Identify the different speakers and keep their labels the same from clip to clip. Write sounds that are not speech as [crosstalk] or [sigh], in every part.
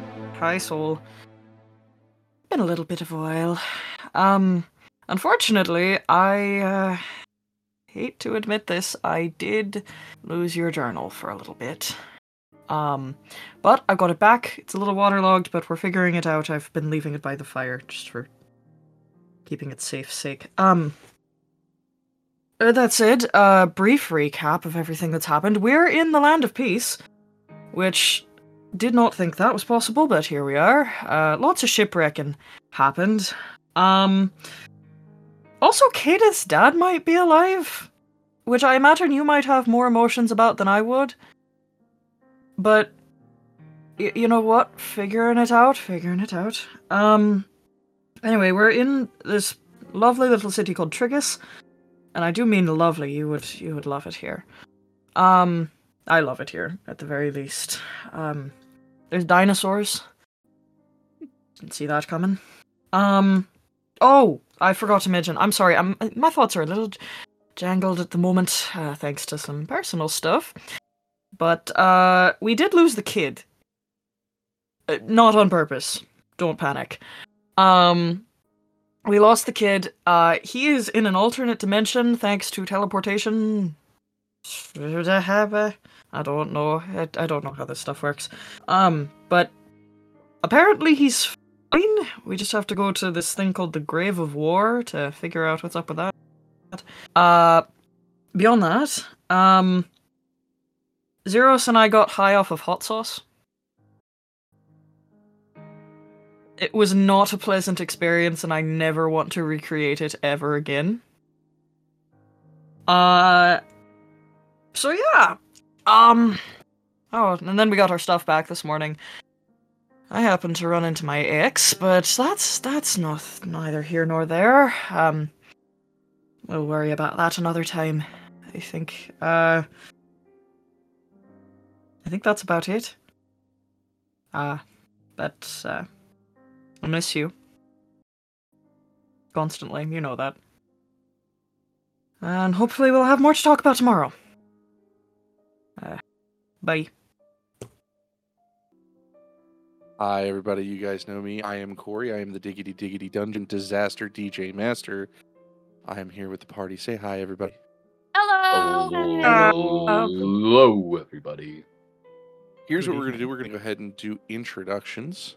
Speaker 1: advice all. Been a little bit of a while. Um, unfortunately, I uh, hate to admit this, I did lose your journal for a little bit. Um, but I've got it back. It's a little waterlogged, but we're figuring it out. I've been leaving it by the fire just for keeping it safe sake. Um, uh, that's it. Uh, brief recap of everything that's happened. We're in the land of peace, which did not think that was possible, but here we are. Uh, lots of shipwrecking happened. Um, also, Kata's dad might be alive, which I imagine you might have more emotions about than I would. But y- you know what? Figuring it out, figuring it out. Um, anyway, we're in this lovely little city called Trigus, and I do mean lovely. You would you would love it here. Um, I love it here at the very least. Um, there's dinosaurs. Didn't see that coming. Um, oh, I forgot to mention. I'm sorry. I'm my thoughts are a little jangled at the moment, uh, thanks to some personal stuff. But uh, we did lose the kid. Uh, not on purpose. Don't panic. Um, we lost the kid. Uh, he is in an alternate dimension thanks to teleportation. I don't know. I, I don't know how this stuff works. Um, but apparently he's fine. We just have to go to this thing called the Grave of War to figure out what's up with that. Uh, beyond that, um, Zeros and I got high off of hot sauce. It was not a pleasant experience, and I never want to recreate it ever again. Uh, so yeah, um, oh, and then we got our stuff back this morning. I happened to run into my ex, but that's that's not neither here nor there. Um, we'll worry about that another time. I think. Uh, I think that's about it. Uh, but uh, I miss you. Constantly, you know that. And hopefully we'll have more to talk about tomorrow. Uh, bye.
Speaker 2: Hi, everybody. You guys know me. I am Corey. I am the Diggity Diggity Dungeon Disaster DJ Master. I am here with the party. Say hi, everybody.
Speaker 3: Hello.
Speaker 4: Hello, everybody.
Speaker 2: Here's
Speaker 1: Good
Speaker 2: what we're
Speaker 1: evening.
Speaker 2: going to do we're going to go ahead and do introductions,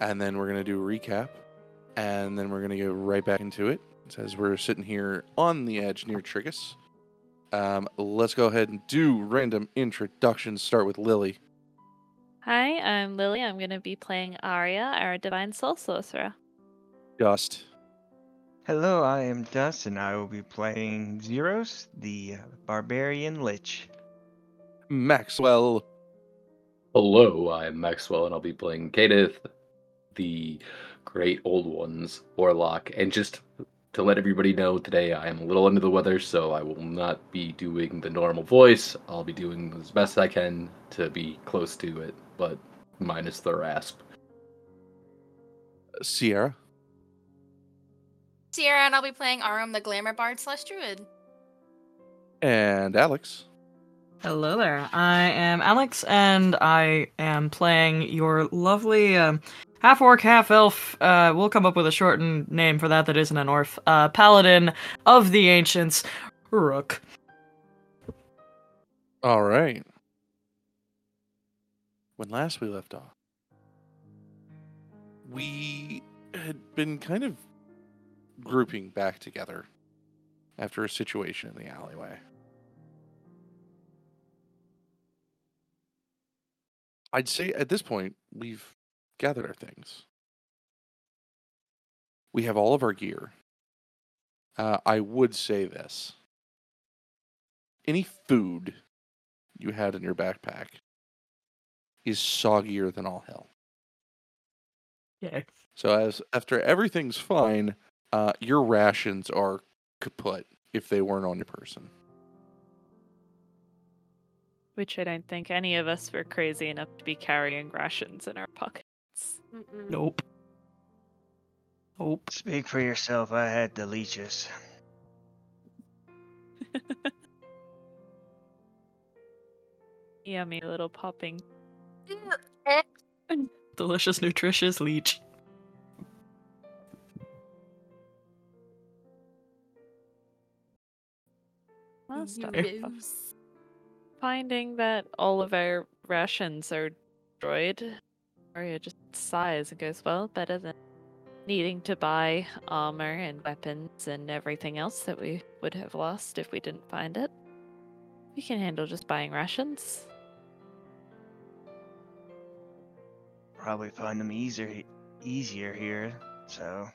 Speaker 2: and then we're going to do recap, and then we're going to go right back into it. It's As we're sitting here on the edge near Trigus, um, let's go ahead and do random introductions. Start with Lily.
Speaker 3: Hi, I'm Lily. I'm going to be playing Arya, our Divine Soul Sorcerer.
Speaker 2: Dust.
Speaker 5: Hello, I am Dust, and I will be playing Zeros, the Barbarian Lich.
Speaker 2: Maxwell.
Speaker 4: Hello, I'm Maxwell, and I'll be playing Kadith, the Great Old Ones Warlock. And just to let everybody know, today I am a little under the weather, so I will not be doing the normal voice. I'll be doing as best I can to be close to it, but minus the rasp.
Speaker 2: Sierra.
Speaker 6: Sierra, and I'll be playing Arum, the Glamour Bard slash Druid.
Speaker 2: And Alex.
Speaker 1: Hello there. I am Alex, and I am playing your lovely um, half orc, half elf. Uh, we'll come up with a shortened name for that that isn't an orf. Uh, Paladin of the Ancients, Rook.
Speaker 2: All right. When last we left off, we had been kind of grouping back together after a situation in the alleyway. I'd say at this point, we've gathered our things. We have all of our gear. Uh, I would say this any food you had in your backpack is soggier than all hell.
Speaker 1: Yeah.
Speaker 2: So as after everything's fine, uh, your rations are kaput if they weren't on your person.
Speaker 3: Which I don't think any of us were crazy enough to be carrying rations in our pockets.
Speaker 1: Nope. Nope.
Speaker 5: Speak for yourself, I had the leeches.
Speaker 3: Yummy little popping.
Speaker 1: Delicious, nutritious leech.
Speaker 3: Well, stuff.
Speaker 6: Euros.
Speaker 3: Finding that all of our rations are destroyed, Maria just sighs and goes, "Well, better than needing to buy armor and weapons and everything else that we would have lost if we didn't find it. We can handle just buying rations."
Speaker 5: Probably find them easier easier here. So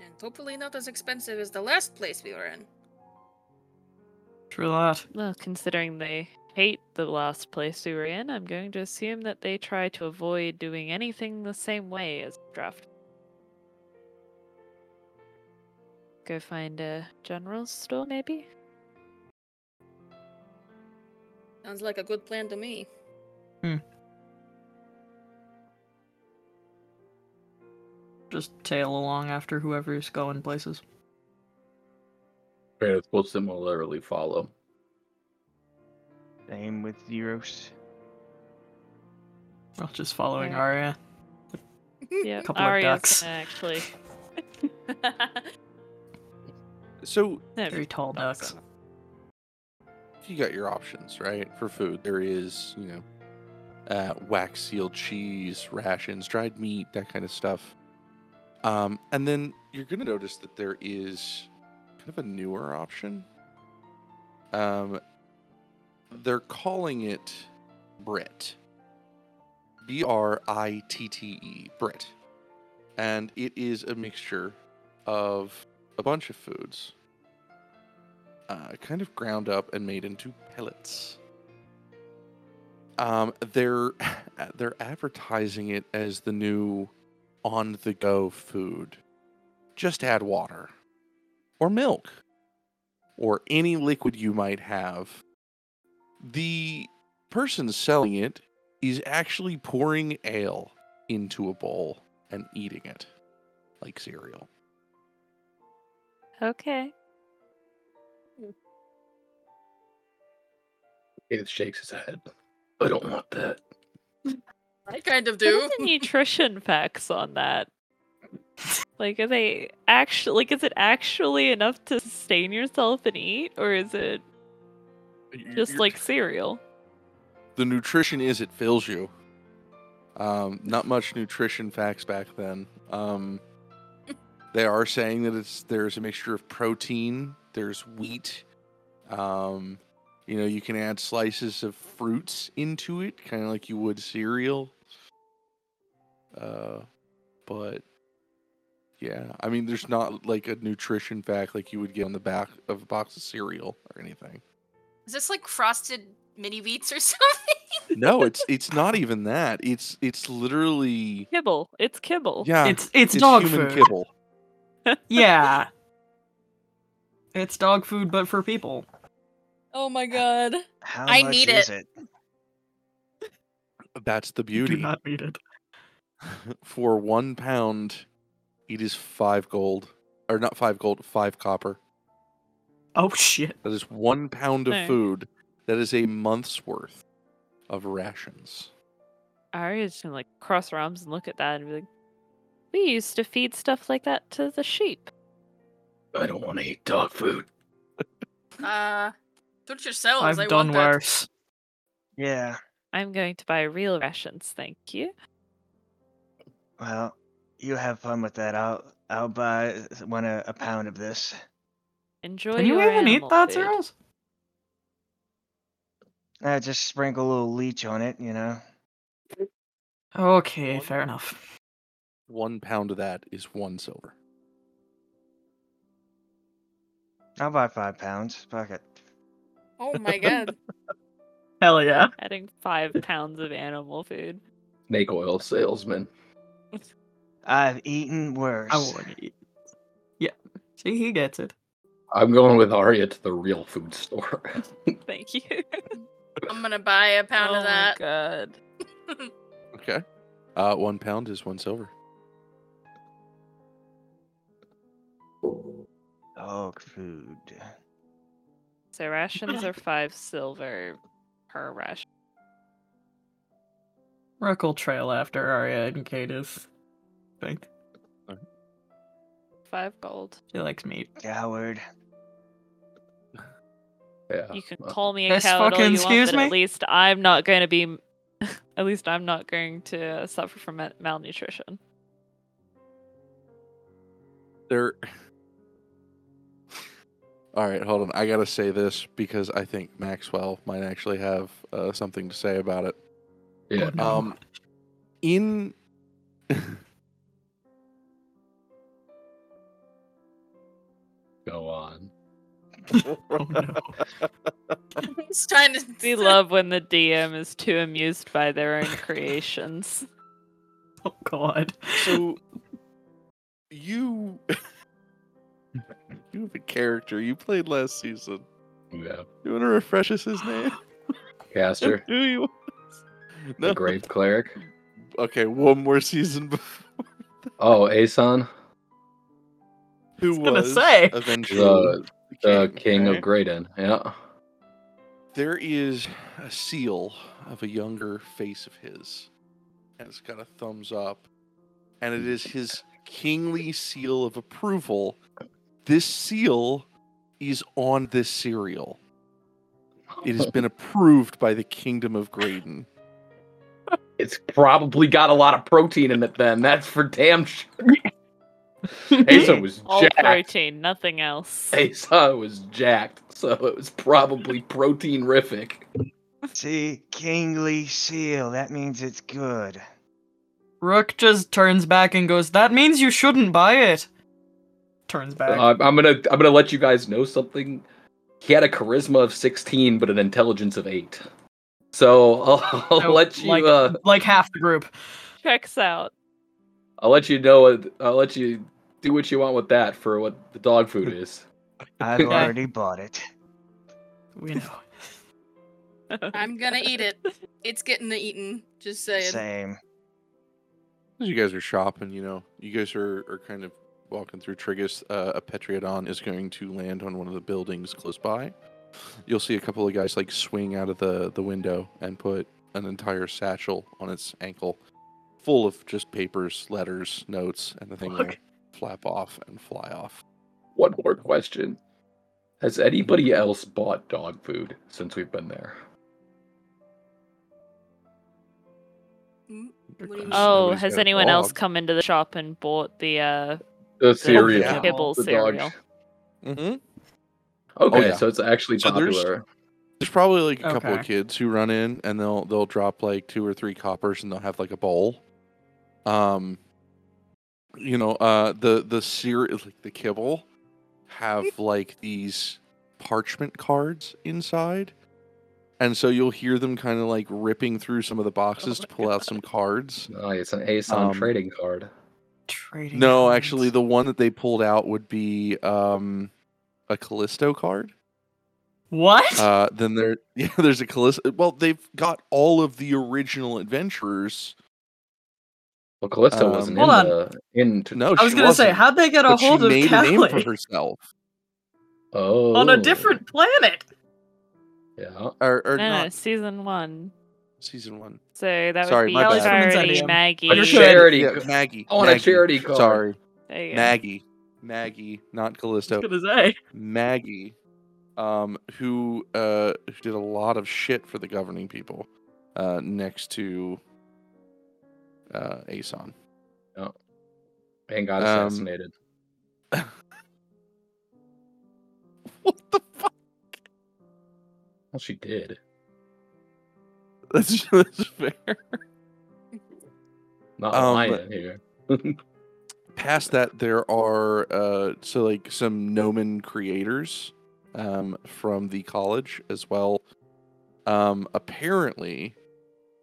Speaker 6: And hopefully not as expensive as the last place we were in.
Speaker 1: True that.
Speaker 3: Well, considering they hate the last place we were in, I'm going to assume that they try to avoid doing anything the same way as draft. Go find a general store, maybe?
Speaker 6: Sounds like a good plan to me.
Speaker 1: Just tail along after whoever's going places.
Speaker 4: Kratos will similarly follow.
Speaker 5: same with Zeros.
Speaker 1: Well, just following
Speaker 3: Yeah.
Speaker 1: Arya.
Speaker 3: [laughs] Yeah,
Speaker 1: Couple of
Speaker 3: Arya's
Speaker 1: ducks.
Speaker 3: gonna actually. [laughs]
Speaker 2: So
Speaker 1: Very tall ducks.
Speaker 2: you got your options, right? For food, there is, you know, uh, wax sealed cheese, rations, dried meat, that kind of stuff. Um, and then you're going to notice that there is kind of a newer option. Um, they're calling it Brit. B R I T T E, Brit. And it is a mixture of a bunch of foods uh, kind of ground up and made into pellets. Um, they're [laughs] they're advertising it as the new on-the-go food. Just add water, or milk, or any liquid you might have. The person selling it is actually pouring ale into a bowl and eating it like cereal.
Speaker 3: Okay.
Speaker 4: It shakes his head. I don't want that.
Speaker 6: I kind of
Speaker 3: What
Speaker 6: do.
Speaker 3: are the nutrition facts on that? Like, are they actually like? Is it actually enough to sustain yourself and eat, or is it
Speaker 2: You're-
Speaker 3: just
Speaker 2: you're-
Speaker 3: like cereal?
Speaker 2: the nutrition is it fills you. Um, not much nutrition facts back then. Um, they are saying that it's there's a mixture of protein, there's wheat. Um, you know, you can add slices of fruits into it, kind of like you would cereal. Uh, but yeah, I mean, there's not like a nutrition fact like you would get on the back of a box of cereal or anything.
Speaker 6: Is this like frosted mini wheats or [laughs] something?
Speaker 2: no, it's it's not even that. It's
Speaker 1: [laughs]
Speaker 2: it's literally
Speaker 3: Kibble. It's kibble.
Speaker 2: yeah.
Speaker 1: It's it's, dog
Speaker 2: human
Speaker 1: food.
Speaker 2: kibble.
Speaker 1: [laughs] Yeah. It's dog food, but for people.
Speaker 6: Oh my god.
Speaker 5: How
Speaker 6: I
Speaker 5: much
Speaker 6: need
Speaker 5: is it?
Speaker 2: That's the beauty.
Speaker 1: need it.
Speaker 2: [laughs] For one pound, it is five gold, or not five gold, five copper.
Speaker 1: Oh shit.
Speaker 2: That is one pound of
Speaker 3: Alright.
Speaker 2: food. That is a month's worth of rations.
Speaker 3: Arya's just gonna like cross her arms and look at that and be like, "We used to feed stuff like that to the sheep."
Speaker 4: I don't want to eat dog food.
Speaker 6: [laughs] Uh, do it yourselves. I
Speaker 1: I've done
Speaker 6: want Oh, that.
Speaker 1: worse.
Speaker 5: Yeah.
Speaker 3: I'm going to buy real rations, thank you.
Speaker 5: Well, you have fun with that. I'll I'll buy s- one uh, a, a pound of this.
Speaker 3: Enjoy.
Speaker 1: Can you
Speaker 3: your
Speaker 1: even eat
Speaker 3: animal
Speaker 1: that,
Speaker 3: food."
Speaker 1: Zeros?
Speaker 5: Uh, just sprinkle a little leech on it, you know.
Speaker 1: Okay, fair enough.
Speaker 2: One pound of that is one silver.
Speaker 5: I'll buy five pounds. Fuck it.
Speaker 6: Oh
Speaker 3: [laughs]
Speaker 6: my god.
Speaker 1: Hell yeah.
Speaker 3: Adding five pounds of animal food. [laughs]
Speaker 4: Snake oil salesman.
Speaker 5: I've eaten worse.
Speaker 1: I want to eat. Yeah. See, he gets it.
Speaker 4: I'm going with Arya to the real food store. [laughs]
Speaker 3: Thank you.
Speaker 6: I'm gonna buy a pound
Speaker 3: oh
Speaker 6: of that. [laughs]
Speaker 3: my god.
Speaker 2: Okay. Uh, one pound is one silver.
Speaker 5: Dog food.
Speaker 3: So rations are five silver per ration.
Speaker 1: Rook will trail after Arya and Cadith. I think
Speaker 3: Five gold.
Speaker 1: she likes meat.
Speaker 5: Coward.
Speaker 4: Yeah. uh,
Speaker 3: You can
Speaker 4: well,
Speaker 3: call me a
Speaker 1: Yes,
Speaker 3: coward all
Speaker 1: fucking
Speaker 3: you
Speaker 1: excuse
Speaker 3: want, but
Speaker 1: me?
Speaker 3: at least I'm not going to be. [laughs] at least I'm not going to suffer from ma- malnutrition.
Speaker 2: There. All right, hold on. I gotta say this because I think Maxwell might actually have uh, something to say about it.
Speaker 4: Yeah.
Speaker 1: Oh, no.
Speaker 2: Um, in
Speaker 4: Go on.
Speaker 1: [laughs] Oh,
Speaker 2: [laughs]
Speaker 1: no.
Speaker 6: He's trying to.
Speaker 3: We love when the DM is too amused by their
Speaker 2: [laughs]
Speaker 3: own creations.
Speaker 1: oh god.
Speaker 2: so you [laughs] you have a character you played last season.
Speaker 4: Yeah.
Speaker 2: You want to refresh us his
Speaker 1: [sighs]
Speaker 2: name?
Speaker 4: Caster,
Speaker 2: [laughs] Who you?
Speaker 4: the grave cleric.
Speaker 2: Okay, one more season [laughs] before.
Speaker 4: Oh, Aeson,
Speaker 2: Who
Speaker 1: was gonna
Speaker 2: was
Speaker 1: say.
Speaker 2: eventually
Speaker 4: The- the
Speaker 2: king,
Speaker 4: king of
Speaker 2: right?
Speaker 4: Graydon. Yeah.
Speaker 2: There is a seal of a younger face of his, and it's got a thumbs up, and it is his kingly seal of approval. This seal is on this cereal. It has been approved by the Kingdom of Graydon.
Speaker 4: It's probably got a lot of protein in it. Then that's for damn sure. Aeson was
Speaker 3: All
Speaker 4: jacked.
Speaker 3: protein, nothing else.
Speaker 4: Aeson was jacked, so it was probably protein rific.
Speaker 5: See, kingly seal. That means it's good.
Speaker 1: Rook just turns back and goes, That means you shouldn't buy it. Turns back.
Speaker 2: Uh,
Speaker 4: I'm, I'm gonna I'm gonna let you guys know something. He had a charisma of 16, but an intelligence of eight. So [laughs] I'll, I'll
Speaker 1: No,
Speaker 4: let you
Speaker 1: like,
Speaker 4: uh,
Speaker 1: like half the group.
Speaker 3: Checks out. [laughs]
Speaker 4: I'll let you know I'll let you do what you want with that for what the dog food is.
Speaker 5: I've
Speaker 4: Okay.
Speaker 5: already bought it.
Speaker 1: We know.
Speaker 6: I'm gonna eat it. It's getting eaten. Just saying.
Speaker 5: Same.
Speaker 2: As you guys are shopping, you know, you guys are, are kind of walking through Trigus. Uh, a Petriodon is going to land on one of the buildings close by. You'll see a couple of guys like swing out of the, the window and put an entire satchel on its ankle full of just papers, letters, notes, and the thing will
Speaker 1: Fuck.
Speaker 2: flap off and fly off.
Speaker 4: [laughs] One more question: Has anybody else bought dog food since we've been there?
Speaker 6: Mm,
Speaker 2: Your
Speaker 6: What do
Speaker 2: question.
Speaker 6: you mean?
Speaker 3: Oh,
Speaker 2: Nobody's
Speaker 3: has
Speaker 2: got a
Speaker 3: anyone else
Speaker 2: dog.
Speaker 3: come into the shop and bought the uh
Speaker 4: The
Speaker 3: cereal.
Speaker 2: yeah.
Speaker 3: kibble
Speaker 4: The dog-
Speaker 3: cereal?
Speaker 2: Mm-hmm.
Speaker 4: Okay,
Speaker 2: Oh, yeah.
Speaker 4: so it's actually
Speaker 2: So there's-
Speaker 4: popular.
Speaker 2: There's probably like a couple of
Speaker 1: Okay.
Speaker 2: kids who run in and they'll they'll drop like two or three coppers and they'll have like a bowl. Um you know, uh the the cereal like the kibble have like these parchment cards inside. And so you'll hear them kind of like ripping through some of the boxes
Speaker 1: Oh
Speaker 3: my
Speaker 2: to pull out some cards.
Speaker 4: Nice, an ASON
Speaker 2: Um,
Speaker 4: trading card.
Speaker 1: Trading
Speaker 2: No,
Speaker 1: cards.
Speaker 2: actually the one that they pulled out would be um a Callisto card.
Speaker 1: What?
Speaker 2: Uh, then there, [laughs] yeah, there's a Callisto. Well, they've got all of the original adventurers.
Speaker 4: Well, Callisto wasn't
Speaker 2: um,
Speaker 4: in
Speaker 1: Hold
Speaker 4: the in. t-
Speaker 2: No,
Speaker 1: I was
Speaker 2: she
Speaker 1: gonna say,
Speaker 2: wasn't,
Speaker 1: how'd they get a
Speaker 2: but she
Speaker 1: hold of
Speaker 2: made a name for
Speaker 1: Callie
Speaker 2: herself,
Speaker 4: oh,
Speaker 1: on a different planet?
Speaker 4: Yeah.
Speaker 2: or, or
Speaker 3: No, no,
Speaker 2: not
Speaker 3: season one.
Speaker 2: season one.
Speaker 3: So that
Speaker 2: Sorry,
Speaker 3: would be
Speaker 2: my bad.
Speaker 1: That was from
Speaker 3: Charity,
Speaker 1: Incendium.
Speaker 3: Maggie.
Speaker 4: A
Speaker 1: You're
Speaker 4: charity
Speaker 2: Yeah,
Speaker 4: c-
Speaker 2: Maggie.
Speaker 4: I want a
Speaker 2: Maggie.
Speaker 4: charity card.
Speaker 2: Sorry,
Speaker 3: There you go.
Speaker 2: Maggie, Maggie, not
Speaker 1: I
Speaker 2: Callisto.
Speaker 1: was gonna say.
Speaker 2: Maggie, um, who uh who did a lot of shit for the governing people, uh, next to uh Aeson. [laughs]
Speaker 4: and got
Speaker 2: Um,
Speaker 4: assassinated.
Speaker 2: [laughs] What the fuck?
Speaker 4: Well, she did.
Speaker 2: That's, that's fair.
Speaker 4: Not
Speaker 2: Um,
Speaker 4: lying here.
Speaker 2: past that there are uh so like some gnomon creators um from the college as well um apparently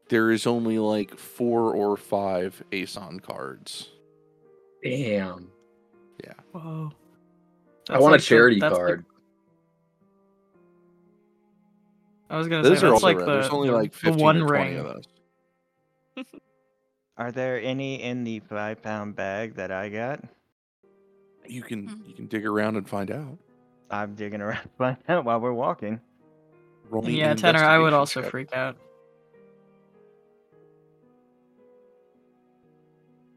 Speaker 2: there is only like four or five aeson cards
Speaker 4: Damn.
Speaker 1: Whoa.
Speaker 4: I
Speaker 1: That's like
Speaker 4: want a
Speaker 1: the-
Speaker 4: charity
Speaker 1: that's the-
Speaker 4: card.
Speaker 1: I was gonna
Speaker 2: those
Speaker 1: say
Speaker 2: are
Speaker 1: that's
Speaker 2: all
Speaker 1: like
Speaker 2: rare.
Speaker 1: the,
Speaker 2: there's only
Speaker 1: the-
Speaker 2: like
Speaker 1: the
Speaker 2: 15
Speaker 1: one
Speaker 2: or 20
Speaker 1: ring.
Speaker 2: of those
Speaker 5: Are there any in the five pound bag that I got?
Speaker 2: you can
Speaker 6: Mm.
Speaker 2: you can dig around and find out
Speaker 5: I'm digging around to find out while we're walking.
Speaker 2: Roll me an
Speaker 1: Yeah, Tenor, I would
Speaker 2: investigation
Speaker 1: also
Speaker 2: check.
Speaker 1: freak out.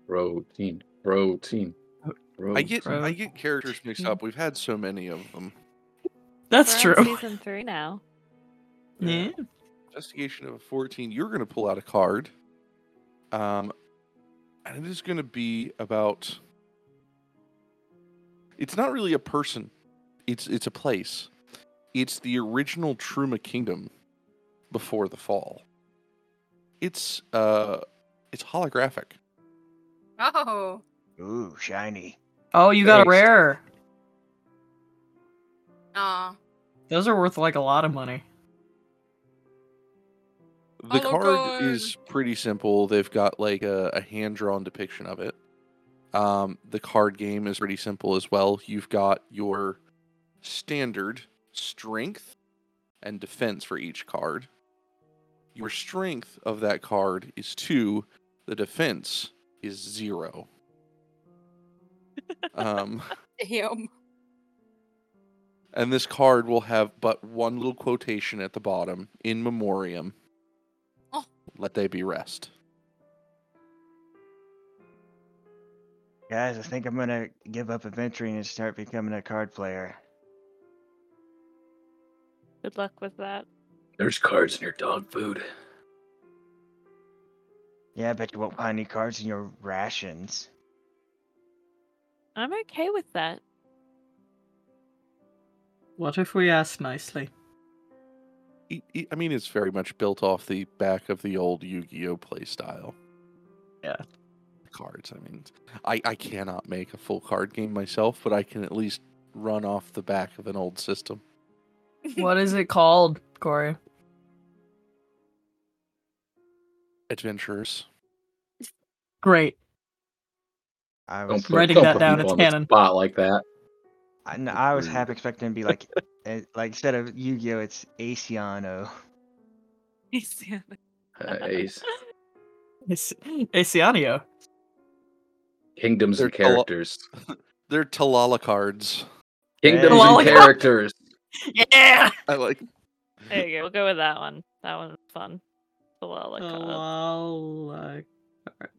Speaker 4: Protein. Protein.
Speaker 2: I get
Speaker 1: Pro-
Speaker 2: I get characters mixed up. We've had so many of them.
Speaker 1: [laughs] That's
Speaker 3: We're on
Speaker 1: true.
Speaker 3: Season three now.
Speaker 1: [laughs] Yeah.
Speaker 2: Investigation of a 14. You're going to pull out a card. Um, and it is going to be about. It's not really a person. It's it's a place. It's the original Truma Kingdom before the fall. It's uh, it's holographic.
Speaker 6: Oh,
Speaker 5: Ooh, shiny.
Speaker 1: Oh, you got a
Speaker 4: Thanks.
Speaker 1: rare.
Speaker 6: aw.
Speaker 1: Those are worth like a lot of money.
Speaker 2: The card
Speaker 6: Holograph.
Speaker 2: is pretty simple. They've got like a, a hand drawn depiction of it. Um, the card game is pretty simple as well. You've got your standard strength and defense for each card. Your strength of that card is two, the defense is zero. um,
Speaker 6: Damn.
Speaker 2: and this card will have but one little quotation at the bottom in memoriam.
Speaker 6: Oh.
Speaker 2: Let they be rest.
Speaker 5: Guys, I think I'm gonna give up adventuring and start becoming a card player.
Speaker 3: [laughs] Good luck with that.
Speaker 4: There's cards in your dog food.
Speaker 5: Yeah, I bet you won't find any cards in your rations.
Speaker 3: I'm okay with that. [laughs]
Speaker 1: What if we ask nicely?
Speaker 2: it- it- e, I mean, it's very much built off the back of the old Yu-Gi-Oh play style.
Speaker 1: Yeah.
Speaker 2: Cards. I mean, I I cannot make a full card game myself, but I can at least run off the back of an old system.
Speaker 1: What is it called, Corey?
Speaker 2: Adventurers.
Speaker 1: Great.
Speaker 5: I
Speaker 4: Don't
Speaker 5: was
Speaker 4: put,
Speaker 1: Writing
Speaker 4: don't
Speaker 1: that
Speaker 4: put
Speaker 1: down,
Speaker 4: me
Speaker 1: it's
Speaker 4: on the
Speaker 1: canon.
Speaker 4: Spot like that.
Speaker 5: I, kn- I was
Speaker 4: Rude.
Speaker 5: half expecting to be like, eh, like instead of Yu-Gi-Oh, it's Asiano.
Speaker 1: [laughs]
Speaker 4: Nice.
Speaker 1: It's Asianio.
Speaker 4: Kingdoms and
Speaker 2: There's a lot-
Speaker 4: characters.
Speaker 2: They're Talala cards.
Speaker 4: Kingdoms
Speaker 1: Lolly-
Speaker 4: and characters.
Speaker 1: [laughs] Yeah.
Speaker 2: I like.
Speaker 3: There you go. We'll go with that one. That one's fun. Lollicop.
Speaker 1: Oh, uh,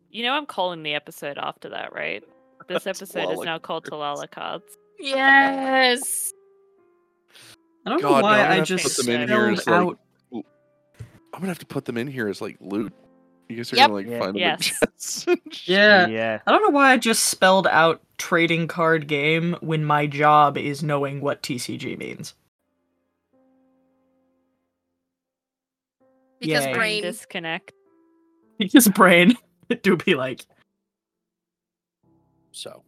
Speaker 3: You know I'm calling the episode after that, right? This episode is now called
Speaker 2: Talala
Speaker 3: Talalacots.
Speaker 6: yes.
Speaker 1: I don't
Speaker 2: God, no,
Speaker 1: know why
Speaker 2: I'm gonna
Speaker 1: I
Speaker 2: have to
Speaker 1: just
Speaker 2: put them in
Speaker 1: spelled
Speaker 2: here as, like,
Speaker 1: out.
Speaker 2: I'm gonna have to put them in here as like loot. You guys are
Speaker 6: Yep.
Speaker 2: gonna like
Speaker 5: Yeah.
Speaker 2: find them in
Speaker 3: Yes.
Speaker 2: [laughs] chests and shit.
Speaker 1: Yeah.
Speaker 5: [laughs] yeah.
Speaker 1: I don't know why I just spelled out trading card game when my job is knowing what TCG means.
Speaker 6: Because
Speaker 1: Yay.
Speaker 6: brain.
Speaker 3: Disconnect.
Speaker 1: His [laughs] brain it do be like,
Speaker 2: So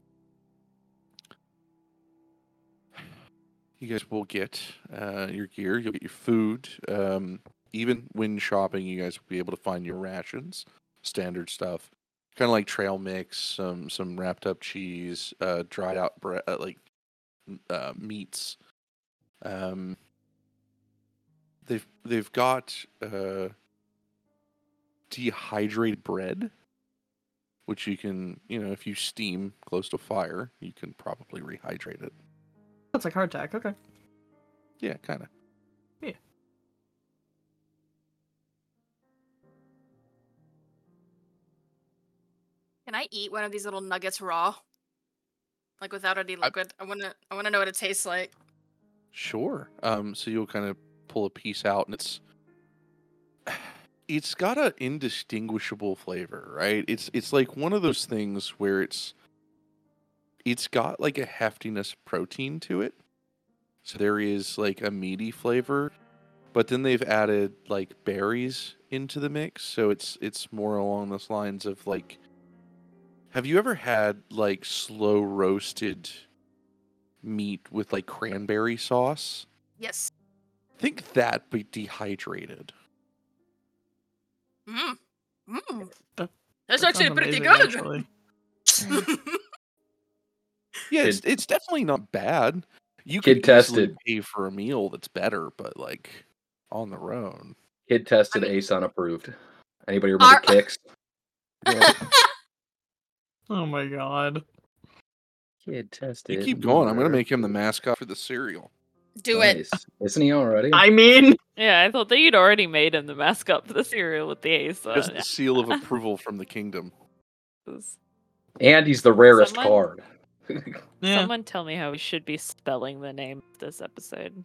Speaker 2: you guys will get uh, your gear, you'll get your food. Um, even when shopping, you guys will be able to find your rations, standard stuff, kind of like trail mix, some some wrapped up cheese, uh, dried out bre- uh, like m- uh, meats. Um, they've they've got uh, dehydrated bread which you can, you know, if you steam close to fire, you can probably rehydrate it.
Speaker 1: that's like hardtack. Okay.
Speaker 2: Yeah, kind of.
Speaker 1: Yeah.
Speaker 6: Can I eat one of these little nuggets raw? Like without any liquid? I wanna I wanna know what it tastes like.
Speaker 2: Sure. Um, so you'll kind of pull a piece out, and it's [sighs] it's got an indistinguishable flavor, right? It's it's like one of those things where it's it's got like a heftiness of protein to it. So there is like a meaty flavor, but then they've added like berries into the mix, so it's it's more along those lines of like have you ever had like slow roasted meat with like cranberry sauce?
Speaker 6: Yes.
Speaker 2: Think that but dehydrated.
Speaker 6: Mm. Mm.
Speaker 1: That-
Speaker 6: That's
Speaker 1: That
Speaker 6: actually
Speaker 1: sounds
Speaker 6: pretty
Speaker 1: amazing,
Speaker 6: good.
Speaker 1: actually.
Speaker 2: Yeah, it's,
Speaker 4: Kid-
Speaker 2: it's definitely not bad. You
Speaker 4: Kid
Speaker 2: could easily
Speaker 4: tested.
Speaker 2: pay for a meal that's better, but like on their own.
Speaker 4: Kid tested,
Speaker 6: I mean-
Speaker 4: Ace on approved. Anybody remember
Speaker 6: Are-
Speaker 4: Kicks?
Speaker 6: [laughs]
Speaker 2: Yeah.
Speaker 1: Oh my god.
Speaker 4: Kid tested.
Speaker 2: you keep going. I'm gonna make him the mascot for the cereal.
Speaker 6: [laughs] Do it.
Speaker 4: Isn't he already?
Speaker 1: I mean,
Speaker 3: Yeah, I thought that you'd already made him the mascot for the cereal with the ace.
Speaker 2: Just
Speaker 4: [laughs]
Speaker 3: On.
Speaker 2: the seal of approval from the kingdom.
Speaker 3: it.
Speaker 4: And he's the rarest
Speaker 3: Someone-
Speaker 4: card.
Speaker 1: Yeah.
Speaker 3: Someone tell me how we should be spelling the name of this episode.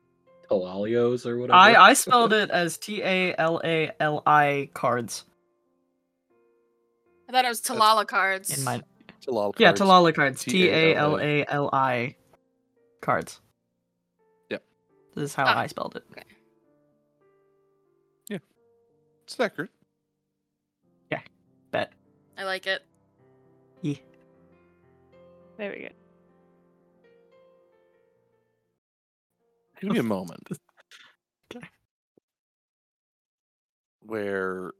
Speaker 4: Talalios or whatever.
Speaker 1: I, I spelled it as T A L A L I cards
Speaker 6: I thought it was Talala cards.
Speaker 1: in mine.
Speaker 2: Talal
Speaker 1: Yeah,
Speaker 2: cards.
Speaker 1: Talala cards. T
Speaker 2: T-A-L-A.
Speaker 1: A L A L I cards.
Speaker 2: Yep.
Speaker 1: This is how
Speaker 6: Ah.
Speaker 1: I spelled it.
Speaker 2: It's accurate.
Speaker 1: Bet.
Speaker 6: I like it.
Speaker 3: There we go.
Speaker 2: Give me a moment.
Speaker 1: Okay.
Speaker 2: Where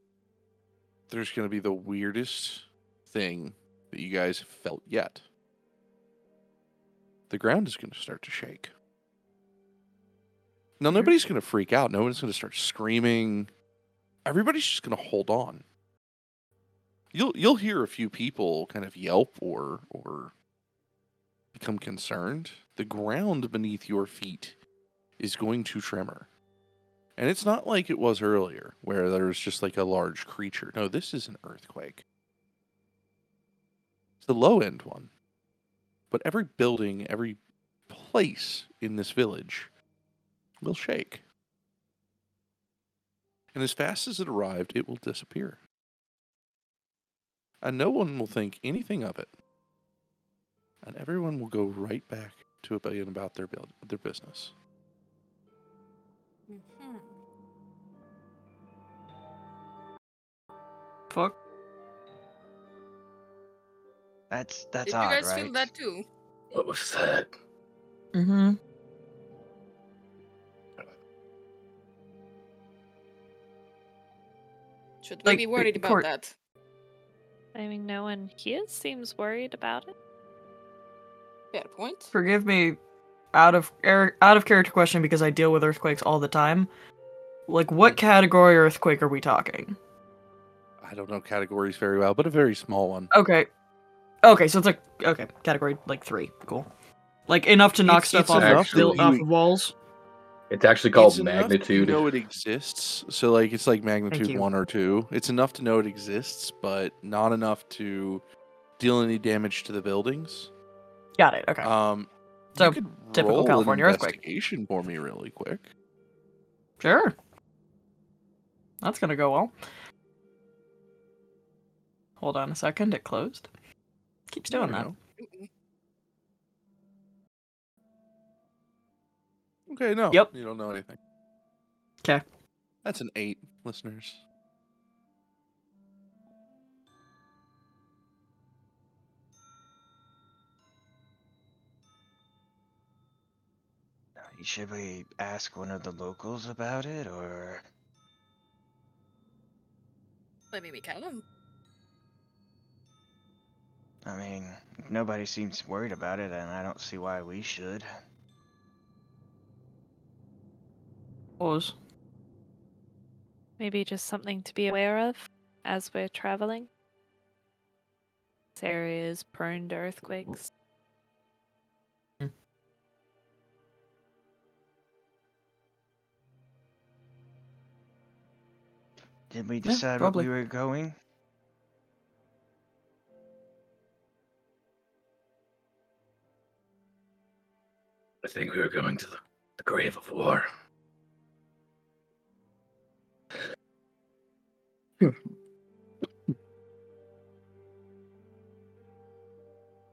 Speaker 2: there's going to be the weirdest thing that you guys have felt yet. The ground is going to start to shake. Now, nobody's going to freak out. No one's going to start screaming. Everybody's just going to hold on. You'll you'll hear a few people kind of yelp or or become concerned. The ground beneath your feet is going to tremor. And it's not like it was earlier, where there was just like a large creature. No, this is an earthquake. It's the low end one. But every building, every place in this village will shake. And as fast as it arrived, it will disappear. And no one will think anything of it. And everyone will go right back to being about their, build- their business.
Speaker 6: Mm-hmm.
Speaker 1: Fuck.
Speaker 5: That's that's
Speaker 6: Did
Speaker 5: odd,
Speaker 6: you guys
Speaker 5: right?
Speaker 6: feel that too?
Speaker 4: What was that?
Speaker 1: Mm-hmm.
Speaker 6: Should we
Speaker 1: Like,
Speaker 6: be worried
Speaker 1: uh,
Speaker 6: about
Speaker 1: Court-
Speaker 6: that?
Speaker 3: I mean, no one here seems worried about it.
Speaker 6: Fair point.
Speaker 1: Forgive me, out of er, out of character question because I deal with earthquakes all the time. Like, what category earthquake are we talking?
Speaker 2: I don't know categories very well, but a very small one.
Speaker 1: Okay. Okay, so it's like okay, category like three. Cool. Like enough to knock
Speaker 2: It's-
Speaker 1: stuff
Speaker 2: it's
Speaker 1: off,
Speaker 4: enough
Speaker 1: of buil-
Speaker 2: that
Speaker 1: off
Speaker 2: you-
Speaker 1: of walls.
Speaker 4: It's actually called
Speaker 2: It's enough that You
Speaker 4: magnitude.
Speaker 2: know it exists, so like it's like magnitude
Speaker 1: you.
Speaker 2: one or two. It's enough to know it exists, but not enough to deal any damage to the buildings.
Speaker 1: Got it. Okay.
Speaker 2: Um, you
Speaker 1: So,
Speaker 2: could
Speaker 1: typical
Speaker 2: roll an
Speaker 1: California earthquake.
Speaker 2: Investigation for me, really quick.
Speaker 1: sure. That's gonna go well. Hold on a second. It closed. Keeps doing
Speaker 2: There
Speaker 1: that.
Speaker 2: we go. Okay, no.
Speaker 1: Yep.
Speaker 2: You don't know anything.
Speaker 1: 'Kay.
Speaker 2: That's an eight, listeners.
Speaker 5: Uh, Should we ask one of the locals about it, or
Speaker 6: Maybe we can.
Speaker 5: I mean, nobody seems worried about it, and I don't see why we should.
Speaker 1: Pause.
Speaker 3: Maybe just something to be aware of as we're traveling. This area is prone to earthquakes.
Speaker 5: Did we
Speaker 1: Yeah,
Speaker 5: decide what
Speaker 1: probably.
Speaker 5: we were going?
Speaker 4: I think we were going to the, the grave of war.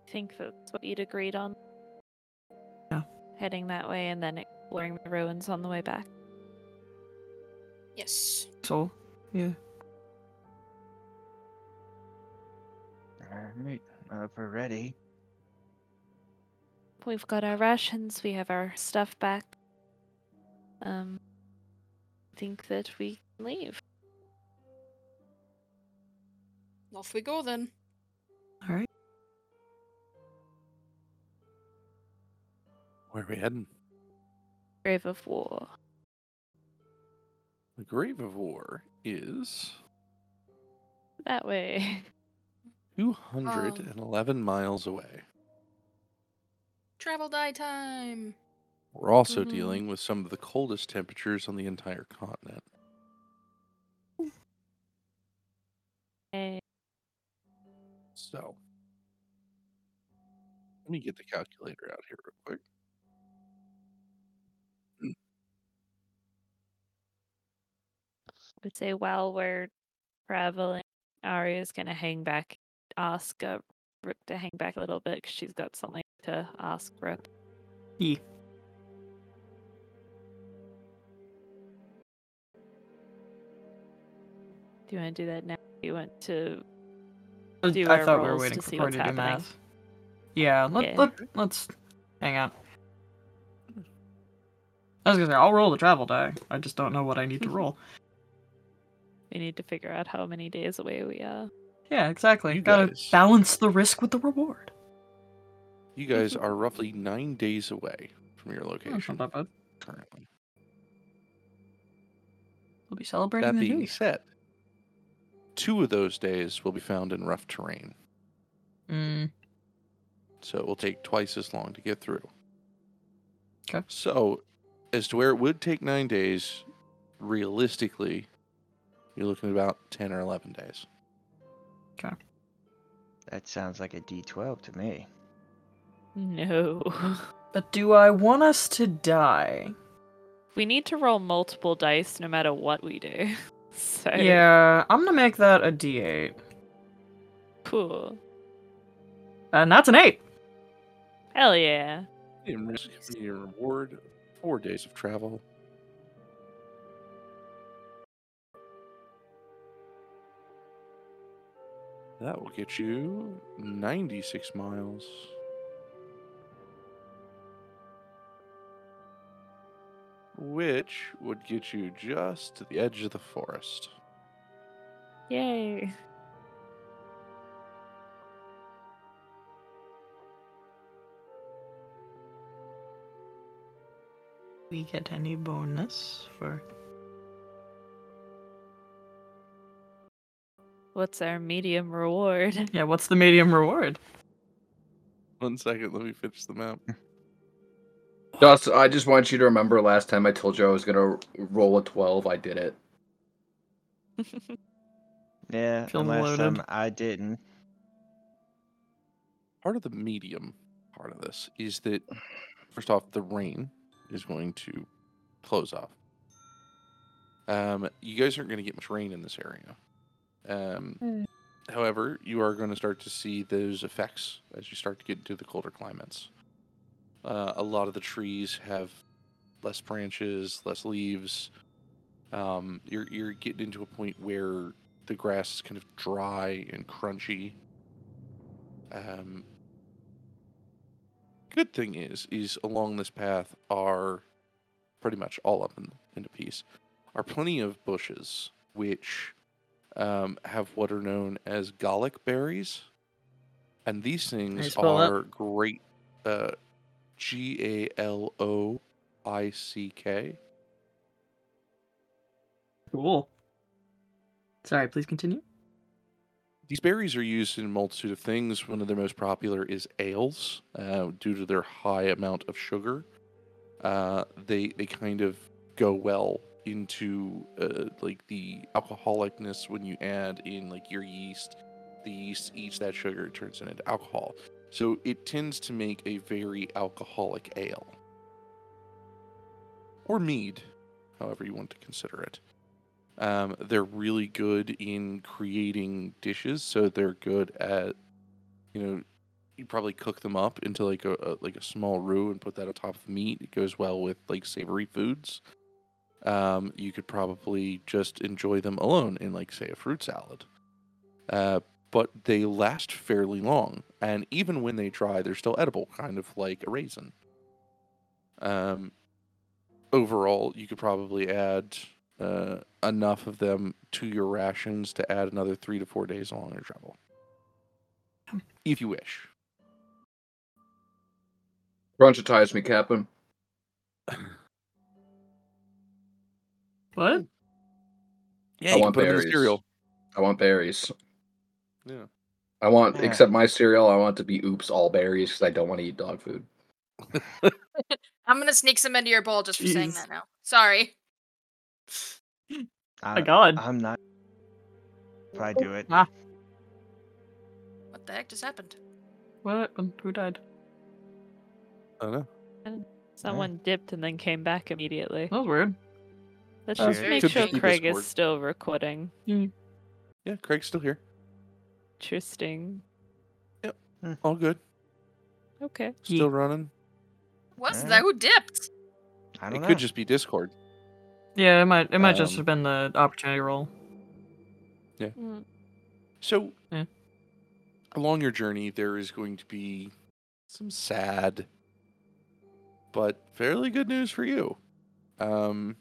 Speaker 3: I think that's what you'd agreed on.
Speaker 1: Yeah.
Speaker 3: Heading that way and then exploring the ruins on the way back.
Speaker 6: Yes.
Speaker 1: So, yeah.
Speaker 5: Alright, well, if we're ready.
Speaker 3: We've got our rations, we have our stuff back. Um think that we can leave.
Speaker 6: Off we go then.
Speaker 1: All right.
Speaker 2: Where are we heading?
Speaker 3: Grave of War.
Speaker 2: The Grave of War is
Speaker 3: That way. [laughs]
Speaker 2: 211 miles away.
Speaker 6: Travel die time.
Speaker 2: We're also
Speaker 3: Mhm.
Speaker 2: dealing with some of the coldest temperatures on the entire continent.
Speaker 3: Eh,
Speaker 2: So, me get the calculator out here real quick.
Speaker 3: would say while we're traveling, Arya's gonna hang back, ask uh, Rip to hang back a little bit because she's got something to ask Rip.
Speaker 1: Ye.
Speaker 3: Do you want to do that now? Do you want to?
Speaker 1: I
Speaker 3: do
Speaker 1: I
Speaker 3: our
Speaker 1: thought we were
Speaker 3: rolls
Speaker 1: waiting
Speaker 3: to see
Speaker 1: for her
Speaker 3: what's
Speaker 1: to do
Speaker 3: happening.
Speaker 1: math. Yeah, let,
Speaker 3: Yeah.
Speaker 1: Let, let's hang out. I was gonna say, I'll roll the travel die. I just don't know what I need
Speaker 3: [laughs]
Speaker 1: to roll.
Speaker 3: We need to figure out how many days away we are.
Speaker 1: Yeah, exactly.
Speaker 2: You
Speaker 1: Gotta
Speaker 2: guys.
Speaker 1: balance the risk with the reward.
Speaker 2: You guys are roughly nine days away from your
Speaker 1: That's
Speaker 2: location
Speaker 1: not that bad.
Speaker 2: currently.
Speaker 1: We'll be celebrating
Speaker 2: That
Speaker 1: the new
Speaker 2: being
Speaker 1: year.
Speaker 2: said, two of those days will be found in rough terrain,
Speaker 1: Mm,
Speaker 2: so it will take twice as long to get through.
Speaker 1: 'Kay.
Speaker 2: So, as to where it would take nine days, realistically, you're looking at about ten or eleven days.
Speaker 5: That sounds like a D12 to me.
Speaker 3: No, [laughs]
Speaker 1: but do I want us to die?
Speaker 3: we need to roll multiple dice no matter what we do. [laughs] So
Speaker 1: Yeah, I'm gonna make that a D8,
Speaker 3: cool.
Speaker 1: and that's an eight.
Speaker 3: Hell yeah.
Speaker 2: And risk being reward four days of travel. That will get you 96 miles. Which would get you just to the edge of the forest.
Speaker 3: Yay.
Speaker 1: We get any bonus for?
Speaker 3: What's our medium reward? [laughs]
Speaker 1: Yeah, what's the medium reward?
Speaker 2: One second, let me finish the map.
Speaker 4: Dust, I just want you to remember last time I told you I was gonna roll a twelve. I did it.
Speaker 5: Yeah,
Speaker 1: Film
Speaker 5: unless um,
Speaker 1: loaded.
Speaker 5: I didn't.
Speaker 2: part of the medium part of this is that first off the rain is going to close off um, you guys aren't going to get much rain in this area um,
Speaker 3: Mm.
Speaker 2: however you are going to start to see those effects as you start to get into the colder climates uh, a lot of the trees have less branches less leaves um, you're, you're getting into a point where the grass is kind of dry and crunchy um, good thing is, is along this path are pretty much all up in, into piece, are plenty of bushes which um, have what are known as garlic berries, and these things
Speaker 1: spell that?
Speaker 2: are great. Uh, G a l o i c k.
Speaker 1: Cool. Sorry, please continue.
Speaker 2: These berries are used in a multitude of things. One of their most popular is ales, uh, due to their high amount of sugar. Uh, they they kind of go well into uh, like the alcoholicness when you add in like your yeast. The yeast eats that sugar, it turns it into alcohol. So it tends to make a very alcoholic ale or mead, however you want to consider it. Um, they're really good in creating dishes, so they're good at, you know, you probably cook them up into like a, a like a small roux and put that on top of meat. It goes well with like savory foods. Um, you could probably just enjoy them alone in like say a fruit salad. Uh, but they last fairly long, and even when they dry, they're still edible, kind of like a raisin. Um, overall, you could probably add uh, enough of them to your rations to add another three to four days along your travel.
Speaker 1: Hmm.
Speaker 2: If you wish.
Speaker 4: Bronchitize me, Captain.
Speaker 1: What?
Speaker 2: Yeah,
Speaker 4: I
Speaker 2: you
Speaker 4: want
Speaker 2: can put 'em in the
Speaker 4: berries.
Speaker 2: cereal.
Speaker 4: I want berries.
Speaker 2: Yeah.
Speaker 4: I want,
Speaker 5: Yeah.
Speaker 4: except my cereal, I want it to be oops all berries because I don't want to eat dog food.
Speaker 6: I'm gonna sneak some into your bowl just for saying
Speaker 1: Jeez.
Speaker 6: that now. Sorry.
Speaker 5: I,
Speaker 1: My God.
Speaker 5: I'm not. If I do it,
Speaker 1: Ah.
Speaker 6: What the heck just happened?
Speaker 1: What? Um, Who died?
Speaker 2: I don't know.
Speaker 3: Someone dipped and then came back immediately.
Speaker 5: Oh,
Speaker 1: That was weird.
Speaker 3: Let's
Speaker 4: Uh,
Speaker 3: just
Speaker 6: could
Speaker 3: make
Speaker 6: be
Speaker 3: sure
Speaker 6: Discord.
Speaker 3: Craig is still recording.
Speaker 2: Yeah, Craig's still here.
Speaker 3: Interesting.
Speaker 2: All good.
Speaker 3: Okay.
Speaker 2: Still running.
Speaker 6: What's
Speaker 5: Alright.
Speaker 6: that? Who dipped?
Speaker 5: I
Speaker 2: It
Speaker 5: don't know.
Speaker 2: could just be Discord.
Speaker 1: Yeah, it might it might just
Speaker 2: Um,
Speaker 1: have been the opportunity roll.
Speaker 3: Mm,
Speaker 2: So,
Speaker 1: Yeah.
Speaker 2: along your journey, there is going to be some sad, but fairly good news for you. Um,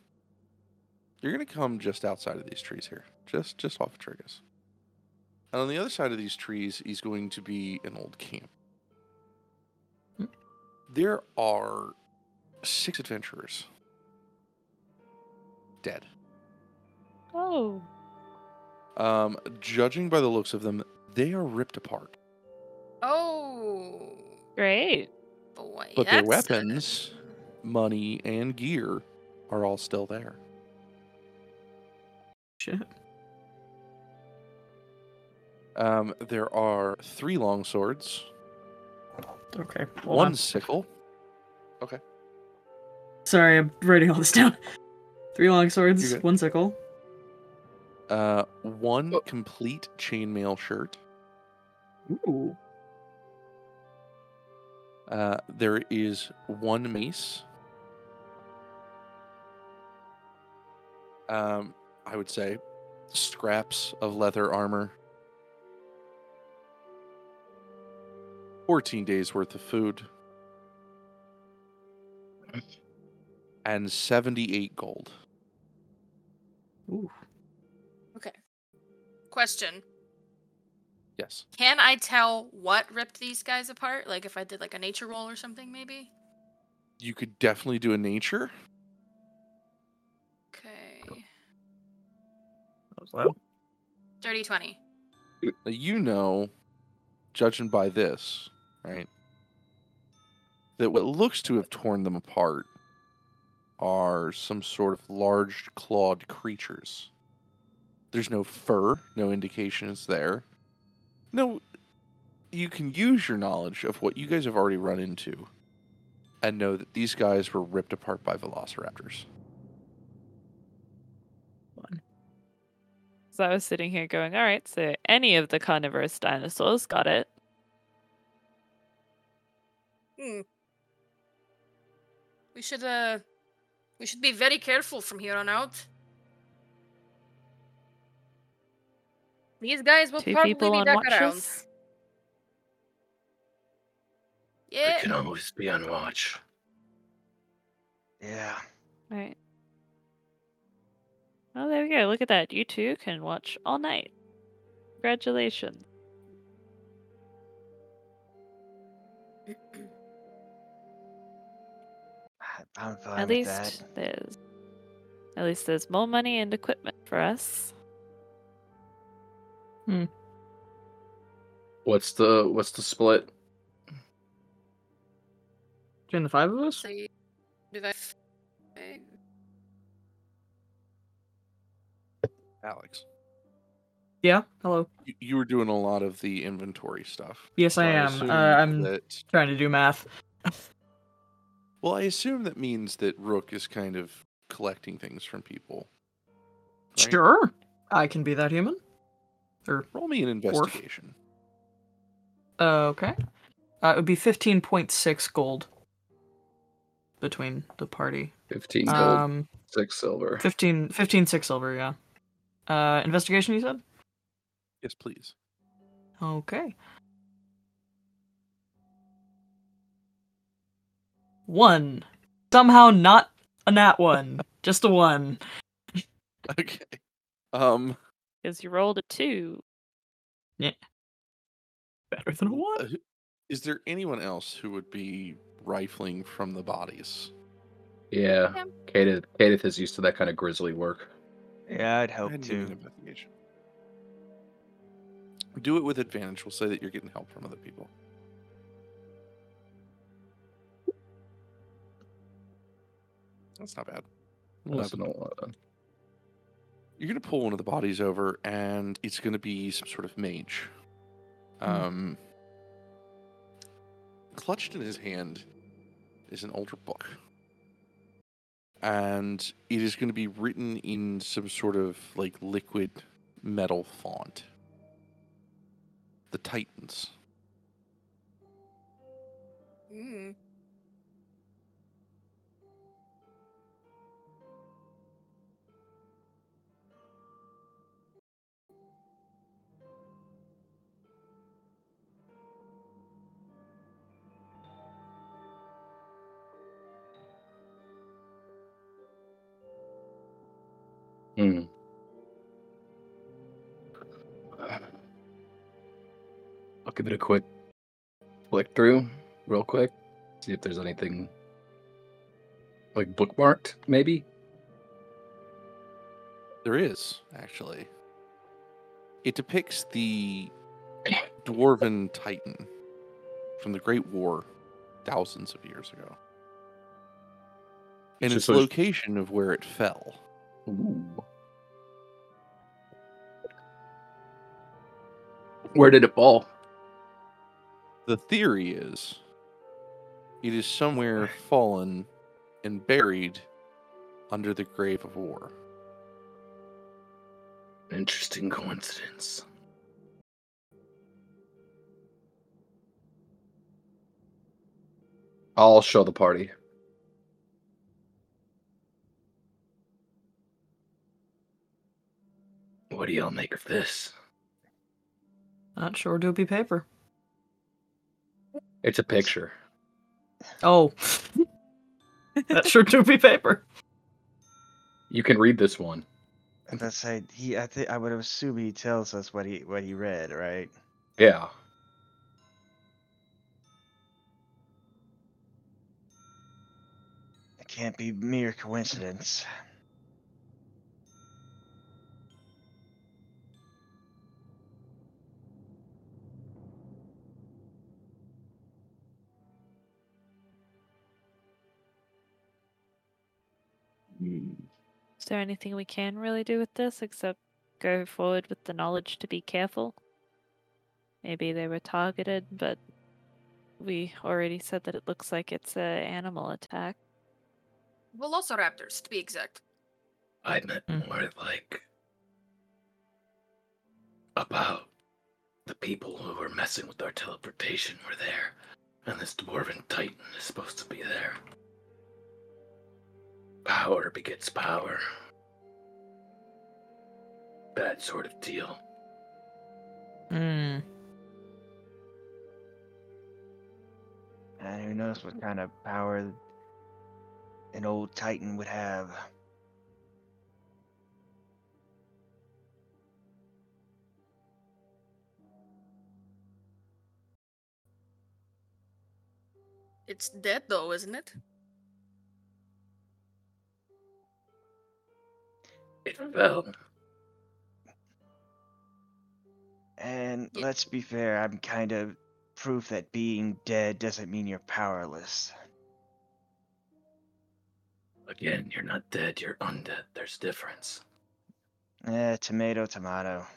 Speaker 2: you're going to come just outside of these trees here, just just off of Trigus. And on the other side of these trees is going to be an old camp.
Speaker 1: Hmm.
Speaker 2: There are six adventurers dead.
Speaker 3: Oh.
Speaker 2: Um, judging by the looks of them, they are ripped apart.
Speaker 6: Oh,
Speaker 3: Great.
Speaker 6: boy.
Speaker 2: But their
Speaker 6: that's sad.
Speaker 2: weapons, money, and gear are all still there.
Speaker 1: Shit.
Speaker 2: Um, there are three long swords,
Speaker 1: Okay.
Speaker 2: one sickle.
Speaker 1: Sorry, I'm writing all this down. [laughs] Three long swords,
Speaker 2: You're good.
Speaker 1: one sickle.
Speaker 2: Uh, one
Speaker 4: Oh.
Speaker 2: complete chainmail shirt.
Speaker 1: Ooh.
Speaker 2: Uh, there is one mace. Um, I would say scraps of leather armor. 14 days worth of food. And 78 gold.
Speaker 1: Ooh.
Speaker 6: Question:
Speaker 2: Yes.
Speaker 6: Can I tell what ripped these guys apart? Like if I did like a nature roll or something, maybe.
Speaker 2: You could definitely do a nature.
Speaker 6: Okay.
Speaker 1: That was loud.
Speaker 6: Dirty twenty.
Speaker 2: Now, you know, judging by this, right, that what looks to have torn them apart are some sort of large clawed creatures. There's no fur, no indications there. No, you can use your knowledge of what you guys have already run into and know that these guys were ripped apart by velociraptors.
Speaker 3: So I was sitting here going, all right, so any of the carnivorous dinosaurs got it.
Speaker 6: Hmm. We should uh, we should be very careful from here on out. These guys will
Speaker 3: Two
Speaker 6: probably be
Speaker 3: people on
Speaker 6: back around.
Speaker 3: watches.
Speaker 4: I
Speaker 6: Yeah.
Speaker 4: can always be on watch.
Speaker 5: Yeah.
Speaker 3: Right. Oh, there we go. Look at that. You two can watch all night. Congratulations.
Speaker 5: I- I'm fine
Speaker 3: at
Speaker 5: with
Speaker 3: least
Speaker 5: that.
Speaker 3: there's at least there's more money and equipment for us.
Speaker 4: What's the what's the split?
Speaker 1: Between the five of us?
Speaker 6: So you, did I? f- I-
Speaker 2: Alex,
Speaker 1: Yeah. Hello.
Speaker 2: you, you were doing a lot of the inventory stuff.
Speaker 1: Yes, I am.
Speaker 2: assume
Speaker 1: Uh, I'm
Speaker 2: That
Speaker 1: trying to do math.
Speaker 2: Well, I assume that means that Rook is kind of collecting things from people. right?
Speaker 1: Sure. I can be that human. Or
Speaker 2: Roll me an investigation.
Speaker 1: okay. Uh, it would be fifteen point six gold between the party.
Speaker 4: Fifteen gold,
Speaker 1: Um,
Speaker 4: six silver.
Speaker 1: 15, 15 six silver. Yeah. Uh, investigation. You said.
Speaker 2: Yes, please. [laughs]
Speaker 1: Okay. One. Somehow not a nat one. Just a one.
Speaker 2: Okay. Um,
Speaker 3: Because you rolled a two.
Speaker 1: Better than a
Speaker 2: uh,
Speaker 1: one.
Speaker 2: who- is there anyone else who would be rifling from the bodies?
Speaker 4: Yeah.
Speaker 6: Yeah.
Speaker 4: Kadith Kadith is used to that kind of grisly work.
Speaker 5: Yeah, I'd
Speaker 1: Oh,
Speaker 2: Go ahead
Speaker 5: help
Speaker 2: and give me an
Speaker 5: too.
Speaker 2: investigation. Do it with advantage. We'll say that you're getting help from other people. That's not bad.
Speaker 4: That's an eleven.
Speaker 2: you're gonna pull one of the bodies over and it's gonna be some sort of mage um clutched in his hand is an older book. And it is going to be written in some sort of like liquid metal font. The Titans.
Speaker 6: Mm.
Speaker 4: Hmm. Hmm. I'll give it a quick flick through, real quick. See if there's anything like bookmarked, maybe.
Speaker 2: There is, actually. It depicts the dwarven titan from the Great War thousands of years ago. And its
Speaker 4: It's just those-
Speaker 2: location of where it fell.
Speaker 4: Ooh. Where did it fall?
Speaker 2: The theory is it is somewhere fallen and buried under the grave of war.
Speaker 4: Interesting coincidence. I'll show the party. What do y'all make of this?
Speaker 1: Not sure doopy paper.
Speaker 4: It's a picture.
Speaker 1: Oh. Not sure doopy paper.
Speaker 4: You can read this one.
Speaker 5: And that's like he. I think I would assume he tells us what he what he read, right?
Speaker 4: Yeah.
Speaker 5: It can't be mere coincidence.
Speaker 3: [laughs] Is there anything we can really do with this except go forward with the knowledge to be careful? Maybe they were targeted, but we already said that it looks like it's a animal attack.
Speaker 6: Velociraptors, to be exact.
Speaker 4: I meant
Speaker 1: Mm.
Speaker 4: more like about the people who were messing with our teleportation were there, and this dwarven titan is supposed to be there. Power begets power. That sort of deal.
Speaker 1: Hmm.
Speaker 5: And who knows what kind of power an old Titan would have.
Speaker 6: It's dead though, isn't it?
Speaker 4: It fell.
Speaker 5: And
Speaker 6: Yeah.
Speaker 5: let's be fair, I'm kind of proof that being dead doesn't mean you're powerless.
Speaker 4: Again, you're not dead, you're undead. There's difference.
Speaker 5: Eh, tomato, tomato.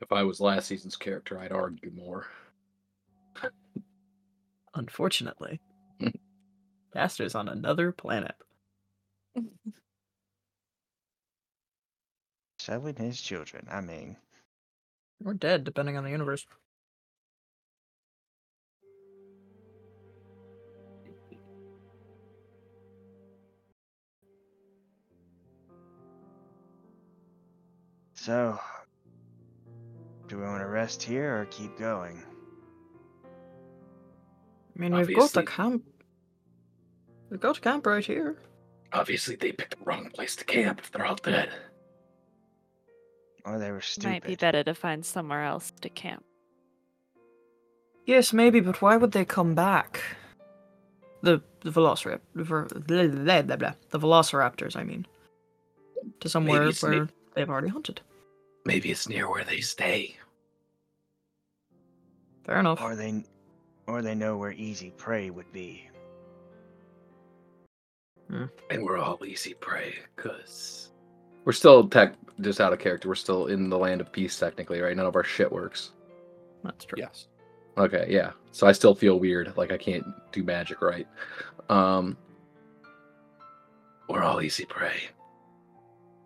Speaker 4: If I was last season's character, I'd argue more.
Speaker 1: [laughs] Unfortunately. Master's on another planet.
Speaker 5: Selling his children. I mean,
Speaker 1: Or dead, depending on the universe.
Speaker 5: so do we want to rest here or keep going?
Speaker 1: I mean, we've got the
Speaker 4: Obviously.
Speaker 1: camp. We've got a camp right here.
Speaker 4: Obviously, they picked the wrong place to camp if they're all dead.
Speaker 5: Or they were stupid.
Speaker 3: Might be better to find somewhere else to camp.
Speaker 1: Yes, maybe, but why would they come back? The the velociraptor, blah, blah, blah, blah, the velociraptors, I mean, to somewhere
Speaker 4: it's
Speaker 1: where
Speaker 4: neat.
Speaker 1: they've already hunted.
Speaker 4: Maybe it's near where they stay.
Speaker 1: Fair enough.
Speaker 5: Or they, or they know where easy prey would be.
Speaker 4: And we're all easy prey, because We're still tech just out of character. We're still in the land of peace technically, right? None of our shit works.
Speaker 1: That's true.
Speaker 2: Yes.
Speaker 4: Okay, yeah. So I still feel weird, like I can't do magic right. Um We're all easy prey.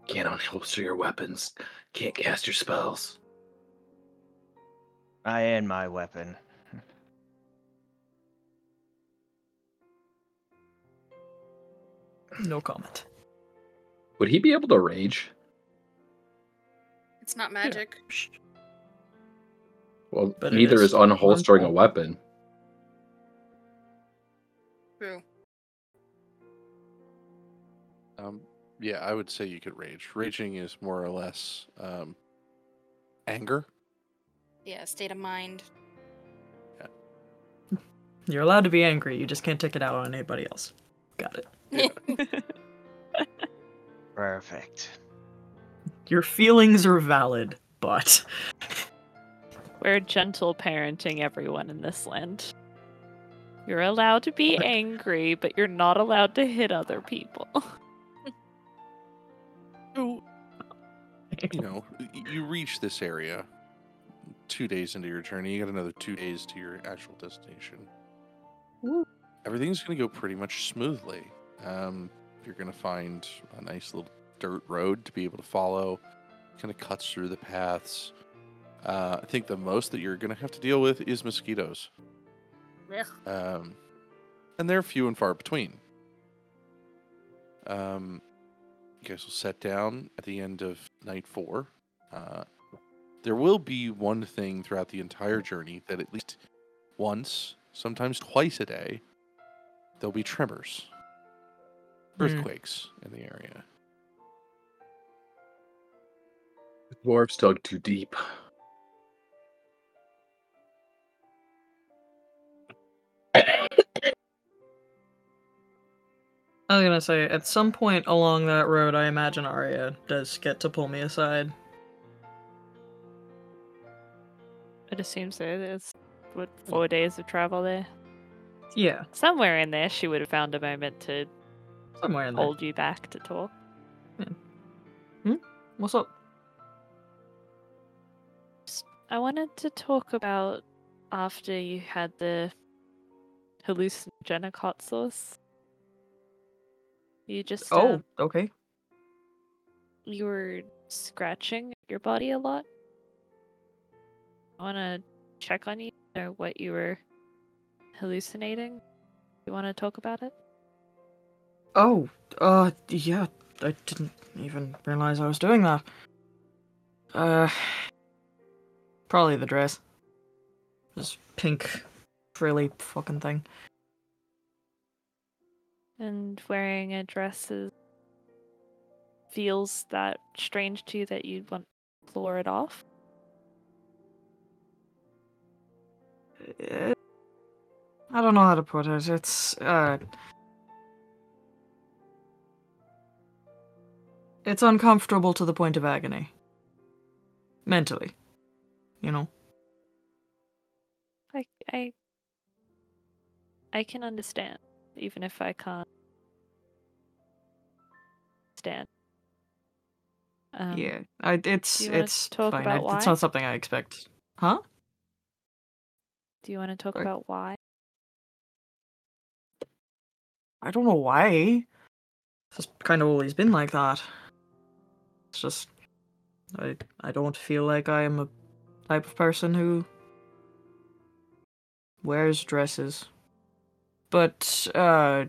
Speaker 4: Can't unholster your weapons. Can't cast your spells.
Speaker 5: I and my weapon.
Speaker 1: No comment.
Speaker 4: Would he be able to rage?
Speaker 6: It's not magic.
Speaker 4: Well,
Speaker 1: But it
Speaker 4: neither
Speaker 1: is
Speaker 4: is unholstering a
Speaker 1: harmful.
Speaker 4: weapon.
Speaker 6: True.
Speaker 2: Um, yeah, I would say you could rage. Raging is more or less um, anger.
Speaker 6: Yeah, state of mind.
Speaker 1: You're allowed to be angry. You just can't take it out on anybody else. Got it.
Speaker 5: Perfect.
Speaker 1: Your feelings are valid, but
Speaker 3: We're gentle parenting everyone in this land. You're allowed to be angry, but you're not allowed to hit other people. [laughs]
Speaker 2: So,
Speaker 1: [laughs]
Speaker 2: you know, y- you reach this area two days into your journey. You got another two days to your actual destination.
Speaker 3: Woo.
Speaker 2: Everything's going to go pretty much smoothly. Um, you're going to find a nice little dirt road to be able to follow. Kind of cuts through the paths. Uh, I think the most that you're going to have to deal with is mosquitoes.
Speaker 6: Ugh.
Speaker 2: Um, and they're few and far between. Um, you guys will set down at the end of night four. Uh, there will be one thing throughout the entire journey that at least once, sometimes twice a day, there'll be tremors,
Speaker 1: Hmm.
Speaker 2: earthquakes in the area.
Speaker 4: Dwarves dug too deep.
Speaker 1: I was gonna say at some point along that road, I imagine Arya does get to pull me aside.
Speaker 3: It assumes so. There's what four days of travel there.
Speaker 1: Yeah,
Speaker 3: Somewhere in there, she would have found a moment to
Speaker 1: somewhere in there.
Speaker 3: hold you back to talk.
Speaker 1: What's up?
Speaker 3: I wanted to talk about after you had the hallucinogenic hot sauce. You just um,
Speaker 1: Oh, okay.
Speaker 3: you were scratching your body a lot. I want to check on you or what you were hallucinating. You want to talk about it?
Speaker 1: Oh, uh, yeah, I didn't even realize I was doing that. Uh, probably the dress. This pink, frilly fucking thing.
Speaker 3: And wearing a dress is... feels that strange to you that you'd want to floor it off?
Speaker 1: It, I don't know how to put it. It's, uh, it's uncomfortable to the point of agony. Mentally. You know?
Speaker 3: I, I, I can understand, even if I can't stand. Um,
Speaker 1: yeah. I, it's,
Speaker 3: do you wanna
Speaker 1: it's
Speaker 3: talk
Speaker 1: fine.
Speaker 3: about
Speaker 1: I- it's
Speaker 3: why?
Speaker 1: not something I expect. Huh?
Speaker 3: Do you want to talk
Speaker 1: Sorry.
Speaker 3: about why?
Speaker 1: I don't know why. It's just kind of always been like that. It's just I I don't feel like I am a type of person who wears dresses. But uh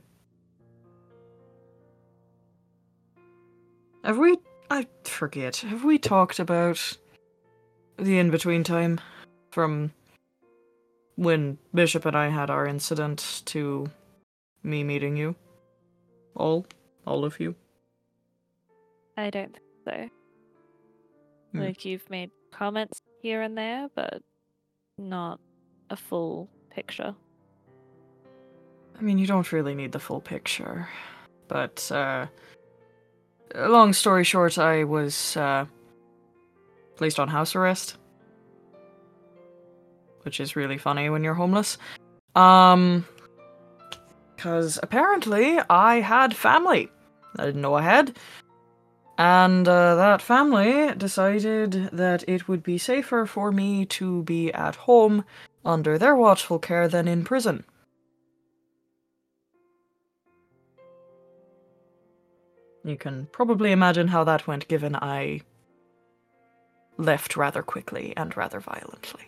Speaker 1: Have we I forget. Have we talked about the in-between time from when Bishop and I had our incident to me meeting you. All, all of you.
Speaker 3: I don't think so.
Speaker 1: Hmm.
Speaker 3: Like you've made comments here and there, but not a full picture.
Speaker 1: I mean, you don't really need the full picture. But, uh, long story short, I was, uh, placed on house arrest. Which is really funny when you're homeless. Um, because apparently I had family. I didn't know I had. And uh, that family decided that it would be safer for me to be at home under their watchful care than in prison. You can probably imagine how that went given I left rather quickly and rather violently.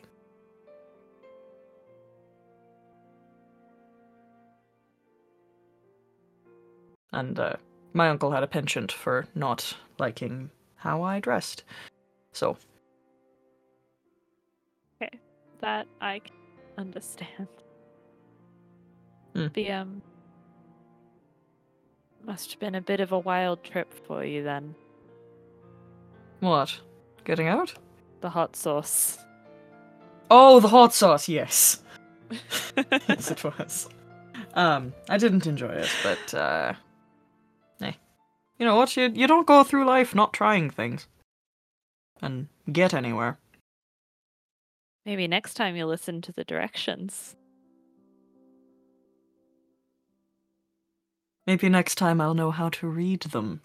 Speaker 1: And uh, my uncle had a penchant for not liking how I dressed. So,
Speaker 3: That I can understand.
Speaker 1: Hmm.
Speaker 3: The um must have been a bit of a wild trip for you then.
Speaker 1: what? Getting out?
Speaker 3: The
Speaker 1: [laughs]
Speaker 3: hot sauce. [laughs]
Speaker 1: Oh, the hot sauce, yes. [laughs] yes, it was. Um, I didn't enjoy it, but uh, eh. You know what? You you don't go through life not trying things and get anywhere.
Speaker 3: Maybe next time you listen to the directions.
Speaker 1: Maybe next time I'll know how to read them.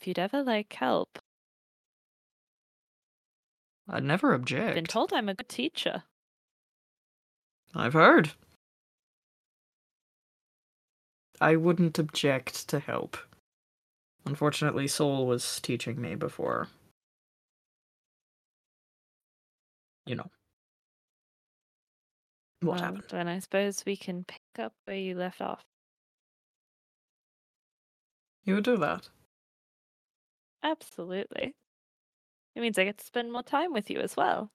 Speaker 3: If you'd ever like help,
Speaker 1: I'd never object.
Speaker 3: I've been told I'm a good teacher.
Speaker 1: I've heard. I wouldn't object to help. Unfortunately, Soul was teaching me before. You know. What
Speaker 3: Well,
Speaker 1: happened?
Speaker 3: Then I suppose we can pick up where you left off.
Speaker 1: You would do that.
Speaker 3: Absolutely. It means I get to spend more time with you as well.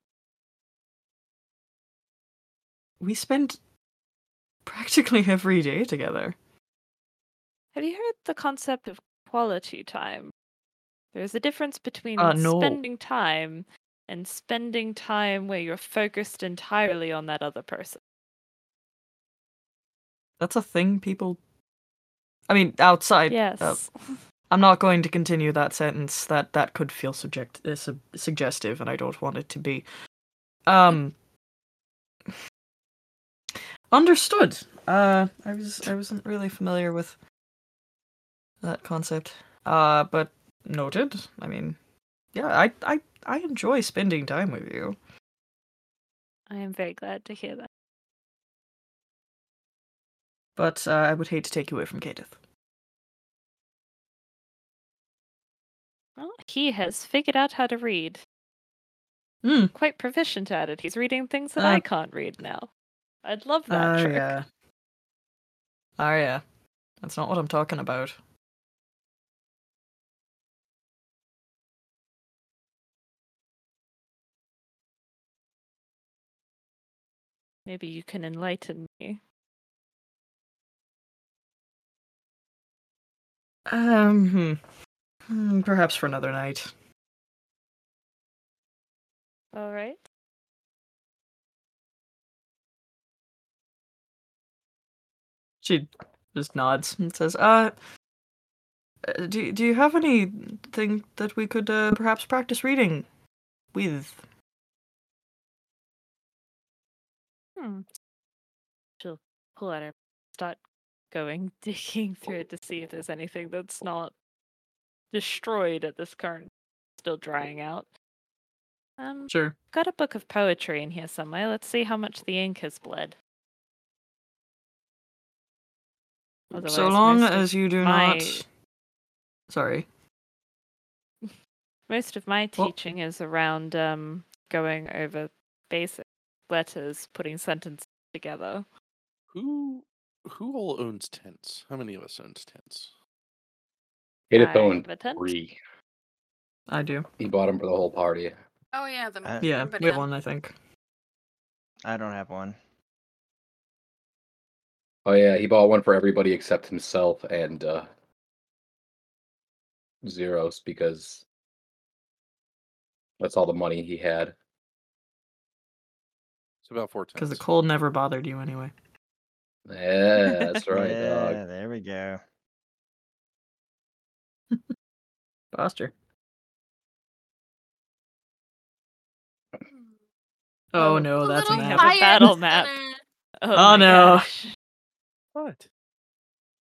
Speaker 1: We spend practically every day together.
Speaker 3: Have you heard the concept of quality time? There's a difference between
Speaker 1: Uh, no.
Speaker 3: spending time and spending time where you're focused entirely on that other person.
Speaker 1: That's a thing people. I mean, outside.
Speaker 3: yes.
Speaker 1: uh, I'm not going to continue that sentence. That that could feel subject uh, sub- suggestive, and I don't want it to be. Um. Understood. Uh, I was I wasn't really familiar with that concept. Uh, but noted. I mean, yeah, I I I enjoy spending time with you.
Speaker 3: I am very glad to hear that.
Speaker 1: but uh, I would hate to take you away from Kadith.
Speaker 3: Well, he has figured out how to read.
Speaker 1: Hmm.
Speaker 3: Quite proficient at it. He's reading things that
Speaker 1: Uh,
Speaker 3: I can't read now. I'd love that trick.
Speaker 1: Oh Ah, yeah. That's not what I'm talking about.
Speaker 3: Maybe you can enlighten me.
Speaker 1: Um, hmm. Hmm, perhaps for another night.
Speaker 3: All right.
Speaker 1: She just nods and says, "Uh, uh, do do you have anything that we could uh, perhaps practice reading with?"
Speaker 3: Hmm. She'll pull out her start going [laughs] digging through it to see if there's anything that's not destroyed at this current still drying out. Um
Speaker 1: Sure.
Speaker 3: got a book of poetry in here somewhere. Let's see how much the ink has bled.
Speaker 1: so
Speaker 3: Otherwise,
Speaker 1: long
Speaker 3: most of-
Speaker 1: as you do
Speaker 3: my-
Speaker 1: not. Sorry.
Speaker 3: Most of my
Speaker 1: Well-
Speaker 3: teaching is around um, going over basic letters, putting sentences together.
Speaker 2: Who who all owns tents? How many of us owns tents?
Speaker 4: Kadith
Speaker 3: I
Speaker 4: owned
Speaker 3: have a tent.
Speaker 4: three.
Speaker 1: I do.
Speaker 4: He bought them for the whole party.
Speaker 6: Oh yeah, then
Speaker 5: Uh,
Speaker 1: Yeah,
Speaker 6: everybody
Speaker 1: we have
Speaker 6: else-
Speaker 1: one, I think.
Speaker 5: I don't have one.
Speaker 4: Oh yeah, he bought one for everybody except himself and uh Zeros because that's all the money he had.
Speaker 2: It's about four tents.
Speaker 1: Because the cold never bothered you anyway.
Speaker 4: Yeah, that's right, uh,
Speaker 5: yeah,
Speaker 4: dog.
Speaker 5: there we go.
Speaker 1: Foster.
Speaker 3: Oh,
Speaker 1: [clears throat] Oh no,
Speaker 6: The
Speaker 1: that's an
Speaker 3: [laughs]
Speaker 6: little
Speaker 3: have
Speaker 1: app.
Speaker 3: a
Speaker 6: lion
Speaker 1: [laughs]
Speaker 3: battle
Speaker 6: center.
Speaker 3: map.
Speaker 1: Oh,
Speaker 3: my
Speaker 1: no.
Speaker 3: gosh.
Speaker 2: What?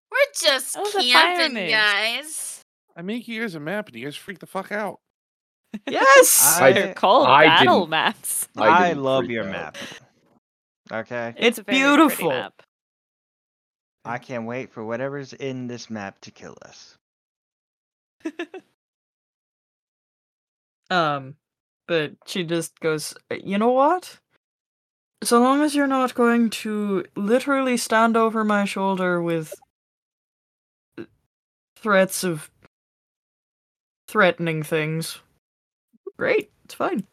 Speaker 6: We're just
Speaker 3: That was a fire
Speaker 6: camping,
Speaker 3: mage.
Speaker 6: guys.
Speaker 2: I make you guys a map and you guys freak the fuck out.
Speaker 1: Yes.
Speaker 5: I-
Speaker 3: They're called
Speaker 4: I
Speaker 3: battle
Speaker 4: didn't-
Speaker 3: maps.
Speaker 5: I,
Speaker 4: didn't
Speaker 5: love
Speaker 4: freak
Speaker 5: your
Speaker 4: out.
Speaker 5: map. Okay.
Speaker 1: It's
Speaker 3: a very pretty
Speaker 1: beautiful.
Speaker 3: map.
Speaker 5: I can't wait for whatever's in this map to kill us.
Speaker 1: um, but she just goes, "Uh, you know what? So long as you're not going to literally stand over my shoulder with threats of threatening things, great, it's fine.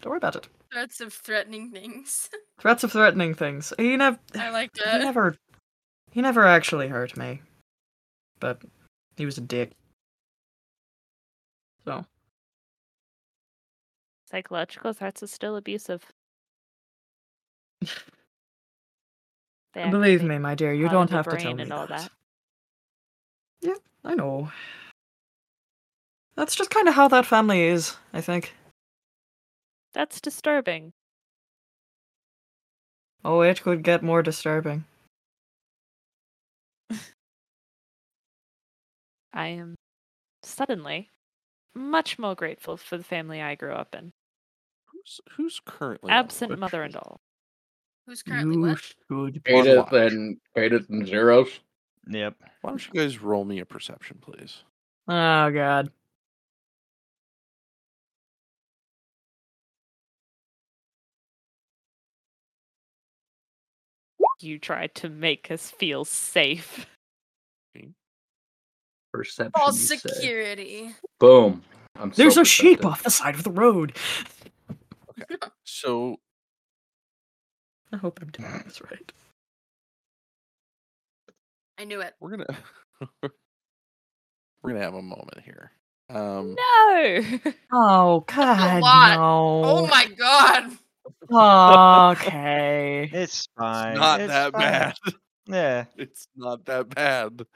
Speaker 1: Don't worry about it.
Speaker 6: Threats of threatening things. [laughs]
Speaker 1: Threats of threatening things. He never, [laughs]
Speaker 6: I like
Speaker 1: he
Speaker 6: that.
Speaker 1: never, he never actually hurt me, but he was a dick. So
Speaker 3: Psychological threats is still abusive. They
Speaker 1: Believe
Speaker 3: activate
Speaker 1: me, my dear, you
Speaker 3: part of
Speaker 1: don't
Speaker 3: the
Speaker 1: have to tell
Speaker 3: brain
Speaker 1: me
Speaker 3: and all
Speaker 1: that.
Speaker 3: that.
Speaker 1: Yeah, I know. That's just kind of how that family is, I think.
Speaker 3: That's disturbing.
Speaker 1: Oh, it could get more disturbing.
Speaker 3: I am suddenly much more grateful for the family I grew up in.
Speaker 2: Who's who's currently on
Speaker 3: Absent
Speaker 2: watch?
Speaker 3: mother and all.
Speaker 6: Who's currently what?
Speaker 1: should
Speaker 2: On
Speaker 4: Cadeth
Speaker 2: watch.
Speaker 4: and Cadeth and Zeros.
Speaker 5: Yep.
Speaker 2: Why don't you guys roll me a perception, please?
Speaker 1: Oh god.
Speaker 3: You tried to make us feel safe. [laughs]
Speaker 4: Perception.
Speaker 6: False
Speaker 4: you say.
Speaker 6: security.
Speaker 4: Boom. I'm so
Speaker 1: There's a sheep
Speaker 4: perceptive.
Speaker 1: off the side of the road.
Speaker 2: So
Speaker 1: I hope I'm doing this right.
Speaker 6: I knew it.
Speaker 2: we're gonna [laughs] we're gonna have a moment here. Um
Speaker 3: No!
Speaker 1: Oh god.
Speaker 6: lot.
Speaker 1: No.
Speaker 6: Oh my god.
Speaker 1: Okay.
Speaker 5: It's
Speaker 2: [laughs]
Speaker 5: fine.
Speaker 2: it's not
Speaker 5: it's
Speaker 2: that
Speaker 5: fine.
Speaker 2: bad. [laughs]
Speaker 5: Yeah.
Speaker 2: It's not that bad.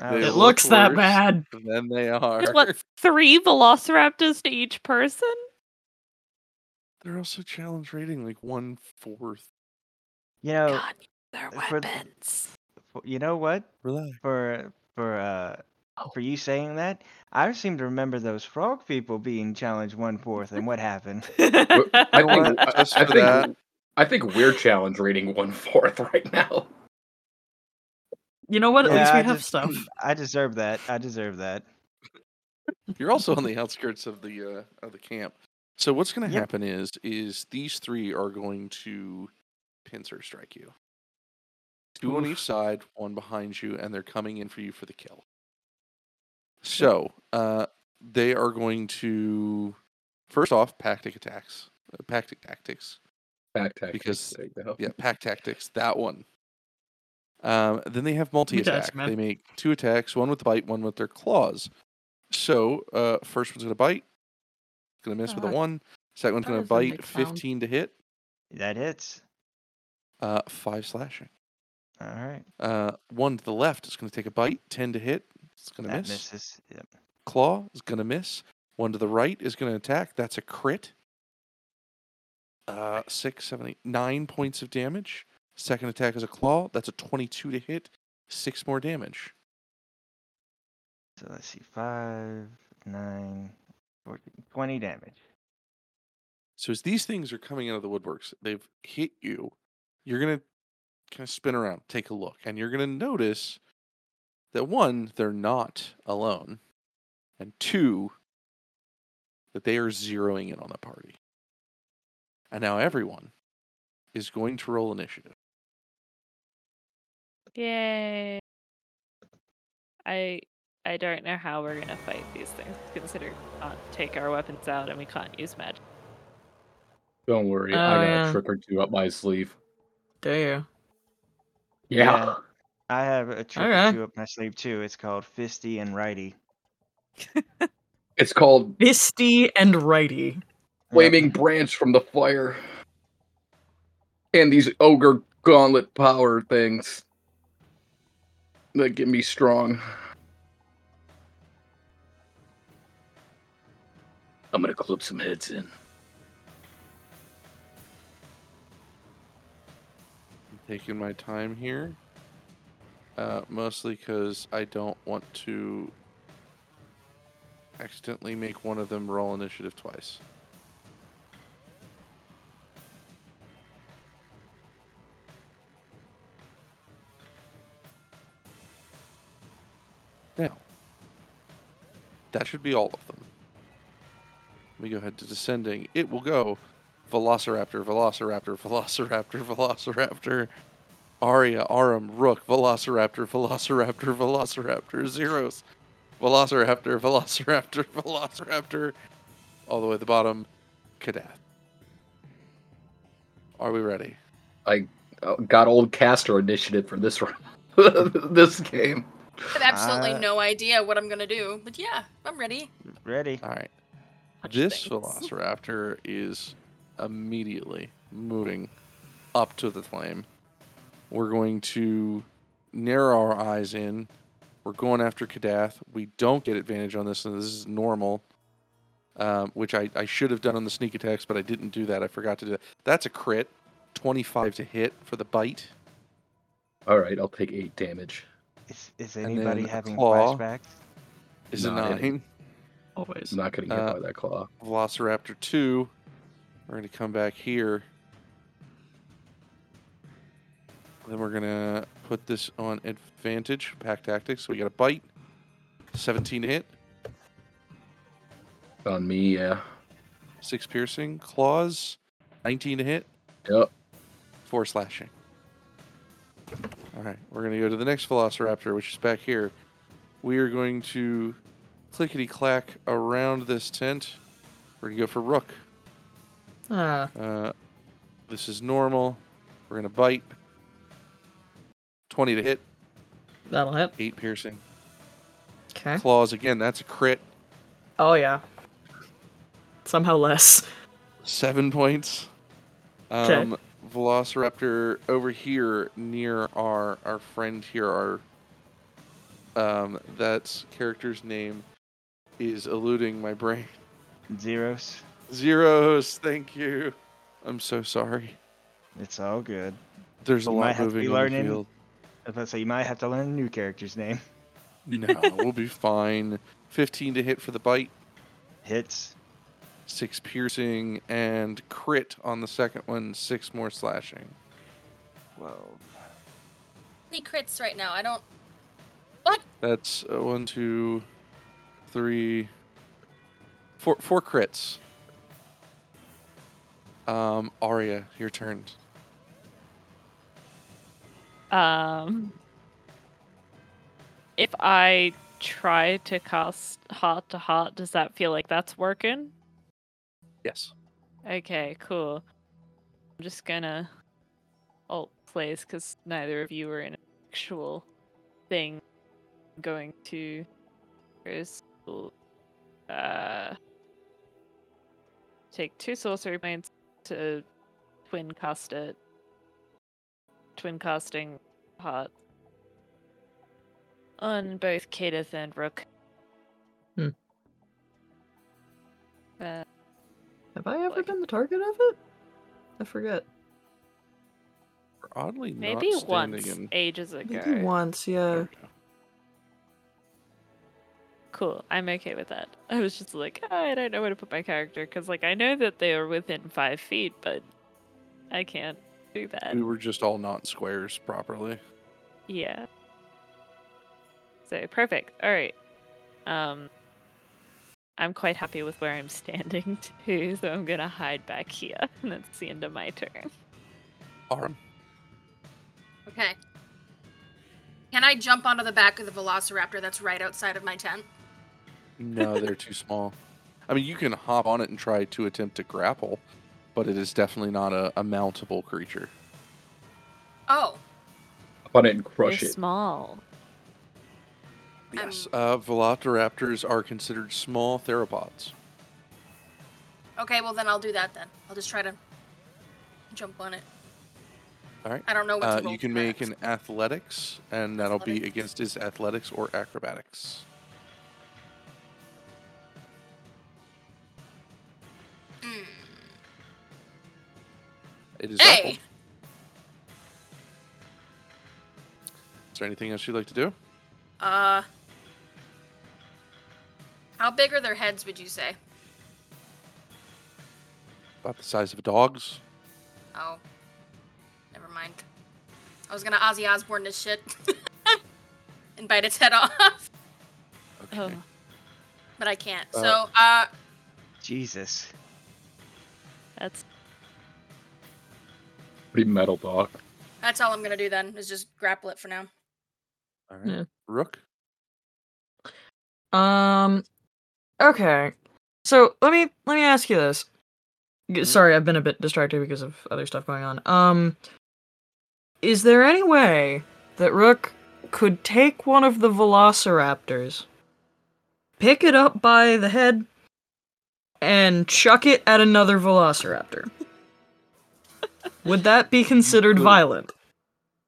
Speaker 5: I
Speaker 2: They
Speaker 1: it
Speaker 5: was-
Speaker 2: look
Speaker 1: looks that
Speaker 2: worse.
Speaker 1: bad.
Speaker 2: Then they are.
Speaker 3: There's what, three velociraptors to each person?
Speaker 2: They're also challenge rating like one fourth.
Speaker 5: you know,
Speaker 3: God, they're
Speaker 5: for the-
Speaker 3: weapons.
Speaker 5: f- you know what?
Speaker 2: Relax.
Speaker 5: For for uh
Speaker 4: Oh.
Speaker 5: for you saying that, I seem to remember those frog people being challenged one fourth and what happened.
Speaker 4: I think,
Speaker 2: Well,
Speaker 4: I,
Speaker 2: just
Speaker 4: I
Speaker 2: for
Speaker 4: think,
Speaker 2: that-
Speaker 4: I think we're challenge rating one [laughs] fourth right now.
Speaker 1: You know what? At
Speaker 5: Yeah,
Speaker 1: least
Speaker 5: I
Speaker 1: we have
Speaker 5: just-
Speaker 1: stuff.
Speaker 5: [clears throat] I deserve that. I deserve that.
Speaker 2: You're also on the outskirts of the uh, of the camp. So what's gonna
Speaker 5: Yep.
Speaker 2: happen is is these three are going to pincer strike you. Two on each side, one behind you, and they're coming in for you for the kill. So uh, they are going to first off tactic attacks, uh, tactic tactics.
Speaker 4: Back tactics.
Speaker 2: Because-
Speaker 4: there you go.
Speaker 2: Yeah, pack tactics. That one. Um, then they have multi attack.
Speaker 1: Attachment.
Speaker 2: They make two attacks: one with the bite, one with their claws. So uh, first one's gonna bite. Gonna miss with a
Speaker 1: Ah,
Speaker 2: one. Second one's
Speaker 1: that
Speaker 2: gonna
Speaker 1: doesn't make
Speaker 2: bite.
Speaker 1: sound.
Speaker 2: Fifteen to hit.
Speaker 5: That hits.
Speaker 2: Uh, five slashing.
Speaker 5: All right.
Speaker 2: Uh, one to the left. It's gonna take a bite. Ten to hit. It's gonna
Speaker 5: That
Speaker 2: miss.
Speaker 5: misses. Yep.
Speaker 2: Claw is gonna miss. One to the right is gonna attack. That's a crit. Uh, six, seven, eight, nine points of damage. Second attack is a claw. That's a twenty-two to hit. Six more damage.
Speaker 5: So let's see. Five, nine, 14, 20 damage.
Speaker 2: So as these things are coming out of the woodworks, they've hit you. You're gonna kind of spin around, take a look, and you're gonna notice that one, they're not alone, and two, that they are zeroing in on the party. And now everyone is going to roll initiative.
Speaker 3: [laughs] Yay. I I don't know how we're gonna fight these things, considering we can't take our weapons out and we can't use magic.
Speaker 4: Don't worry.
Speaker 1: Oh,
Speaker 4: I got
Speaker 1: yeah.
Speaker 4: a trick or two up my sleeve.
Speaker 1: Do you?
Speaker 4: Yeah.
Speaker 5: I have a trick
Speaker 1: Alright.
Speaker 5: or two up my sleeve too. It's called Fisty and Righty.
Speaker 4: It's called
Speaker 1: Fisty and righty.
Speaker 4: Flaming Branch from the Fire. And these ogre gauntlet power things that get me strong. I'm gonna clip some heads in.
Speaker 2: I'm taking my time here. uh, mostly because I don't want to accidentally make one of them roll initiative twice. Now, that should be all of them. We go ahead to descending. It will go Velociraptor, Velociraptor, [laughs] Velociraptor, Velociraptor. Aria, Arum, Rook, Velociraptor, Velociraptor, Velociraptor, Zeros, Velociraptor, Velociraptor, [laughs] Velociraptor, all the way at the bottom, Kadath. Are we ready?
Speaker 4: Oh, got old caster initiative for this [laughs] round. this game.
Speaker 6: I have absolutely
Speaker 5: Uh,
Speaker 6: no idea what I'm gonna do, but yeah, I'm ready.
Speaker 5: Ready?
Speaker 2: All right.
Speaker 3: Touch
Speaker 2: This
Speaker 3: things.
Speaker 2: Velociraptor is immediately moving up to the flame. We're going to narrow our eyes in. We're going after Kadath. We don't get advantage on this, and this is normal, um, which I, I should have done on the sneak attacks, but I didn't do that. I forgot to do that. That's a crit. 25 to hit for the bite.
Speaker 4: All right, I'll take eight damage.
Speaker 5: Is, is
Speaker 2: And
Speaker 5: anybody
Speaker 2: then a
Speaker 5: having
Speaker 2: claw.
Speaker 5: flashbacks?
Speaker 2: Is a
Speaker 4: Nine.
Speaker 2: 9.
Speaker 1: Always.
Speaker 4: I'm not getting hit
Speaker 2: Uh,
Speaker 4: by that claw.
Speaker 2: Velociraptor 2. We're going to come back here. Then we're going to put this on advantage, pack tactics. So we got a bite, 17 to hit,
Speaker 4: On me, yeah.
Speaker 2: 6 piercing, claws, 19 to hit,
Speaker 4: Yep.
Speaker 2: 4 slashing. All right, we're going to go to the next Velociraptor, which is back here. We are going to clickety clack around this tent. We're going to go for Rook.
Speaker 1: Ah,
Speaker 2: Uh, this is normal. We're gonna bite. Twenty to hit,
Speaker 1: that'll hit.
Speaker 2: eight piercing.
Speaker 1: Okay.
Speaker 2: Claws again. That's a crit.
Speaker 1: Oh yeah. Somehow less.
Speaker 2: Seven points.
Speaker 1: Okay.
Speaker 2: Um, Velociraptor over here near our our friend here. Our um, that character's name is eluding my brain. [laughs]
Speaker 5: Zeros?
Speaker 2: Zeros. Thank you. I'm so sorry.
Speaker 5: It's all good.
Speaker 2: There's a
Speaker 5: You might
Speaker 2: lot
Speaker 5: have to be
Speaker 2: moving on the
Speaker 5: learning.
Speaker 2: field.
Speaker 5: I was about to say, you might have to learn a new character's name. [laughs]
Speaker 2: No, we'll be fine. Fifteen to hit for the bite.
Speaker 5: Hits.
Speaker 2: six piercing and crit on the second one six more slashing
Speaker 5: Whoa.
Speaker 6: Any crits right now? I don't.
Speaker 2: that's uh, one two three four four crits um aria your turn
Speaker 3: Um, if I try to cast heart to heart, does that feel like that's working?
Speaker 2: yes
Speaker 3: Okay, cool. I'm just gonna alt place because neither of you are in an actual thing. I'm going to is uh take two sorcery points to twin cast it. Twin casting heart on both Kadith and Rook.
Speaker 1: Hmm.
Speaker 3: Uh,
Speaker 1: Have I ever
Speaker 3: Like-
Speaker 1: been the target of it? I forget.
Speaker 2: We're oddly
Speaker 3: Maybe
Speaker 2: not standing
Speaker 3: once
Speaker 2: in
Speaker 3: ages ago.
Speaker 1: Maybe once,
Speaker 2: there
Speaker 1: yeah.
Speaker 2: we go.
Speaker 3: Cool, I'm okay with that. [laughs] I was just like, "Ah, I don't know where to put my character because, like, I know that they are within five feet, but I can't do that.
Speaker 2: we were just all not squares properly
Speaker 3: Yeah. So perfect. All right. Um, I'm quite happy with where I'm [laughs] standing too, so I'm gonna hide back here. [laughs] And that's the end of my turn.
Speaker 2: Arum,
Speaker 6: Okay. Can I jump onto the back of the Velociraptor that's right outside of my tent?
Speaker 2: no they're too [laughs] small i mean you can hop on it and try to attempt to grapple but it is definitely not a, a mountable creature
Speaker 6: Oh,
Speaker 4: Up on it and
Speaker 3: They're
Speaker 4: crush it.
Speaker 3: small.
Speaker 6: Um,
Speaker 2: Yes, uh, Velociraptors are considered small theropods.
Speaker 6: okay. Well, then I'll do that then. I'll just try to jump on it.
Speaker 2: Alright.
Speaker 6: I don't know what to
Speaker 2: Uh,
Speaker 6: roll
Speaker 2: you can
Speaker 6: for
Speaker 2: make
Speaker 6: that.
Speaker 2: an athletics, and that'll be
Speaker 6: Athletics.
Speaker 2: against his athletics or acrobatics.
Speaker 6: Mm.
Speaker 2: It is
Speaker 6: Hmm. Hey!
Speaker 2: awful. Is there anything else you'd like to do?
Speaker 6: Uh, how big are their heads? Would you say?
Speaker 2: About the size of dogs.
Speaker 6: Oh, never mind. I was gonna Ozzy Osbourne this shit [laughs] and bite its head off,
Speaker 2: Okay.
Speaker 3: Oh.
Speaker 6: but I can't.
Speaker 2: Uh,
Speaker 6: so, uh,
Speaker 5: Jesus.
Speaker 3: That's
Speaker 4: Pretty metal dog.
Speaker 6: that's all I'm gonna do then is just grapple it for now.
Speaker 2: All right.
Speaker 1: Yeah.
Speaker 2: Rook.
Speaker 1: Um okay. So, let me let me ask you this. G-
Speaker 2: Mhm.
Speaker 1: Sorry, I've been a bit distracted because of other stuff going on. Um is there any way that Rook could take one of the velociraptors, pick it up by the head and chuck it at another velociraptor? Would that be considered
Speaker 2: could.
Speaker 1: violent?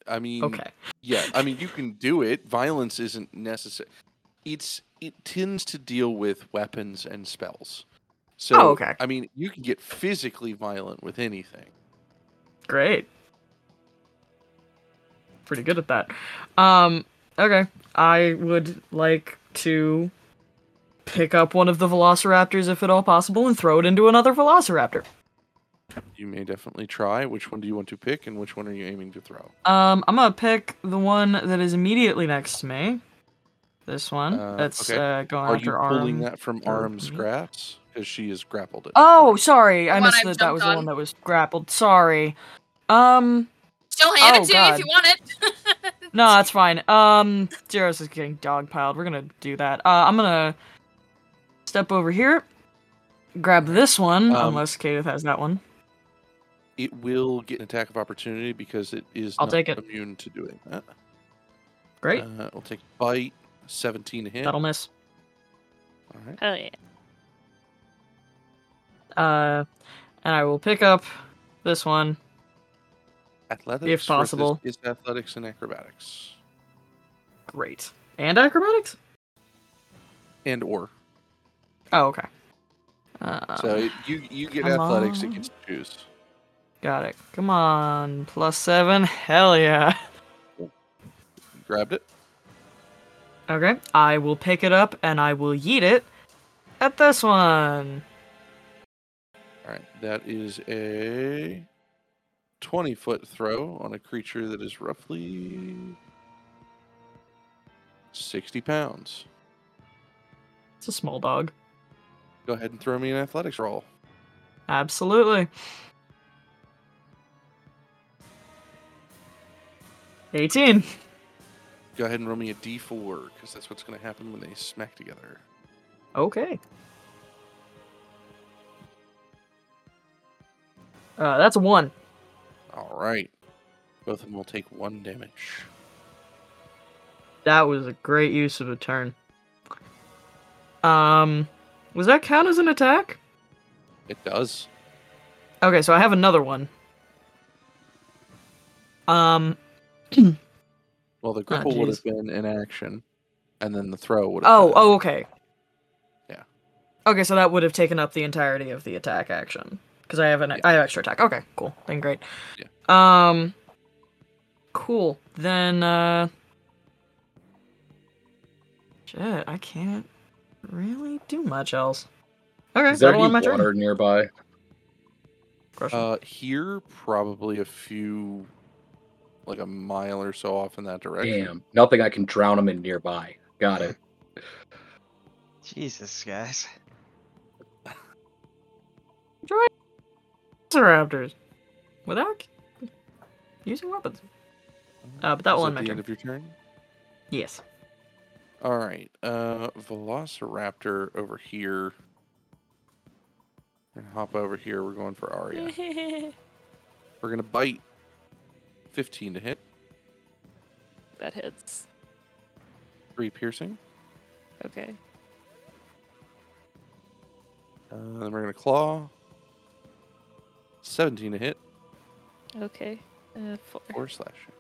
Speaker 2: I mean,
Speaker 1: Okay.
Speaker 2: yeah. I mean, you can do it. Violence isn't necessary. It's it tends to deal with weapons and spells. So,
Speaker 1: Oh, okay.
Speaker 2: I mean, you can get physically violent with anything.
Speaker 1: Great. Pretty good at that. Um, okay. I would like to pick up one of the velociraptors if at all possible and throw it into another velociraptor.
Speaker 2: You may definitely try. Which one do you want to pick, and which one are you aiming to throw?
Speaker 1: Um, I'm gonna pick the one that is immediately next to me. This one.
Speaker 2: Uh,
Speaker 1: that's
Speaker 2: okay.
Speaker 1: uh, going
Speaker 2: Are
Speaker 1: after
Speaker 2: you pulling
Speaker 1: Arum.
Speaker 2: that from
Speaker 1: or
Speaker 2: Arm's
Speaker 1: me?
Speaker 2: grasp? Because she has grappled it.
Speaker 1: Oh, sorry. I
Speaker 6: The one
Speaker 1: missed
Speaker 6: I
Speaker 1: that. That was
Speaker 6: jumped
Speaker 1: the
Speaker 6: on.
Speaker 1: one that was grappled. Sorry. Um,
Speaker 6: Still hand
Speaker 1: Oh,
Speaker 6: it to you if
Speaker 1: God.
Speaker 6: you want it. [laughs]
Speaker 1: No, that's fine. Um, Zeros is getting dogpiled. We're gonna do that. Uh, I'm gonna step over here, grab this one,
Speaker 2: Um,
Speaker 1: unless Kadeth has that one.
Speaker 2: It will get an attack of opportunity because it is
Speaker 1: I'll
Speaker 2: not
Speaker 1: take it.
Speaker 2: immune to doing that.
Speaker 1: Great,
Speaker 2: Uh, it'll take bite, 17 to hit.
Speaker 1: that'll miss.
Speaker 2: All right.
Speaker 3: oh yeah.
Speaker 1: Uh, and I will pick up this one.
Speaker 2: Athletics. versus-
Speaker 1: possible.
Speaker 2: Is athletics and acrobatics.
Speaker 1: Great. And acrobatics?
Speaker 2: And or.
Speaker 1: Oh, okay. Uh,
Speaker 2: so it, you you get
Speaker 1: come
Speaker 2: athletics, it
Speaker 1: on.
Speaker 2: gets to choose.
Speaker 1: got it. Come on, plus seven. Hell yeah.
Speaker 2: You grabbed it.
Speaker 1: Okay, I will pick it up and I will yeet it at this one.
Speaker 2: All right. That is a 20 foot throw on a creature that is roughly 60 pounds.
Speaker 1: It's a small dog.
Speaker 2: Go ahead and throw me an athletics roll.
Speaker 1: Absolutely. 18.
Speaker 2: Go ahead and roll me a d4 because that's what's going to happen when they smack together.
Speaker 1: Okay. Uh, that's a 1.
Speaker 2: All right. Both of them will take one damage.
Speaker 1: That was a great use of a turn. Um, was that count as an attack?
Speaker 2: It does.
Speaker 1: Okay, so I have another one. Um,
Speaker 2: Well, the grapple would
Speaker 1: Oh, jeez.
Speaker 2: have been in action, and then the throw would have.
Speaker 1: oh,
Speaker 2: been in
Speaker 1: oh, okay.
Speaker 2: Yeah.
Speaker 1: Okay, so that would have taken up the entirety of the attack action. Because I have an
Speaker 2: Yeah.
Speaker 1: I have extra attack. Okay, cool. Then great.
Speaker 2: Yeah.
Speaker 1: Um Cool. Then uh Shit, I can't really do much else. Okay,
Speaker 4: Is there
Speaker 1: that'll
Speaker 4: any
Speaker 1: end my turn.
Speaker 4: water nearby?
Speaker 1: Crushing.
Speaker 2: Uh, here, probably a few, like a mile or so off in that direction.
Speaker 4: Damn, nothing I can drown him in nearby. Got it.
Speaker 5: Jesus, guys.
Speaker 1: Velociraptors. Without c- using weapons. Uh, but that
Speaker 2: Is
Speaker 1: will end
Speaker 2: that
Speaker 1: my
Speaker 2: the
Speaker 1: turn.
Speaker 2: end of your turn.
Speaker 1: Yes.
Speaker 2: All right. Uh, Velociraptor over here. We're gonna hop over here. We're going for
Speaker 3: Eh.
Speaker 2: Aria. We're gonna bite. Fifteen to hit.
Speaker 3: [laughs] that hits.
Speaker 2: Three piercing.
Speaker 3: Okay.
Speaker 2: Uh, then we're gonna claw. Seventeen to hit.
Speaker 3: Okay. Uh, four.
Speaker 2: Or slashing.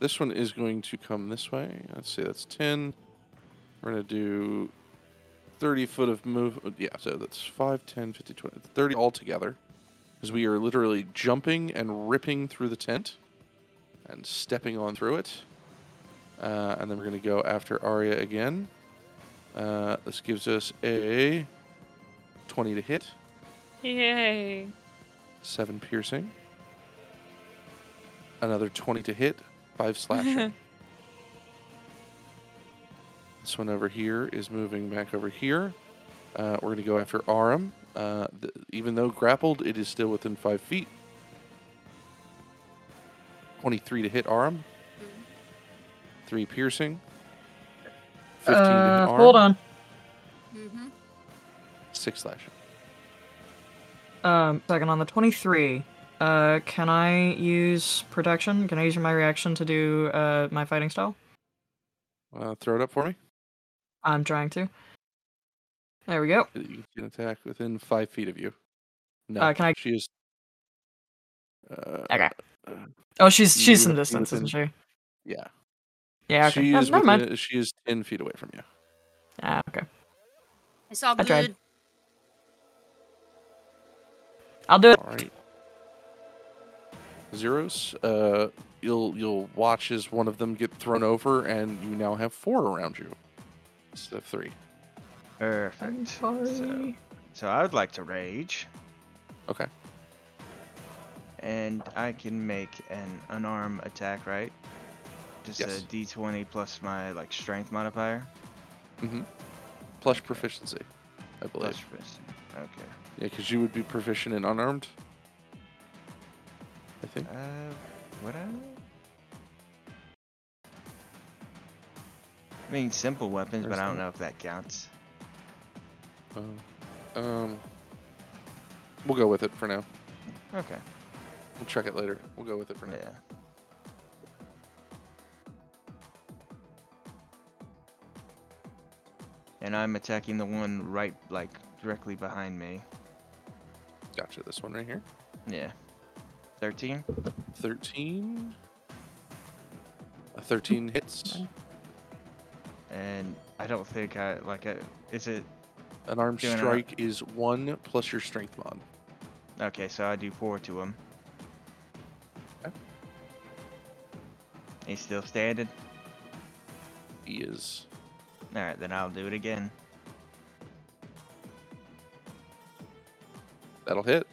Speaker 2: This one is going to come this way. Let's say that's 10. We're going to do 30 foot of move. uh, Yeah, so that's 5, 10, 50, 20, 30 altogether. Because we are literally jumping and ripping through the tent. and stepping on through it. Uh, and then we're going to go after Arya again. Uh, this gives us a 20 to hit,
Speaker 3: Yay. [laughs]
Speaker 2: 7 piercing, another 20 to hit, 5
Speaker 7: [laughs]
Speaker 2: slashing. this one over here is moving back over here. Uh, we're going to go after Aram. Uh, th- even though grappled, it is still within 5 feet. 23 to hit Aram, 3 piercing, 15 to hit
Speaker 7: Uh,
Speaker 2: Aram,
Speaker 7: hold on.
Speaker 6: Mm-hmm.
Speaker 2: 6 slashing.
Speaker 1: Um, second on the 23. Uh, can I use protection? Can I use my reaction to do uh, my fighting style?
Speaker 2: Uh, throw it up for me.
Speaker 1: I'm trying to. There we go.
Speaker 2: You can attack within five feet of you. No,
Speaker 1: Uh, can I-
Speaker 2: She is. Uh,
Speaker 1: Okay. Oh, she's she's some
Speaker 2: You-
Speaker 1: distance, isn't she?
Speaker 2: Yeah.
Speaker 1: Yeah. Okay.
Speaker 2: She
Speaker 1: Oh,
Speaker 2: is.
Speaker 1: never mind.
Speaker 2: within- she is ten feet away from you.
Speaker 1: Ah, okay.
Speaker 6: It's all
Speaker 1: I
Speaker 6: good.
Speaker 1: tried. I'll do it.
Speaker 2: All right. Zeros. Uh, you'll you'll watch as one of them get thrown over, and you now have four around you. Instead of three.
Speaker 1: I'm
Speaker 5: Perfect. So,
Speaker 1: sorry.
Speaker 5: so I would like to rage.
Speaker 2: Okay.
Speaker 5: And I can make an unarmed attack, right? Just
Speaker 2: Yes.
Speaker 5: a d20 plus my like strength modifier.
Speaker 2: Plus proficiency, I believe.
Speaker 5: Plus wrist. Okay.
Speaker 2: Yeah, because you would be proficient in unarmed. I think.
Speaker 5: Uh, what I? I mean, simple weapons, but I don't
Speaker 2: Personal.
Speaker 5: know if that counts.
Speaker 2: Uh, um. We'll go with it for now.
Speaker 5: Okay.
Speaker 2: We'll check it later. We'll go with it for now.
Speaker 5: Yeah. And I'm attacking the one right, like, directly behind me.
Speaker 2: Gotcha. This one right here.
Speaker 5: Yeah. 13?
Speaker 2: 13. A 13 hits.
Speaker 5: Mm-hmm. And I don't think I, like, I, is it.
Speaker 2: An arm
Speaker 5: Doing it up.
Speaker 2: strike is 1 plus your strength mod.
Speaker 5: Okay, so I do 4 to him.
Speaker 2: Okay.
Speaker 5: He's still standing?
Speaker 2: He is.
Speaker 5: Alright, then I'll do it again.
Speaker 2: That'll hit.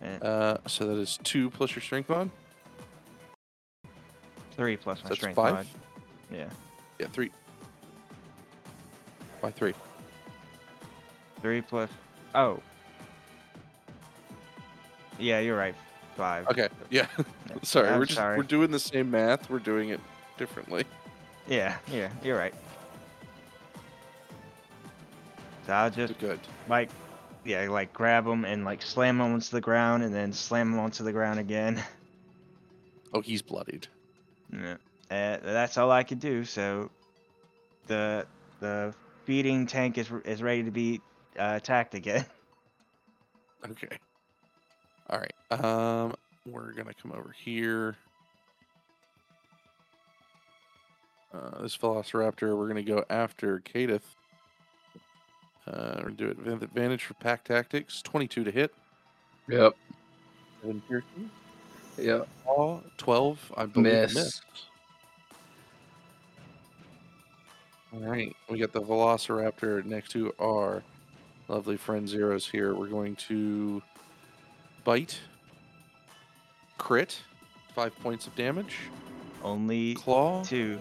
Speaker 5: And
Speaker 2: Uh, so that is 2 plus your strength mod.
Speaker 5: 3 plus
Speaker 2: So
Speaker 5: my
Speaker 2: that's
Speaker 5: strength
Speaker 2: 5.
Speaker 5: mod. Yeah.
Speaker 2: Yeah, 3. By 3.
Speaker 5: 3 plus. Oh. Yeah, you're right. 5.
Speaker 2: Okay. [laughs] Yeah.
Speaker 5: Yeah,
Speaker 2: sorry.
Speaker 5: I'm
Speaker 2: we're just
Speaker 5: sorry.
Speaker 2: we're doing the same math. We're doing it differently.
Speaker 5: Yeah, yeah, you're right. So I'll just
Speaker 2: Good.
Speaker 5: like, yeah, like grab him and like slam him onto the ground and then slam him onto the ground again. [laughs]
Speaker 2: Oh, he's bloodied.
Speaker 5: Yeah. Uh, that's all I could do. So the the feeding tank is is ready to be uh, attacked again. [laughs]
Speaker 2: Okay. All right. Um, we're gonna come over here. Uh, this Velociraptor, we're gonna go after Kadith. Uh, we're gonna do it with advantage for pack tactics. Twenty-two to hit.
Speaker 4: Yep.
Speaker 2: Seven piercing.
Speaker 4: Yep.
Speaker 2: All twelve. I believe
Speaker 4: Miss.
Speaker 2: missed. All right. We got the Velociraptor next to our lovely friend Zeros here. We're going to bite, crit, five points of damage,
Speaker 5: Only
Speaker 2: claw.
Speaker 5: two.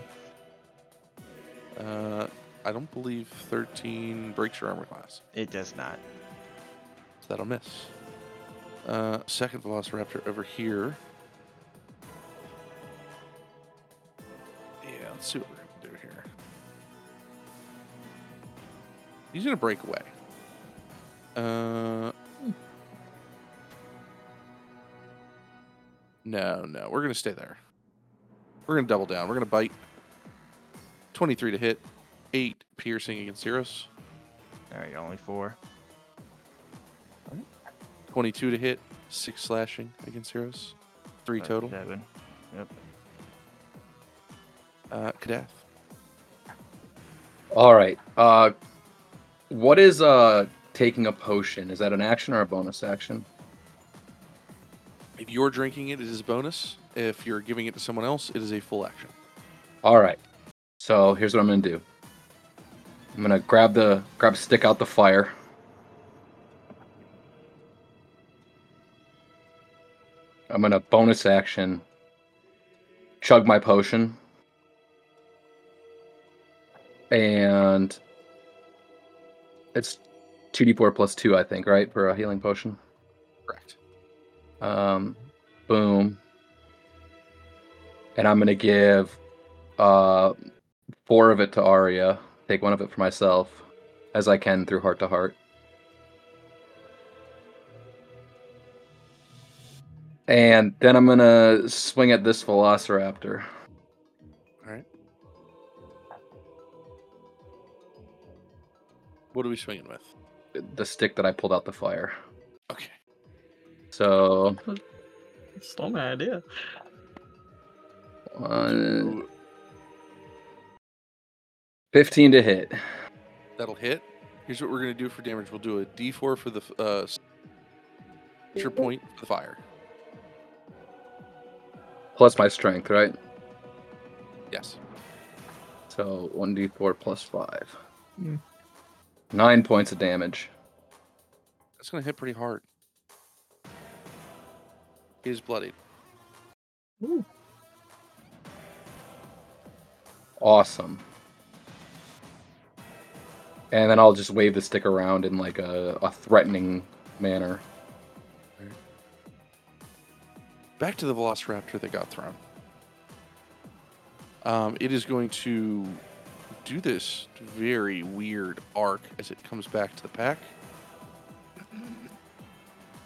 Speaker 2: Uh, I don't believe 13 breaks your armor class,
Speaker 5: It does not.
Speaker 2: so that'll miss. Uh, second Velociraptor over here. Yeah, let's see what we're gonna do here. He's gonna break away. Uh. No, no, we're gonna stay there. We're gonna double down. We're gonna bite. Twenty-three to hit, eight piercing against Zeros,
Speaker 5: All right, only four.
Speaker 2: twenty-two to hit, six slashing against Zeros, three
Speaker 5: Uh,
Speaker 2: total.
Speaker 5: Seven.
Speaker 2: Uh, Kadath.
Speaker 4: All right. Uh, what is uh taking a potion? Is that an action or a bonus action?
Speaker 2: If you're drinking it, it is a bonus. If you're giving it to someone else, it is a full action.
Speaker 4: All right. So here's what I'm gonna do. I'm gonna grab the grab a stick out the fire. I'm gonna bonus action. Chug my potion. And it's 2d4 plus 2, I think, right? For a healing potion.
Speaker 2: Correct.
Speaker 4: Um, boom. And I'm gonna give uh four of it to Arya, take one of it for myself, as I can through heart to heart. And then I'm gonna swing at this Velociraptor.
Speaker 2: Alright. What are we swinging with?
Speaker 4: The stick that I pulled out the fire.
Speaker 2: Okay.
Speaker 4: So
Speaker 7: Stole my idea.
Speaker 4: one,
Speaker 2: Ooh,
Speaker 4: 15 to hit.
Speaker 2: that'll hit. Here's what we're going to do for damage we'll do a d4 for the f- uh, s- your point for the fire.
Speaker 4: Plus my strength, right?
Speaker 2: Yes.
Speaker 4: So 1d4 plus 5.
Speaker 1: Hmm.
Speaker 4: 9 points of damage.
Speaker 2: That's going to hit pretty hard. He is bloodied.
Speaker 4: Awesome. And then I'll just wave the stick around in like a, a threatening manner.
Speaker 2: back to the velociraptor that got thrown. Um, it is going to do this very weird arc as it comes back to the pack.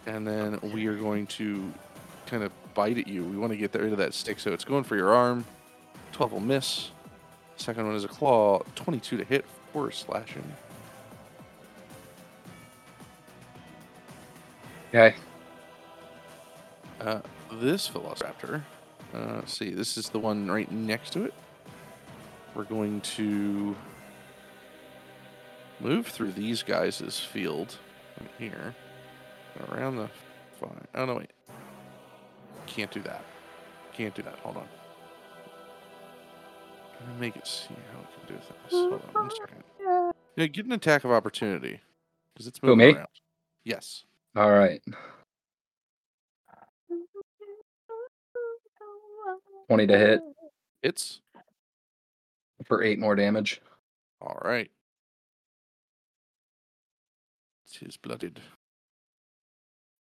Speaker 2: And then we are going to kind of bite at you. We want to get rid of that stick, so it's going for your arm. 12 will miss. Second one is a claw. 22 to hit. 4 is slashing.
Speaker 4: Okay.
Speaker 2: Uh, this Velociraptor. Uh, let's see, this is the one right next to it. We're going to move through these guys' field right here. Around the fine. Oh no wait. Can't do that. Can't do that. Hold on. Let me make it see how we can do this. Hold on one second. Yeah, get an attack of opportunity. Because it's
Speaker 4: Who,
Speaker 2: moving
Speaker 4: me?
Speaker 2: around. Yes.
Speaker 4: All right. 20 to hit
Speaker 2: It's
Speaker 4: for 8 more damage.
Speaker 2: All right. Tis blooded.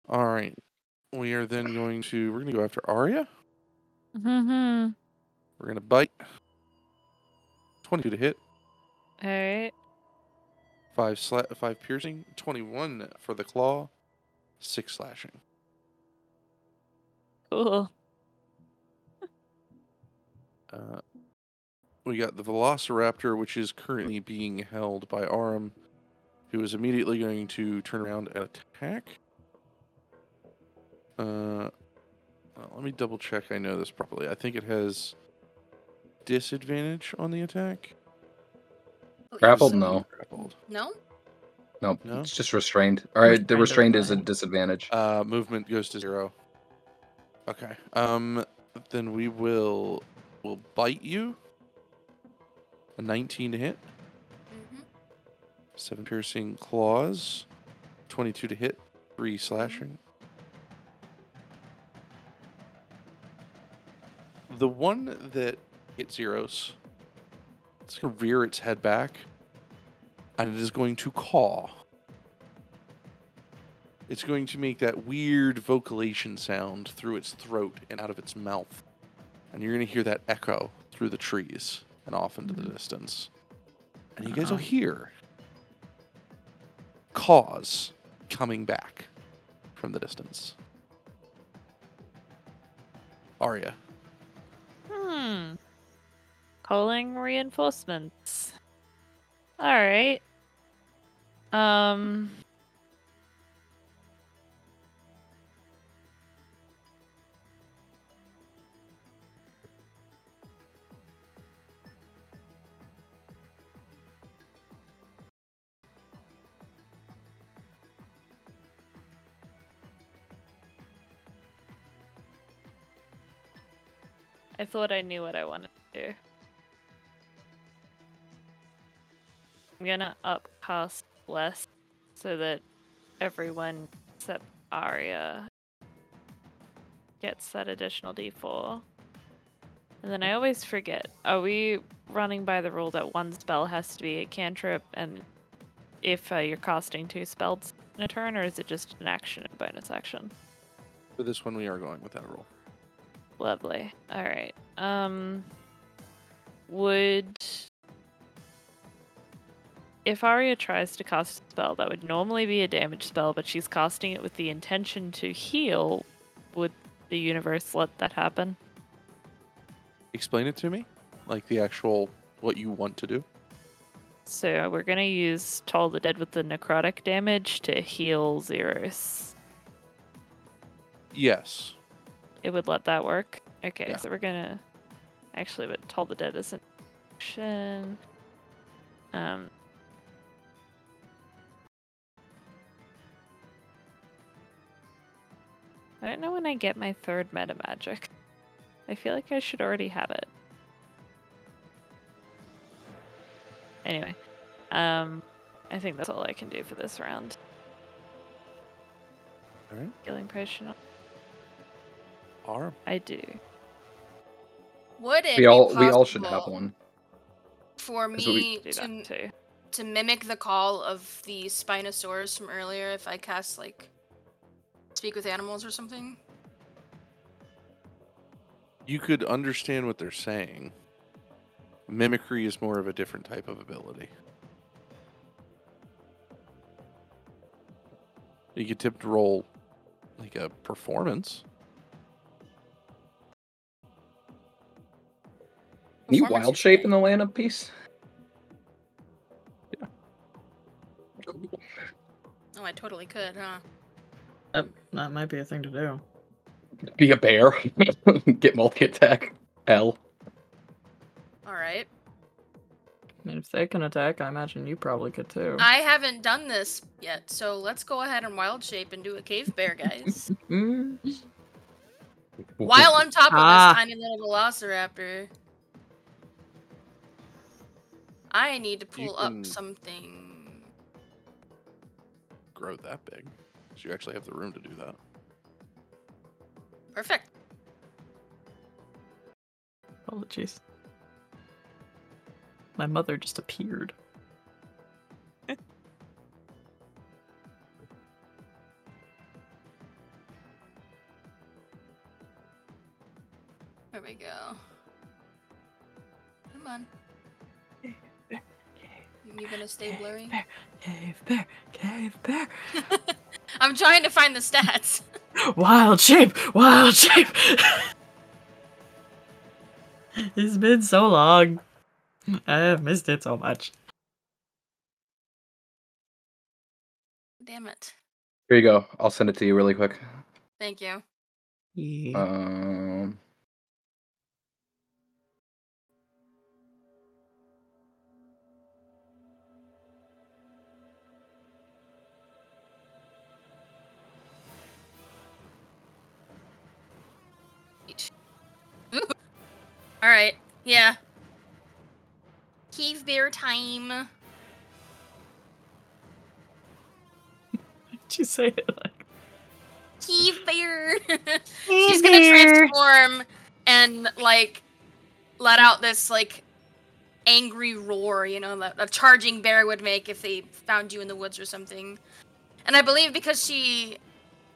Speaker 2: All right. We are then going to we're going to go after Arya.
Speaker 3: Mm-hmm.
Speaker 2: We're going to bite. 22 to hit,
Speaker 3: All right.
Speaker 2: 5 sla- 5 piercing, 21 for the claw, 6 slashing.
Speaker 3: Cool.
Speaker 2: Uh, we got the Velociraptor, which is currently being held by Aram, who is immediately going to turn around and attack. Uh, well, let me double check. I know this properly. I think it has disadvantage on the attack.
Speaker 6: Oh,
Speaker 4: Grappled?
Speaker 6: yes.
Speaker 4: No.
Speaker 2: Grappled.
Speaker 6: No?
Speaker 4: Nope.
Speaker 2: No?
Speaker 4: It's just restrained. All right. The
Speaker 7: Restrained,
Speaker 4: restrained is a
Speaker 7: okay.
Speaker 4: disadvantage.
Speaker 2: Uh, movement goes to zero. Okay. Um, then we will will bite you. A 19 to hit.
Speaker 6: Mm-hmm.
Speaker 2: Seven piercing claws, 22 to hit, three slashing. The one that hit zeros, it's going to rear its head back and it is going to caw. It's going to make that weird vocalization sound through its throat and out of its mouth. And you're going to hear that echo through the trees and off into the distance. And you guys will
Speaker 7: Uh-oh.
Speaker 2: hear cause coming back from the distance. Arya,
Speaker 3: Hmm. Calling reinforcements. All right. Um. I thought I knew what I wanted to do. I'm gonna upcast Bless so that everyone except Aria gets that additional d4. And then I always forget are we running by the rule that one spell has to be a cantrip and if uh, you're casting two spells in a turn, or is it just an action and bonus action?
Speaker 2: For this one, we are going with that roll.
Speaker 3: Lovely. All right. Um, would if Arya tries to cast a spell that would normally be a damage spell, but she's casting it with the intention to heal, would the universe let that happen?
Speaker 2: Explain it to me, like the actual what you want to do.
Speaker 3: So we're gonna use Toll the Dead with the necrotic damage to heal Zeros.
Speaker 2: Yes.
Speaker 3: it would let that work. Okay,
Speaker 2: Yeah.
Speaker 3: so we're gonna actually, but Toll the Dead isn't action. Um, I don't know when I get my third meta magic. I feel like I should already have it. Anyway, um, I think that's all I can do for this round.
Speaker 2: Alright.
Speaker 3: Healing potion.
Speaker 2: Arm.
Speaker 3: I do.
Speaker 6: Would it
Speaker 4: We
Speaker 6: be
Speaker 4: all we all should have
Speaker 6: possible
Speaker 4: one.
Speaker 6: for
Speaker 4: That's what we-
Speaker 6: me
Speaker 3: Do
Speaker 6: to
Speaker 3: that too.
Speaker 6: to mimic the call of the Spinosaurus from earlier if I cast like speak with animals or something?
Speaker 2: You could understand what they're saying. Mimicry is more of a different type of ability. You could tip roll like a performance.
Speaker 4: Can you
Speaker 6: Performance
Speaker 4: wild
Speaker 6: or
Speaker 4: shape in
Speaker 6: something?
Speaker 4: the land of peace? Yeah.
Speaker 6: Oh, I totally could, huh?
Speaker 7: That, that might be a thing to do.
Speaker 4: Be a bear. [laughs] Get multi attack. L.
Speaker 6: All right.
Speaker 7: I mean, if they can attack, I imagine you probably could too.
Speaker 6: I haven't done this yet, so let's go ahead and wild shape and do a cave bear,
Speaker 4: [laughs]
Speaker 6: guys.
Speaker 7: Mm,
Speaker 6: While on top of
Speaker 7: Ah.
Speaker 6: this tiny little velociraptor, I need to
Speaker 2: You
Speaker 6: pull up
Speaker 2: can-
Speaker 6: something.
Speaker 2: Grow that big. So you actually have the room to do that.
Speaker 6: Perfect.
Speaker 7: apologies. My mother just appeared.
Speaker 6: There we go. Come on. You gonna stay blurry?
Speaker 7: Cave bear, cave bear,
Speaker 6: I'm trying to find the stats.
Speaker 7: wild shape, wild shape. [laughs] it's been so long. I have missed it so much.
Speaker 6: Damn it.
Speaker 4: Here you go. I'll send it to you really quick.
Speaker 6: Thank you.
Speaker 7: [laughs] Yeah.
Speaker 4: Um.
Speaker 6: All right. Yeah. Cave bear time.
Speaker 7: Did you say it like
Speaker 6: Cave bear. [laughs] She's gonna transform and like let out this like angry roar, you know, that a charging bear would make if they found you in the woods or something. And I believe because she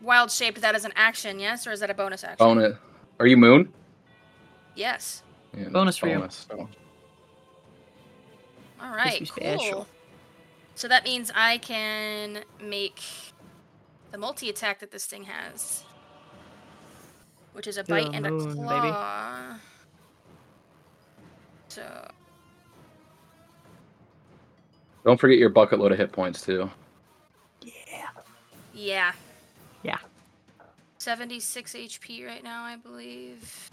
Speaker 6: wild shaped that as an action, yes, or is that a bonus action?
Speaker 4: Bonus. Are you Moon?
Speaker 6: Yes.
Speaker 4: Yeah, Oh.
Speaker 7: Bonus for you.
Speaker 4: you.
Speaker 6: All right,
Speaker 7: be
Speaker 6: cool.
Speaker 7: special.
Speaker 6: So that means I can make the multi attack that this thing has, which is a
Speaker 7: You're
Speaker 6: bite and a
Speaker 7: alone, baby.
Speaker 6: claw. So
Speaker 4: Don't forget your bucket load of hit points too.
Speaker 6: yeah,
Speaker 7: Yeah.
Speaker 6: seventy six HP right now, I believe.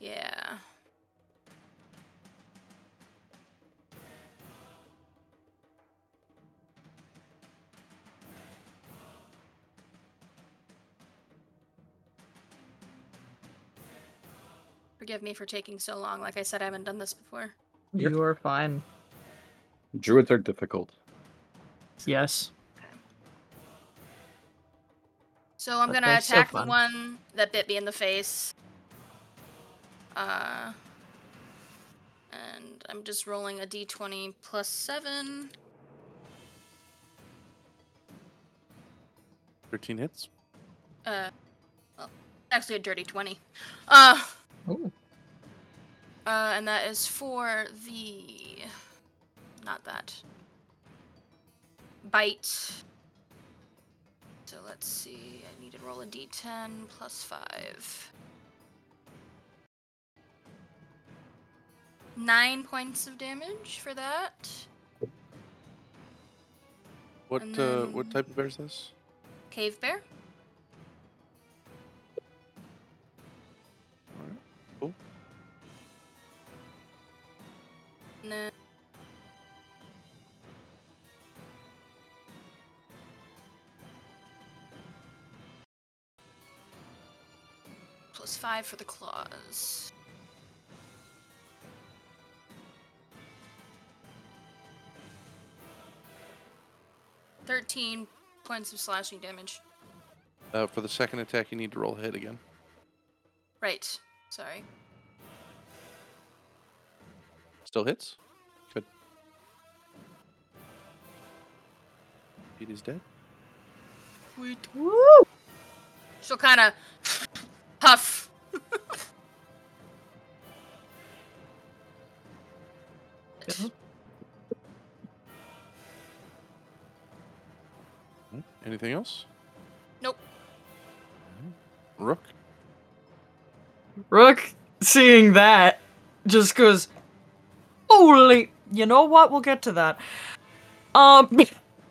Speaker 6: Yeah. Forgive me for taking so long. Like I said, I haven't done this before.
Speaker 4: You're-
Speaker 1: You're fine.
Speaker 4: Druids are difficult.
Speaker 1: Yes.
Speaker 6: So I'm
Speaker 1: But
Speaker 6: gonna
Speaker 1: they're so
Speaker 6: attack the
Speaker 1: fun.
Speaker 6: one that bit me in the face. Uh, and I'm just rolling a d20 plus seven.
Speaker 2: 13 hits.
Speaker 6: Uh, well, actually a dirty twenty. Uh,
Speaker 1: Ooh.
Speaker 6: uh, and that is for the not that bite. So let's see. I need to roll a d10 plus five. Nine points of damage for that.
Speaker 2: What
Speaker 6: And
Speaker 2: uh, what
Speaker 6: then-
Speaker 2: type of bear is this?
Speaker 6: Cave bear.
Speaker 2: Alright, cool.
Speaker 6: And then- Plus five for the claws. Thirteen points of slashing damage.
Speaker 2: Uh, for the second attack, you need to roll a hit again.
Speaker 6: Right. Sorry.
Speaker 2: Still hits. Good. It is dead.
Speaker 6: She'll kind of [laughs] puff.
Speaker 1: Good.
Speaker 2: Alright, Anything else?
Speaker 6: Nope.
Speaker 2: Rook.
Speaker 1: Rook, seeing that, just goes, "Holy! You know what? We'll get to that." Um,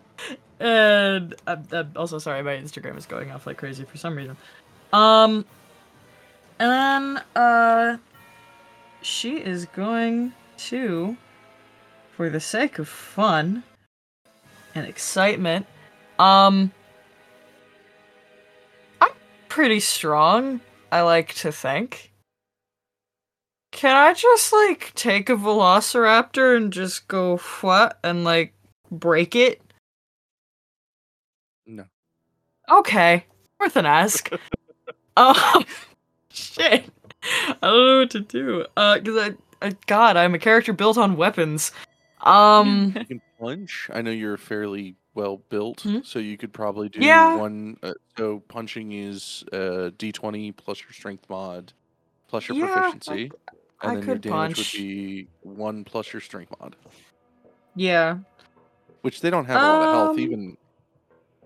Speaker 1: [laughs] and I'm, I'm also sorry, my Instagram is going off like crazy for some reason. Um, and then uh, she is going to, for the sake of fun and excitement, um, I'm pretty strong. I like to think. Can I just like take a velociraptor and just go what and like break it?
Speaker 2: No.
Speaker 1: Okay, worth an ask. Oh [laughs] shit! I don't know what to do. Uh, cause I, I, God, I'm a character built on weapons. Um,
Speaker 2: You can punch. I know you're fairly well built,
Speaker 1: Hmm?
Speaker 2: so you could probably do
Speaker 1: Yeah.
Speaker 2: one. Uh, so punching is uh, d20 plus your strength mod plus your
Speaker 1: Yeah, I-
Speaker 2: proficiency, and
Speaker 1: I
Speaker 2: then your
Speaker 1: could
Speaker 2: damage
Speaker 1: punch.
Speaker 2: would be one plus your strength mod,
Speaker 1: yeah.
Speaker 2: which they don't have a lot of health.
Speaker 1: Um,
Speaker 2: Even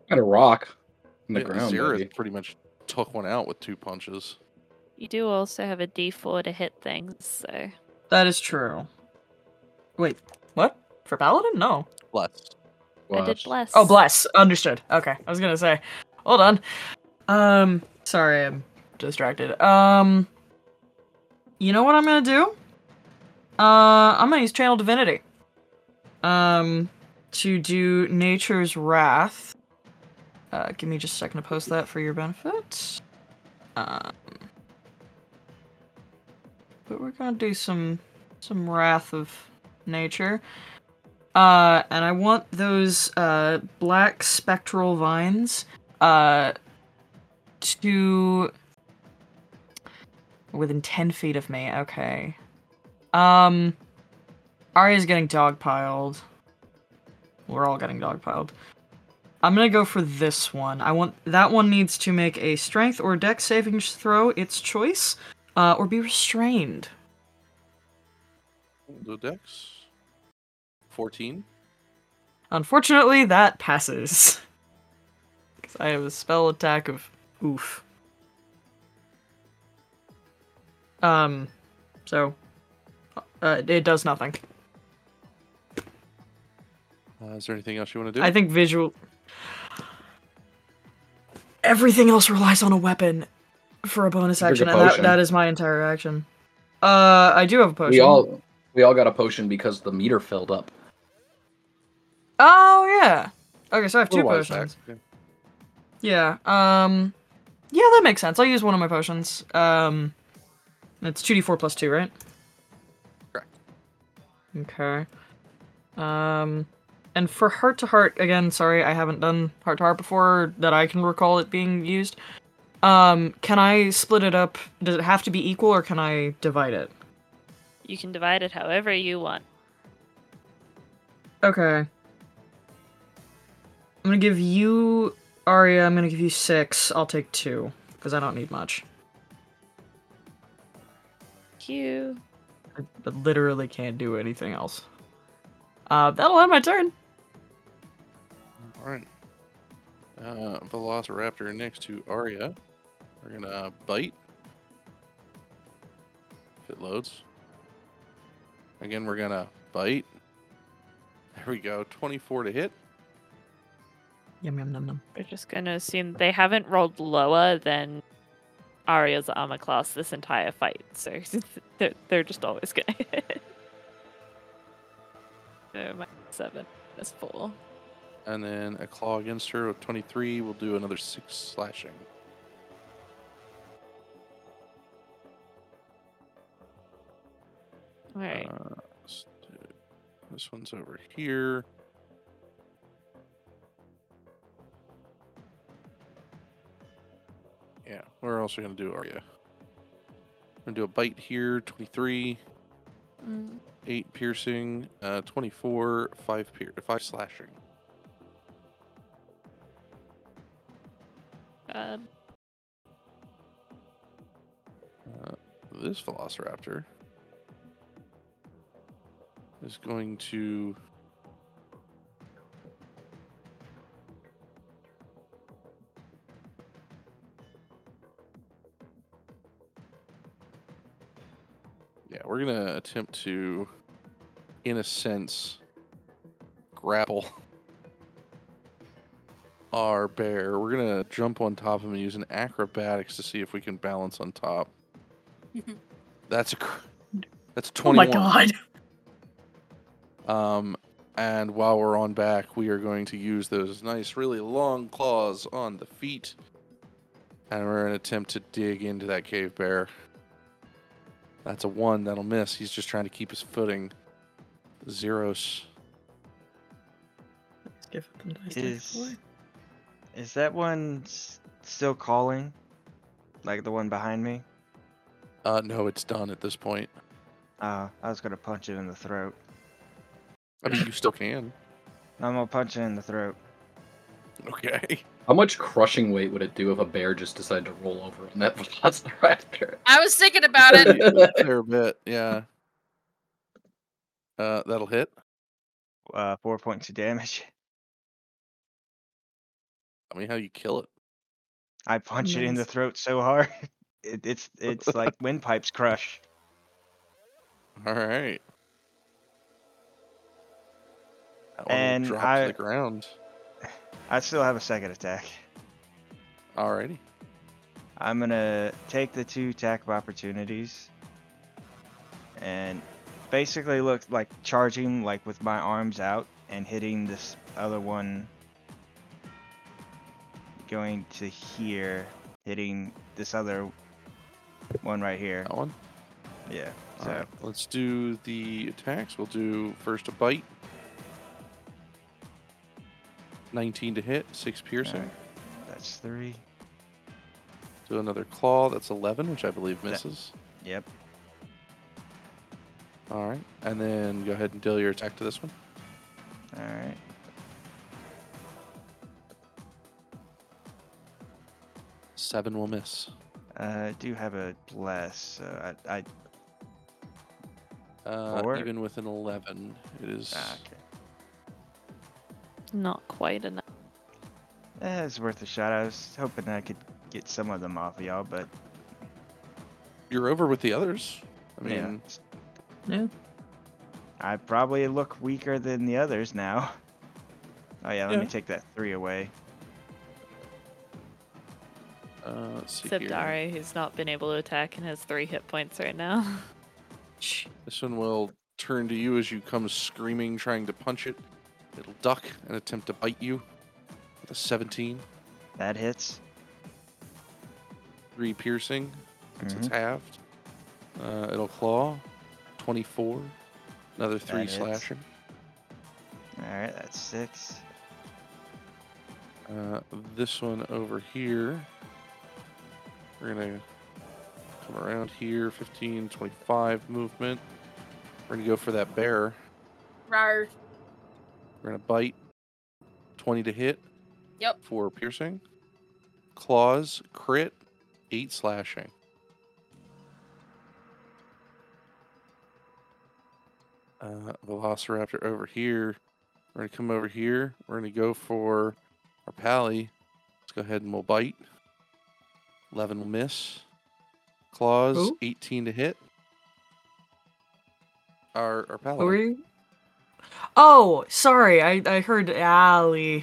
Speaker 4: Got a rock in the
Speaker 2: yeah,
Speaker 4: ground.
Speaker 2: Xerath
Speaker 4: buddy.
Speaker 2: pretty much took one out with two punches.
Speaker 3: [laughs] You do also have a d4 to hit things, so.
Speaker 1: That is true. Wait, what? For paladin? No.
Speaker 2: Plus,
Speaker 3: I did
Speaker 4: Blast.
Speaker 3: bless.
Speaker 1: Oh, bless. Understood. Okay. I was gonna say. Hold on. Um, sorry, I'm distracted. Um, you know what I'm gonna do? Uh, I'm gonna use Channel Divinity. Um, to do Nature's Wrath. Uh, give me just a second to post that for your benefit. Um, but we're gonna do some some Wrath of Nature. Uh, and I want those uh, black spectral vines uh, to within ten feet of me. Okay. Um, Arya's getting dogpiled. We're all getting dogpiled. I'm gonna go for this one. I want that one needs to make a strength or dex saving throw, its choice, uh, or be restrained.
Speaker 2: the dex. 14.
Speaker 1: Unfortunately, that passes. [laughs] 'Cause I have a spell attack of oof. Um, so uh, it does nothing.
Speaker 2: Uh, is there anything else you want to do?
Speaker 1: I think visual. Everything else relies on a weapon for a bonus
Speaker 4: Drink a
Speaker 1: action, and that,
Speaker 4: potion.
Speaker 1: that is my entire action. Uh, I do have a potion.
Speaker 4: We all we all got a potion because the meter filled up.
Speaker 1: Oh yeah. Okay, so I have two
Speaker 2: Little while back,
Speaker 1: potions.
Speaker 2: yeah.
Speaker 1: Yeah. Um. Yeah, that makes sense. I'll use one of my potions. Um.
Speaker 7: It's 2d4 plus 2, right?
Speaker 2: Correct.
Speaker 7: Okay. Um, and for heart to heart, again, sorry, I haven't done heart to heart before that I can recall it being used. Um, can I split it up? Does it have to be equal or can I divide it?
Speaker 3: You can divide it however you want.
Speaker 7: Okay. I'm gonna give you Aria, I'm gonna give you six. I'll take two, because I don't need much.
Speaker 3: Q.
Speaker 7: I I literally can't do anything else. Uh, that'll end my turn.
Speaker 2: All right. Uh, Velociraptor next to Arya. We're gonna uh, bite. If it loads. Again, we're gonna bite. There we go. 24 to hit.
Speaker 7: Yum yum num num.
Speaker 3: We're just gonna assume they haven't rolled lower than Aria's armor class this entire fight, so [laughs] they're, they're just always gonna hit. [laughs] So minus seven, that's four.
Speaker 2: And then a claw against her with 23. We'll do another six slashing.
Speaker 3: All right,
Speaker 2: Uh, let's do- this one's over here. Yeah, we're also gonna do Arya. We're gonna do a bite here, 23,
Speaker 3: Mm.
Speaker 2: eight piercing, uh, 24, five pier, five slashing.
Speaker 3: God.
Speaker 2: Uh, this Velociraptor is going to. Yeah, we're gonna attempt to, in a sense, grapple our bear. We're gonna jump on top of him and use an acrobatics to see if we can balance on
Speaker 7: [laughs]
Speaker 2: top. That's a cr- that's
Speaker 7: Oh
Speaker 2: twenty
Speaker 7: my
Speaker 2: one.
Speaker 7: god. [laughs]
Speaker 2: Um, and while we're on back, we are going to use those nice, really long claws on the feet, and we're going to attempt to dig into that cave bear. That's a one that'll miss. He's just trying to keep his footing. Zeros.
Speaker 7: Let's give it the nice take
Speaker 5: Is
Speaker 7: away.
Speaker 5: is that one s- still calling? Like the one behind me?
Speaker 2: Uh, no, it's done at this point.
Speaker 5: Uh, I was gonna punch it in the throat.
Speaker 2: I mean, you still can. [laughs]
Speaker 5: No, I'm gonna punch it in the throat.
Speaker 2: Okay.
Speaker 4: How much crushing weight would it do if a bear just decided to roll over on that [laughs] velociraptor?
Speaker 6: I was thinking about
Speaker 2: [laughs]
Speaker 6: it.
Speaker 2: Fair bit. Yeah. Uh, that'll hit.
Speaker 5: Uh, four points of damage. [laughs]
Speaker 2: I mean, how you kill it?
Speaker 5: I punch it in the
Speaker 7: Nice.
Speaker 5: throat so hard. [laughs] It, it's
Speaker 2: [laughs]
Speaker 5: it's like windpipes crush.
Speaker 2: All right. That one
Speaker 5: And
Speaker 2: will drop to
Speaker 5: I-
Speaker 2: the ground.
Speaker 5: I still have a second attack.
Speaker 2: Alrighty.
Speaker 5: I'm gonna take the two attack of opportunities and basically look like charging like with my arms out and hitting this other one going to here hitting this other one right here
Speaker 2: That one.
Speaker 5: yeah
Speaker 2: Oh. All
Speaker 5: so
Speaker 2: right, Let's do the attacks. We'll do first a bite. 19 to hit, 6 piercing.
Speaker 5: Alright. that's three
Speaker 2: Do another claw. That's 11, which I believe misses.
Speaker 5: yep
Speaker 2: Alright. And then go ahead and deal your attack to this one.
Speaker 5: all right
Speaker 2: Seven will miss.
Speaker 5: uh, I do have a bless so I, I
Speaker 2: Uh,
Speaker 5: Four.
Speaker 2: even with an 11, it is.
Speaker 5: ah, okay.
Speaker 3: not quite enough.
Speaker 5: Eh, it's worth a shot I was hoping I could get some of them off of y'all but
Speaker 2: You're over with the others. I mean,
Speaker 5: yeah.
Speaker 7: Yeah.
Speaker 5: I probably look weaker than the others now. [laughs] Oh yeah, let me
Speaker 2: Yeah.
Speaker 5: take that three away.
Speaker 2: uh, let's see
Speaker 3: Except
Speaker 2: here.
Speaker 3: Aria, who's not been able to attack and has three hit points right now. [laughs]
Speaker 7: Shh.
Speaker 2: This one will turn to you as you come screaming, trying to punch it. It'll duck and attempt to bite you with a 17.
Speaker 5: That hits. Mm-hmm.
Speaker 2: Mm-hmm. Three piercing. It's its halved. Uh, it'll claw. 24. Another three
Speaker 5: That hits.
Speaker 2: slashing.
Speaker 5: Alright, that's six.
Speaker 2: Uh, this one over here. We're going to come around here. 15, 25 movement. We're going to go for that bear.
Speaker 6: Rar.
Speaker 2: We're going to bite. 20 to hit.
Speaker 6: Yep.
Speaker 2: For piercing. Claws, crit, 8 slashing. Uh, Velociraptor over here. We're going to come over here. We're going to go for our pally. Let's go ahead and we'll bite. 11 will miss. Claws,
Speaker 7: Who?
Speaker 2: 18 to hit. Our, our pally.
Speaker 7: Who are you? Oh, sorry. I, I heard Ally.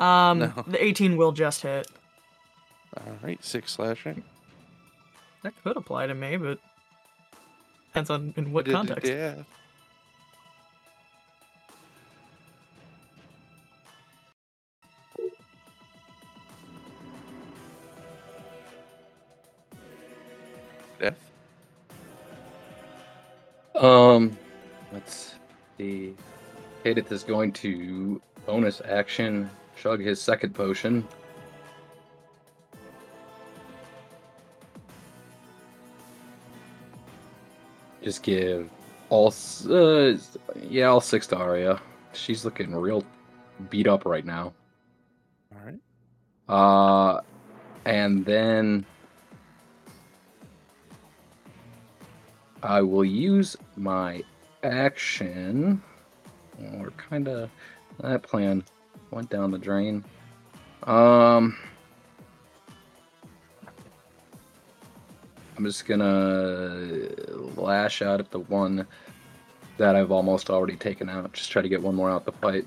Speaker 7: Um,
Speaker 2: No.
Speaker 7: the 18 will just hit.
Speaker 2: All right, 6 slashing.
Speaker 7: That could apply to me, but depends on in what
Speaker 2: Did it
Speaker 7: context.
Speaker 2: death. Death.
Speaker 4: Um, let's see. Kadith is going to bonus action chug his second potion. Just give all, s- uh, s- yeah, all six to Arya. She's looking real beat up right now.
Speaker 2: All right.
Speaker 4: Uh, and then I will use my action. Well, We're kind of that plan went down the drain. Um, I'm just gonna lash out at the one that I've almost already taken out. Just try to get one more out the fight.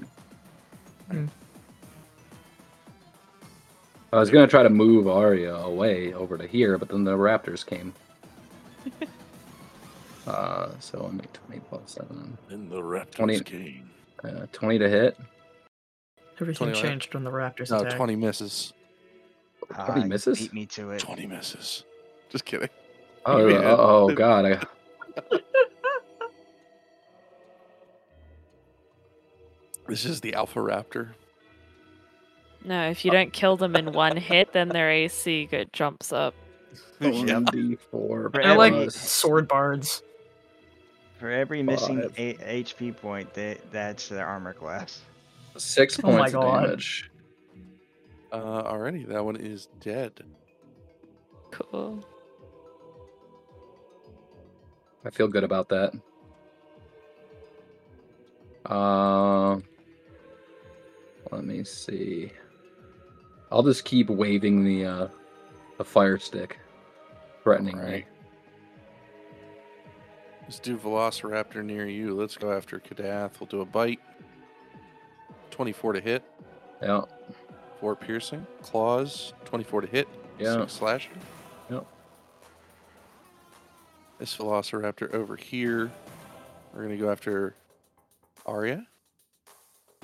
Speaker 4: I was gonna try to move Arya away over to here, but then the
Speaker 2: [laughs]
Speaker 4: Raptors came. uh, so I'll make 20 plus 7.
Speaker 2: In the Raptors
Speaker 4: 20.
Speaker 2: game.
Speaker 4: Uh, 20 to hit.
Speaker 7: Everything
Speaker 2: 21.
Speaker 7: changed when the Raptors
Speaker 2: No,
Speaker 7: attacked.
Speaker 2: 20 uh, misses.
Speaker 5: Ah,
Speaker 4: Probably
Speaker 5: you
Speaker 4: misses?
Speaker 5: Beat me to it.
Speaker 2: 20 misses. Just kidding. [laughs]
Speaker 4: Oh,
Speaker 2: Yeah.
Speaker 4: uh,
Speaker 2: [laughs]
Speaker 4: oh god. I...
Speaker 2: This is the Alpha Raptor.
Speaker 3: No, if you don't kill them in one hit, then their AC go- jumps up.
Speaker 2: Yeah.
Speaker 4: 1d4
Speaker 7: They're like
Speaker 4: plus-
Speaker 7: sword bards.
Speaker 5: For every missing
Speaker 4: Five.
Speaker 5: a- HP point, they, that's their armor class.
Speaker 4: six
Speaker 7: Oh my
Speaker 4: points of
Speaker 7: God.
Speaker 4: damage.
Speaker 2: Uh, alrighty, that one is dead.
Speaker 3: Cool.
Speaker 4: I feel good about that. Uh, let me see. I'll just keep waving the uh, the fire stick, threateningly.
Speaker 2: Alright. Let's do Velociraptor near you. Let's go after Kadath. We'll do a bite. 24 to hit.
Speaker 4: Yeah,
Speaker 2: Four piercing, claws, twenty-four to hit,
Speaker 4: yeah.
Speaker 2: six slashing.
Speaker 4: Yep.
Speaker 2: This Velociraptor over here, we're gonna go after Arya.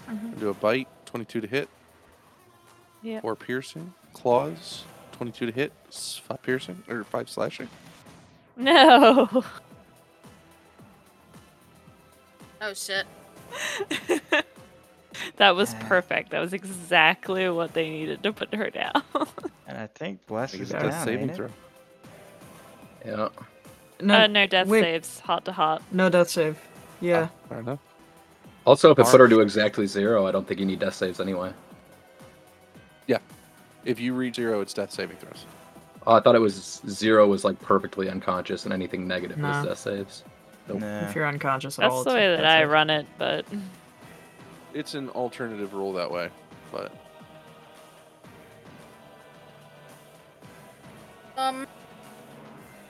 Speaker 3: Mhm.
Speaker 2: Do a bite, twenty-two to hit.
Speaker 3: Yep.
Speaker 2: Four piercing, claws, twenty-two to hit, s- five piercing or five slashing.
Speaker 3: [laughs] No.
Speaker 6: Oh shit.
Speaker 3: that was
Speaker 5: Yeah.
Speaker 3: perfect. That was exactly what they needed to put her down.
Speaker 5: And I think Bless
Speaker 2: I guess
Speaker 5: is
Speaker 2: it does
Speaker 5: down,
Speaker 2: saving
Speaker 5: ain't it?
Speaker 2: throw.
Speaker 4: Yeah.
Speaker 7: [laughs] No,
Speaker 3: uh, no death
Speaker 7: wait.
Speaker 3: saves, heart to heart.
Speaker 7: no death save. Yeah.
Speaker 2: Fair enough.
Speaker 4: Also, if it put
Speaker 2: Arm-
Speaker 4: her to exactly zero, I don't think you need death saves anyway.
Speaker 2: If you reach zero, it's death saving throws.
Speaker 4: Oh, I thought it was zero was like perfectly unconscious, and anything negative
Speaker 7: Nah.
Speaker 4: was death saves. Nope.
Speaker 5: Nah.
Speaker 7: If you're unconscious at all,
Speaker 3: That's the
Speaker 7: it's
Speaker 3: way
Speaker 7: like
Speaker 3: that
Speaker 7: death
Speaker 3: I
Speaker 7: save.
Speaker 3: run it, but
Speaker 2: It's an alternative rule that way, but
Speaker 6: Um,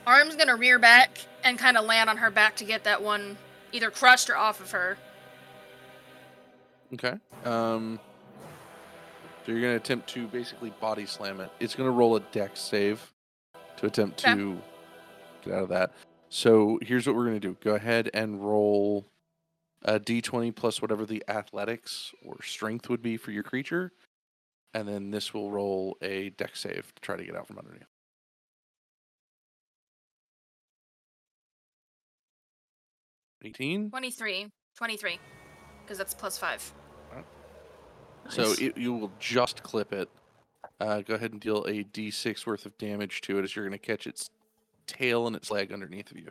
Speaker 6: Arm's gonna rear back and kind of land on her back to get that one either crushed or off of her.
Speaker 2: Okay. Um. So you're gonna attempt to basically body slam it. It's gonna roll a dex save to attempt
Speaker 6: Okay.
Speaker 2: to get out of that. So here's what we're gonna do. Go ahead and roll a d20 plus whatever the athletics or strength would be for your creature, and then this will roll a dex save to try to get out from underneath. 18.
Speaker 6: 23. 23. Because that's plus five.
Speaker 2: So
Speaker 8: Nice.
Speaker 2: it, you will just clip it. Uh, go ahead and deal a d6 worth of damage to it as you're going to catch its tail and its leg underneath of you.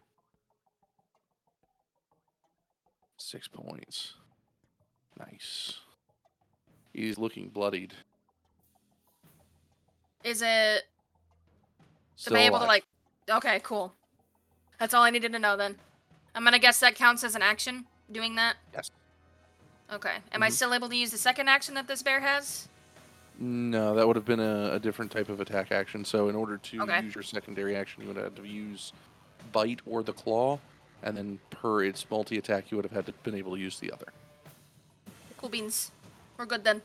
Speaker 2: Six points. Nice. He's looking bloodied.
Speaker 6: Is it.
Speaker 2: Still
Speaker 6: am I able
Speaker 2: alive.
Speaker 6: to, like. Okay, cool. That's all I needed to know then. I'm going to guess that counts as an action, doing that?
Speaker 2: Yes.
Speaker 6: Okay. Am I
Speaker 2: Mhm.
Speaker 6: still able to use the second action that this bear has?
Speaker 2: No, that would have been a, a different type of attack action. So, in order to
Speaker 6: Okay.
Speaker 2: use your secondary action, you would have had to use bite or the claw, and then per its multi attack, you would have had to been able to use the other.
Speaker 6: Cool beans. We're good then.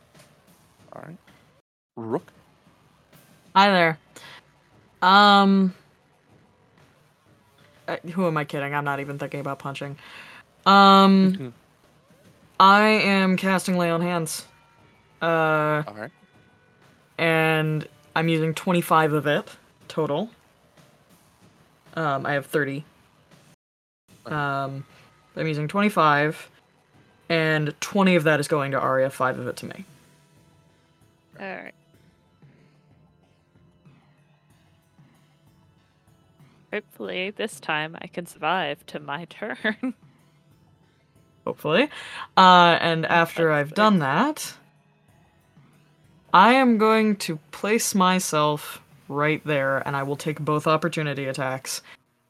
Speaker 2: All right, Rook.
Speaker 1: Hi there. Um. uh, who am I kidding? I'm not even thinking about punching. Um. I am casting Lay on Hands. Uh,
Speaker 2: All right,
Speaker 1: and I'm using 25 of it total. Um, I have 30. Um, I'm using 25, and 20 of that is going to Arya, 5 of it to me.
Speaker 3: Alright. Hopefully, this time I can survive to my turn. [laughs]
Speaker 1: hopefully. Uh, and after I've done that, I am going to place myself right there, and I will take both opportunity attacks,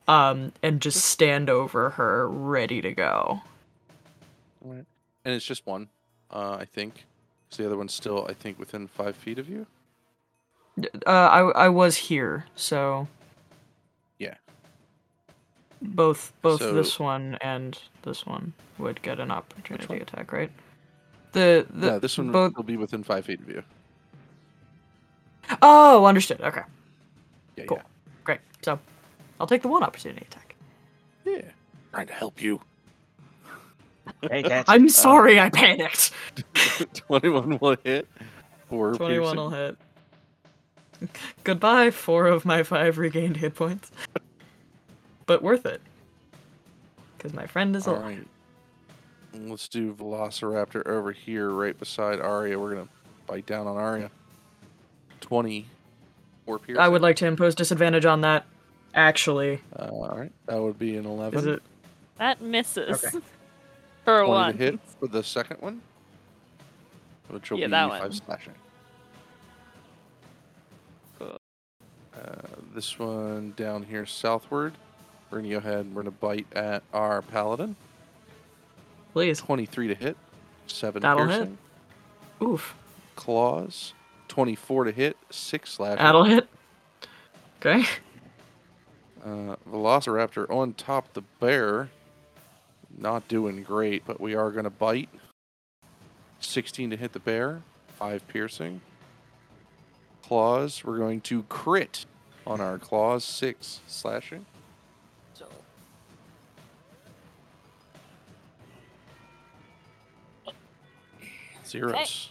Speaker 1: um, and just stand over her, ready to go.
Speaker 2: all right, and it's just one, uh, I think. So the other one's still, I think, within five feet of you.
Speaker 1: Uh, I I was here, so
Speaker 2: Yeah.
Speaker 1: both both
Speaker 2: So-
Speaker 1: this one and this one would get an opportunity attack, right? The the
Speaker 2: yeah, this one
Speaker 1: both.
Speaker 2: will be within five feet of you.
Speaker 1: Oh, understood. Okay.
Speaker 2: Yeah,
Speaker 1: Cool. Great. So I'll take the one opportunity attack.
Speaker 2: yeah, yeah. Trying to help you. [laughs]
Speaker 5: Hey, that's
Speaker 1: I'm sorry, I [laughs] panicked.
Speaker 2: Twenty-one will hit. Four
Speaker 1: 21
Speaker 2: piercing.
Speaker 1: will hit. [laughs] Goodbye, four of my five regained hit points. But worth it. Because my friend is
Speaker 2: All
Speaker 1: alive.
Speaker 2: right. Let's do Velociraptor over here, right beside Arya. We're gonna bite down on Arya. Twenty or piercing.
Speaker 1: I would like to impose disadvantage on that, actually.
Speaker 2: Uh, all right, that would be an eleven.
Speaker 1: Is it?
Speaker 3: That misses. For
Speaker 2: Twenty
Speaker 3: one.
Speaker 2: to hit for the second one, which will
Speaker 3: Yeah,
Speaker 2: be
Speaker 3: that
Speaker 2: five
Speaker 3: one.
Speaker 2: slashing.
Speaker 3: Cool.
Speaker 2: Uh, this one down here southward. We're gonna go ahead and we're gonna bite at our paladin.
Speaker 1: Please.
Speaker 2: Twenty-three to hit, 7
Speaker 1: That'll hit.
Speaker 2: piercing.
Speaker 1: Oof.
Speaker 2: claws. 24 to hit, 6 slashing.
Speaker 1: That'll hit. Okay.
Speaker 2: Uh, Velociraptor on top the bear. Not doing great, but we are going to bite. 16 to hit the bear, 5 piercing. Claws, we're going to crit on our claws, 6 slashing.
Speaker 6: So
Speaker 2: Zeros.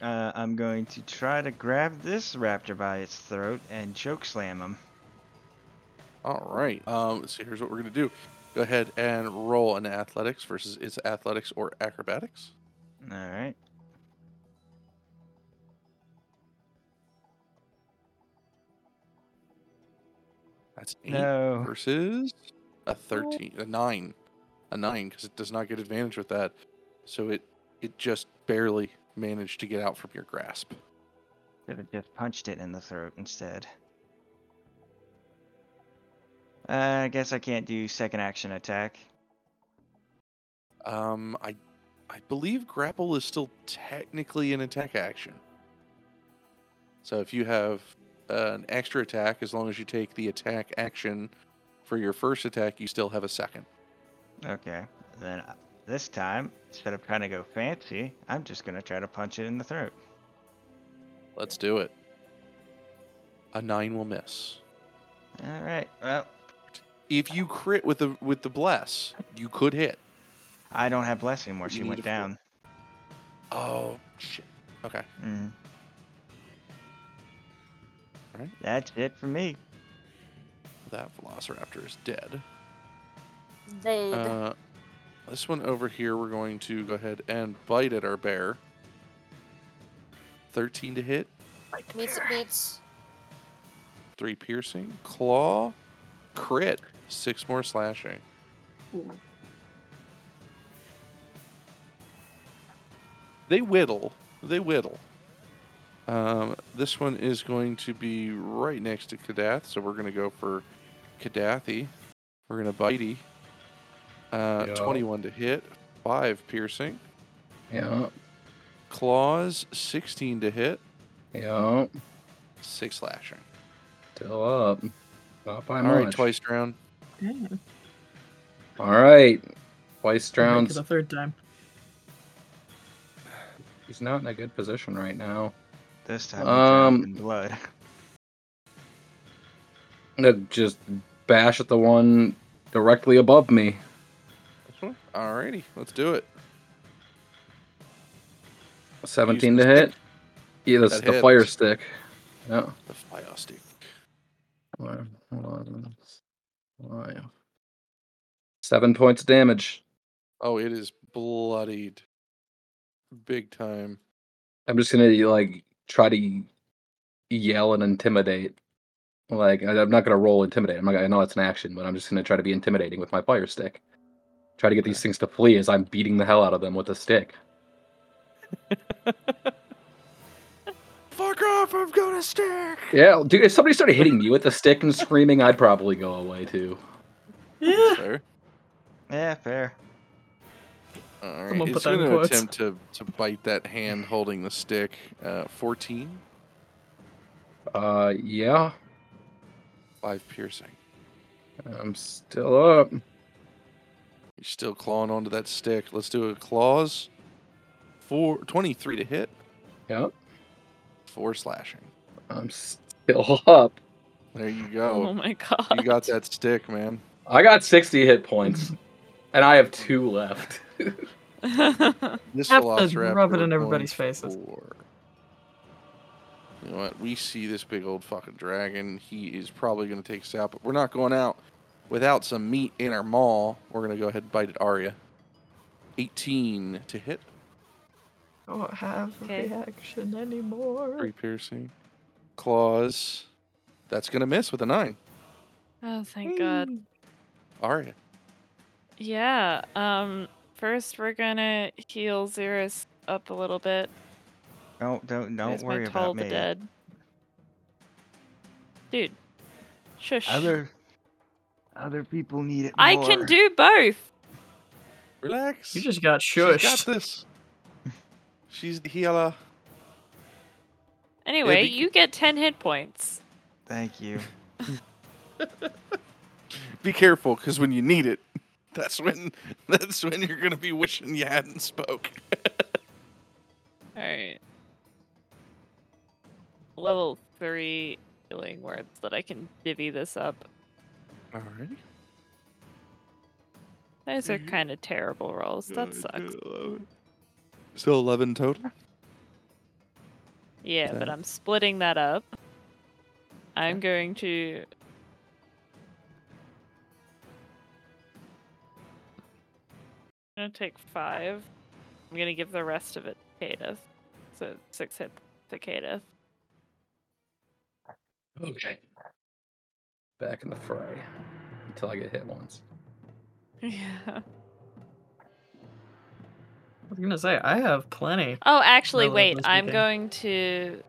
Speaker 5: Uh, I'm going to try to grab this raptor by its throat and choke slam him.
Speaker 2: All right. Um, so here's what we're going to do go ahead and roll an athletics versus its athletics or acrobatics.
Speaker 5: All right.
Speaker 2: That's 8.
Speaker 5: No.
Speaker 2: versus a 13 a 9 a 9 because it does not get advantage with that so it it just barely managed to get out from your grasp
Speaker 5: Should have just punched it in the throat instead. Uh, I guess I can't do second action attack.
Speaker 2: um i i believe grapple is still technically an attack action so if you have uh, an extra attack as long as you take the attack action for your first attack you still have a second
Speaker 5: Okay. Then uh, this time, instead of trying to go fancy, I'm just going to try to punch it in the throat.
Speaker 2: let's do it a 9 will miss
Speaker 5: All right. Well,
Speaker 2: if you crit with the with the bless you could hit
Speaker 5: I don't have bless anymore. She
Speaker 2: You need
Speaker 5: went
Speaker 2: a four.
Speaker 5: down.
Speaker 2: Oh shit. Okay.
Speaker 5: Mm.
Speaker 2: Alright.
Speaker 5: That's it for me.
Speaker 2: That velociraptor is dead.
Speaker 6: Babe.
Speaker 2: Uh, this one over here, we're going to go ahead and bite at our bear. 13 to hit,
Speaker 6: meets it meets.
Speaker 2: 3 piercing, claw, crit, 6 more slashing. They whittle. They whittle. Um, this one is going to be right next to Kadath, so we're going to go for Kadathi. We're going to bitey. Uh,
Speaker 4: Yeah.
Speaker 2: 21 to hit, 5 piercing.
Speaker 4: Yeah.
Speaker 2: Claws, 16 to hit,
Speaker 4: Yeah.
Speaker 2: 6 slashing.
Speaker 4: Still up. Not by
Speaker 2: All
Speaker 4: much.
Speaker 2: right, twice round.
Speaker 4: All right. Twice
Speaker 7: I'll
Speaker 1: [laughs]
Speaker 7: make it
Speaker 4: rounds.
Speaker 7: a third time.
Speaker 4: He's not in a good position right now.
Speaker 5: This time, um,
Speaker 4: Um,
Speaker 5: in blood. [laughs]
Speaker 4: I'm gonna just bash at the one directly above me.
Speaker 2: Alrighty, let's do it.
Speaker 4: 17 to
Speaker 2: the
Speaker 4: hit. Yeah, that's
Speaker 2: That
Speaker 4: the
Speaker 2: hits.
Speaker 4: fire stick. Yeah.
Speaker 2: The fire stick.
Speaker 4: Hold on. Hold on. Seven points of damage.
Speaker 2: Oh, it is bloodied. Big time.
Speaker 4: I'm just gonna like try to yell and intimidate. Like I- I'm not gonna roll intimidate. I'm not, gonna- I know that's an action, but I'm just gonna try to be intimidating with my fire stick. Try to get these things to flee as I'm beating the hell out of them with the stick.
Speaker 2: Fuck off, I'm gonna stick!
Speaker 4: Yeah, dude. If somebody started hitting me with a stick and screaming, I'd probably go away too.
Speaker 7: [laughs] Yeah.
Speaker 2: Fair.
Speaker 5: Yeah, fair.
Speaker 2: Alright,
Speaker 7: Someone
Speaker 2: it's
Speaker 7: put that in
Speaker 2: gonna
Speaker 7: quotes.
Speaker 2: attempt to, to bite that hand holding the stick. Uh, 14,
Speaker 4: Uh, yeah.
Speaker 2: 5 piercing.
Speaker 4: I'm still up.
Speaker 2: You're still clawing onto that stick. Let's do a claws. Four, 23 to hit,
Speaker 4: Yep.
Speaker 2: 4 slashing.
Speaker 4: I'm still up.
Speaker 2: There you
Speaker 3: Oh,
Speaker 2: go.
Speaker 3: my
Speaker 2: You
Speaker 3: god. [laughs]
Speaker 2: got that stick, man.
Speaker 4: I got 60 hit points, and I have two left.
Speaker 2: This
Speaker 7: Have to
Speaker 2: velociraptor
Speaker 7: rub it in
Speaker 2: we're going
Speaker 7: everybody's faces.
Speaker 2: for- You know what? We see this big old fucking dragon. He is probably going to take us out, but we're not going out without some meat in our maw. We're going to go ahead and bite at Arya. 18 to hit,
Speaker 7: Don't have
Speaker 3: Okay.
Speaker 7: reaction anymore.
Speaker 2: 3 piercing. Claws. That's going to miss with a 9.
Speaker 3: oh, thank god.
Speaker 2: Arya.
Speaker 3: Yeah. Um. First, we're gonna heal Xeris up a little bit.
Speaker 5: Don't don't don't
Speaker 3: There's my
Speaker 5: worry
Speaker 3: Toll
Speaker 5: about
Speaker 3: the
Speaker 5: me.
Speaker 3: Dead. Dude, shush.
Speaker 5: Other other people need it.
Speaker 3: I can
Speaker 5: more.
Speaker 3: do both.
Speaker 2: Relax.
Speaker 7: You just got
Speaker 2: She's got
Speaker 7: shushed.
Speaker 2: this. She's the healer.
Speaker 3: Anyway,
Speaker 2: be-
Speaker 3: you get ten hit points.
Speaker 5: Thank [laughs] you.
Speaker 2: Be careful, because when you need it, [laughs] that's when [laughs] that's when you're gonna be wishing you hadn't spoke.
Speaker 3: All right. Level three healing words that I can divvy this up.
Speaker 2: All right.
Speaker 3: Those are
Speaker 5: Mm-hmm.
Speaker 2: Mhm.
Speaker 3: kind of terrible rolls. That sucks.
Speaker 2: Still 11 total?
Speaker 3: Yeah, but
Speaker 2: Okay.
Speaker 3: I'm splitting that up. I'm going to. I'm gonna take five. I'm gonna give the rest of it to Cadeth. So six hit to Cadeth.
Speaker 4: Okay. Back in the fray until I get hit once.
Speaker 3: [laughs] Yeah.
Speaker 7: I was gonna say I have plenty.
Speaker 3: Oh, actually,
Speaker 7: Relevant
Speaker 3: wait.
Speaker 7: must be
Speaker 3: I'm
Speaker 7: there.
Speaker 3: going to.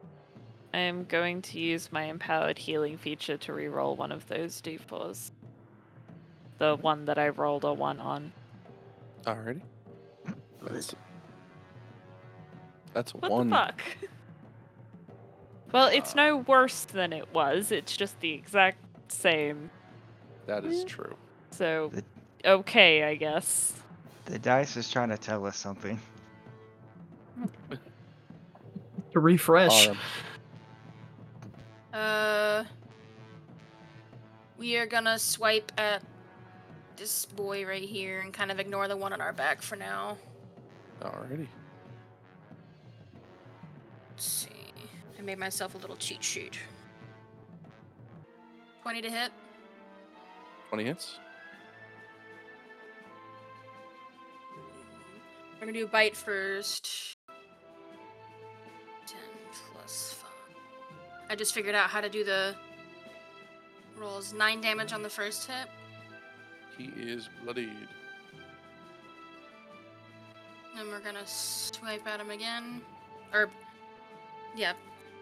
Speaker 3: I'm going to use my empowered healing feature to re-roll one of those d4s. The one that I rolled a one on.
Speaker 2: Alrighty. That's, that's
Speaker 3: What
Speaker 2: one.
Speaker 3: the fuck? Well, it's no worse than it was. It's just the exact same.
Speaker 2: That is true.
Speaker 3: So,
Speaker 5: The-
Speaker 3: okay, I guess.
Speaker 5: The dice is trying to tell us something.
Speaker 7: To refresh.
Speaker 2: Autumn.
Speaker 6: Uh, we are gonna swipe at this boy right here and kind of ignore the one on our back for now.
Speaker 2: Alrighty.
Speaker 6: Let's see. I made myself a little cheat sheet. 20 to hit,
Speaker 2: 20 hits.
Speaker 6: We're gonna do bite first. 10 plus 5. I just figured out how to do the rolls. 9 damage on the first hit.
Speaker 2: He is bloodied.
Speaker 6: Then we're gonna swipe at him again. Or, yeah,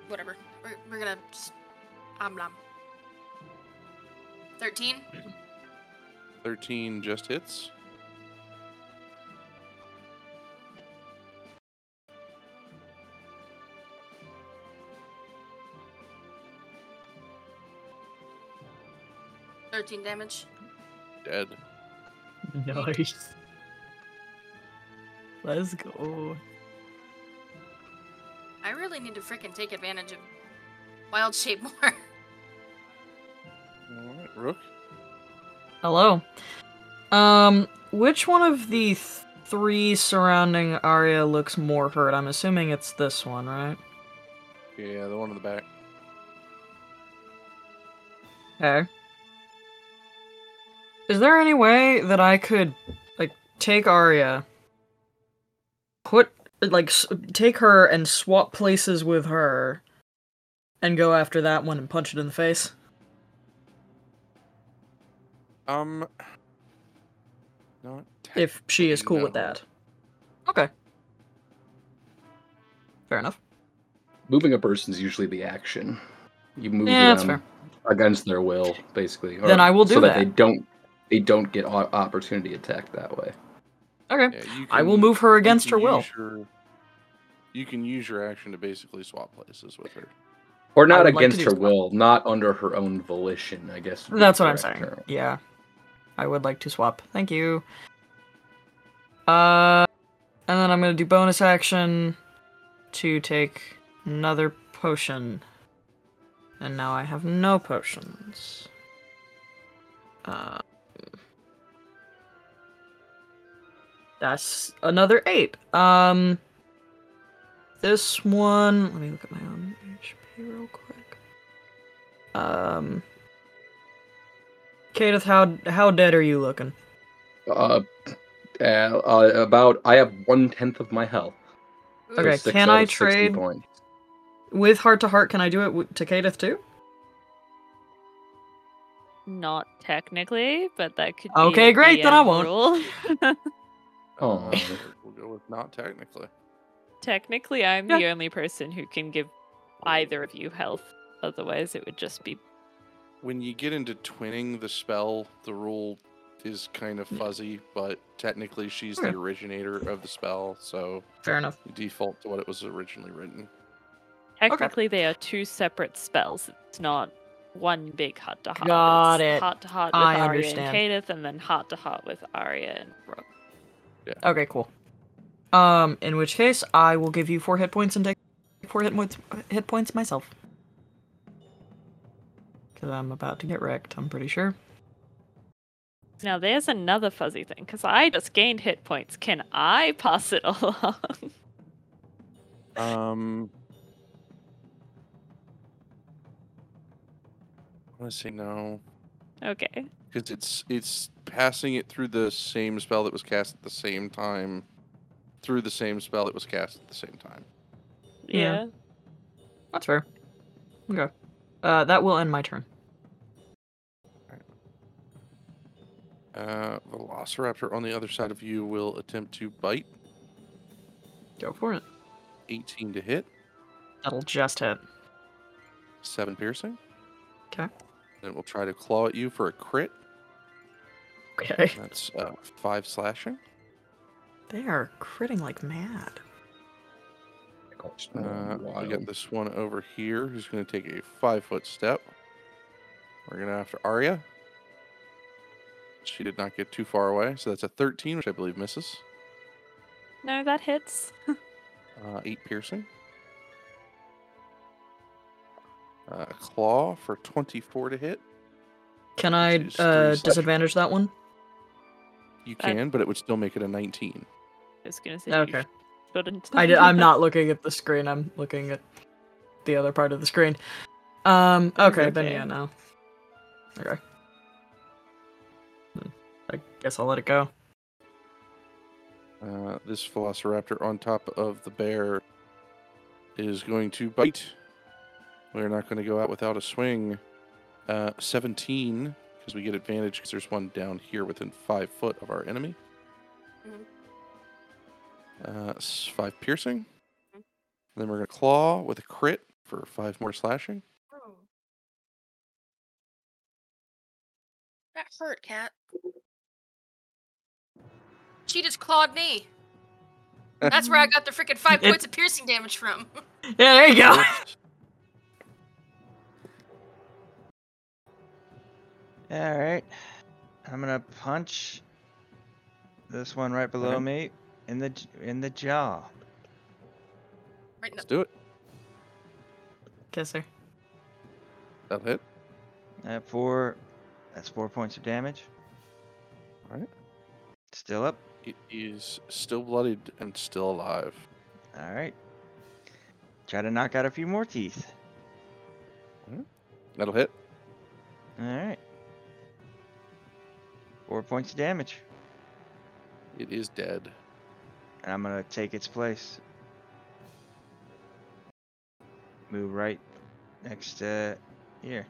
Speaker 6: whatever. We're, we're gonna. s- Om nom. 13?
Speaker 2: 13 just hits.
Speaker 6: Thirteen damage.
Speaker 2: Dead.
Speaker 1: [laughs] Nice. Let's go.
Speaker 6: I really need to freaking take advantage of wild shape [laughs] more.
Speaker 2: Alright, Rook.
Speaker 1: Hello. Um, which one of the th- three surrounding Arya looks more hurt? I'm assuming it's this one, right?
Speaker 2: Yeah, the one in the back.
Speaker 1: Okay. Is there any way that I could, like, take Arya, put, like, s- take her and swap places with her, and go after that one and punch it in the face?
Speaker 2: Um. Not
Speaker 1: If she is cool with
Speaker 2: No.
Speaker 1: that. Okay. Fair enough.
Speaker 4: Moving a person's usually the action. You move
Speaker 1: Yeah, that's
Speaker 4: them against their will, basically. or-
Speaker 1: Then I will do
Speaker 4: so that.
Speaker 1: that.
Speaker 4: they don't they don't get o- opportunity attack that way.
Speaker 1: Okay.
Speaker 2: Yeah, you
Speaker 1: I will
Speaker 2: can-
Speaker 1: move her
Speaker 2: you
Speaker 1: against
Speaker 2: can
Speaker 1: her will.
Speaker 2: use your- you can use your action to basically swap places with her.
Speaker 4: Or
Speaker 1: would
Speaker 4: not
Speaker 1: like to
Speaker 4: against
Speaker 1: do
Speaker 4: her
Speaker 1: so.
Speaker 4: will, not under her own volition, I guess. would be
Speaker 1: That's
Speaker 4: the
Speaker 1: what I'm
Speaker 4: correct
Speaker 1: saying.
Speaker 4: term.
Speaker 1: Yeah. I would like to swap. Thank you. Uh and then I'm going to do bonus action to take another potion. And now I have no potions. Uh That's another 8. Um this one, let me look at my own HP real quick. Um Kadeth, how how dead are you looking?
Speaker 4: Uh, uh, uh, about I have one tenth of my health. so
Speaker 1: Okay,
Speaker 4: six
Speaker 1: can
Speaker 4: out
Speaker 1: I
Speaker 4: of 60
Speaker 1: trade-
Speaker 4: points.
Speaker 1: With heart to heart, can I do it w- to Kadeth too?
Speaker 3: Not technically, but that could.
Speaker 1: Okay,
Speaker 3: be a
Speaker 1: great, then I
Speaker 3: DM
Speaker 1: won't.
Speaker 3: rule. [laughs]
Speaker 2: [laughs] Uh,
Speaker 4: Oh.
Speaker 2: we'll go with not technically.
Speaker 3: technically, I'm
Speaker 1: Yeah.
Speaker 3: the only person who can give either of you health. Otherwise, it would just be.
Speaker 2: When you get into twinning the spell, the rule is kind of fuzzy, but technically she's
Speaker 1: Okay.
Speaker 2: the originator of the spell, so
Speaker 1: Fair enough.
Speaker 2: you default to what it was originally written.
Speaker 3: Technically, they are two separate spells. It's not one big heart to heart.
Speaker 1: Got
Speaker 3: It's
Speaker 1: it.
Speaker 3: Heart to heart with
Speaker 1: I
Speaker 3: Arya
Speaker 1: understand.
Speaker 3: and Kadith, and then heart to heart with Arya and Rook.
Speaker 1: Okay, cool. Um, in which case, I will give you four hit points and take four hit points, hit points myself. Because I'm about to get wrecked. I'm pretty sure.
Speaker 3: Now, there's another fuzzy thing because I just gained hit points. Can I pass it [laughs] along?
Speaker 2: Um, I want to say no
Speaker 3: okay.
Speaker 2: because it's it's passing it through the same spell that was cast at the same time, through the same spell that was cast at the same time.
Speaker 3: Yeah.
Speaker 1: Yeah. That's fair. Okay. Uh, that will end my turn.
Speaker 2: Uh, Velociraptor on the other side of you will attempt to bite.
Speaker 1: Go for it.
Speaker 2: 18 to hit,
Speaker 1: That'll just hit.
Speaker 2: 7 piercing.
Speaker 1: 'Kay.
Speaker 2: Then it will try to claw at you for a crit.
Speaker 1: Okay.
Speaker 2: That's uh, 5 slashing.
Speaker 1: They are critting like mad.
Speaker 4: Oh,
Speaker 2: Uh, we got this one over here who's going to take a 5 foot step. We're going to after Arya. She did not get too far away, so that's a 13, which I believe misses.
Speaker 3: No, that hits.
Speaker 2: Uh, 8 piercing. Uh, a claw for 24 to hit.
Speaker 1: Can I
Speaker 2: Which is
Speaker 1: uh,
Speaker 2: three slash-
Speaker 1: disadvantage that one?
Speaker 2: You
Speaker 3: That-
Speaker 2: can, but it would still make it a 19.
Speaker 3: I was going to say.
Speaker 1: Okay.
Speaker 3: Shouldn't.
Speaker 1: I did, I'm not looking at the screen. I'm looking at the other part of the screen. Um. Okay. Then
Speaker 3: okay.
Speaker 1: yeah. No. Okay. Hmm, I guess I'll let it go.
Speaker 2: Uh, this velociraptor on top of the bear is going to bite. We're not going to go out without a swing. Uh, 17, because we get advantage because there's one down here within five foot of our enemy.
Speaker 6: Mhm.
Speaker 2: Uh, s- five piercing. Then we're going to claw with a crit for five more slashing.
Speaker 6: Oh. That hurt, cat. She just clawed me. That's where I got the freaking five
Speaker 7: It-
Speaker 6: points of piercing damage from. [laughs]
Speaker 7: Yeah, there you go.
Speaker 5: All right. I'm gonna punch this one right below
Speaker 2: Okay.
Speaker 5: me in the j- in the jaw.
Speaker 6: Right in
Speaker 2: Let's
Speaker 6: the-
Speaker 2: do it.
Speaker 7: Kiss her.
Speaker 2: That'll hit.
Speaker 5: At four, that's four points of damage.
Speaker 2: All right.
Speaker 5: Still up.
Speaker 2: It is still bloodied and still alive.
Speaker 5: All right. Try to knock out a few more teeth.
Speaker 2: That'll hit.
Speaker 5: All right. Four points of damage,
Speaker 2: It is dead.
Speaker 5: and I'm gonna take its place. Move right next to here.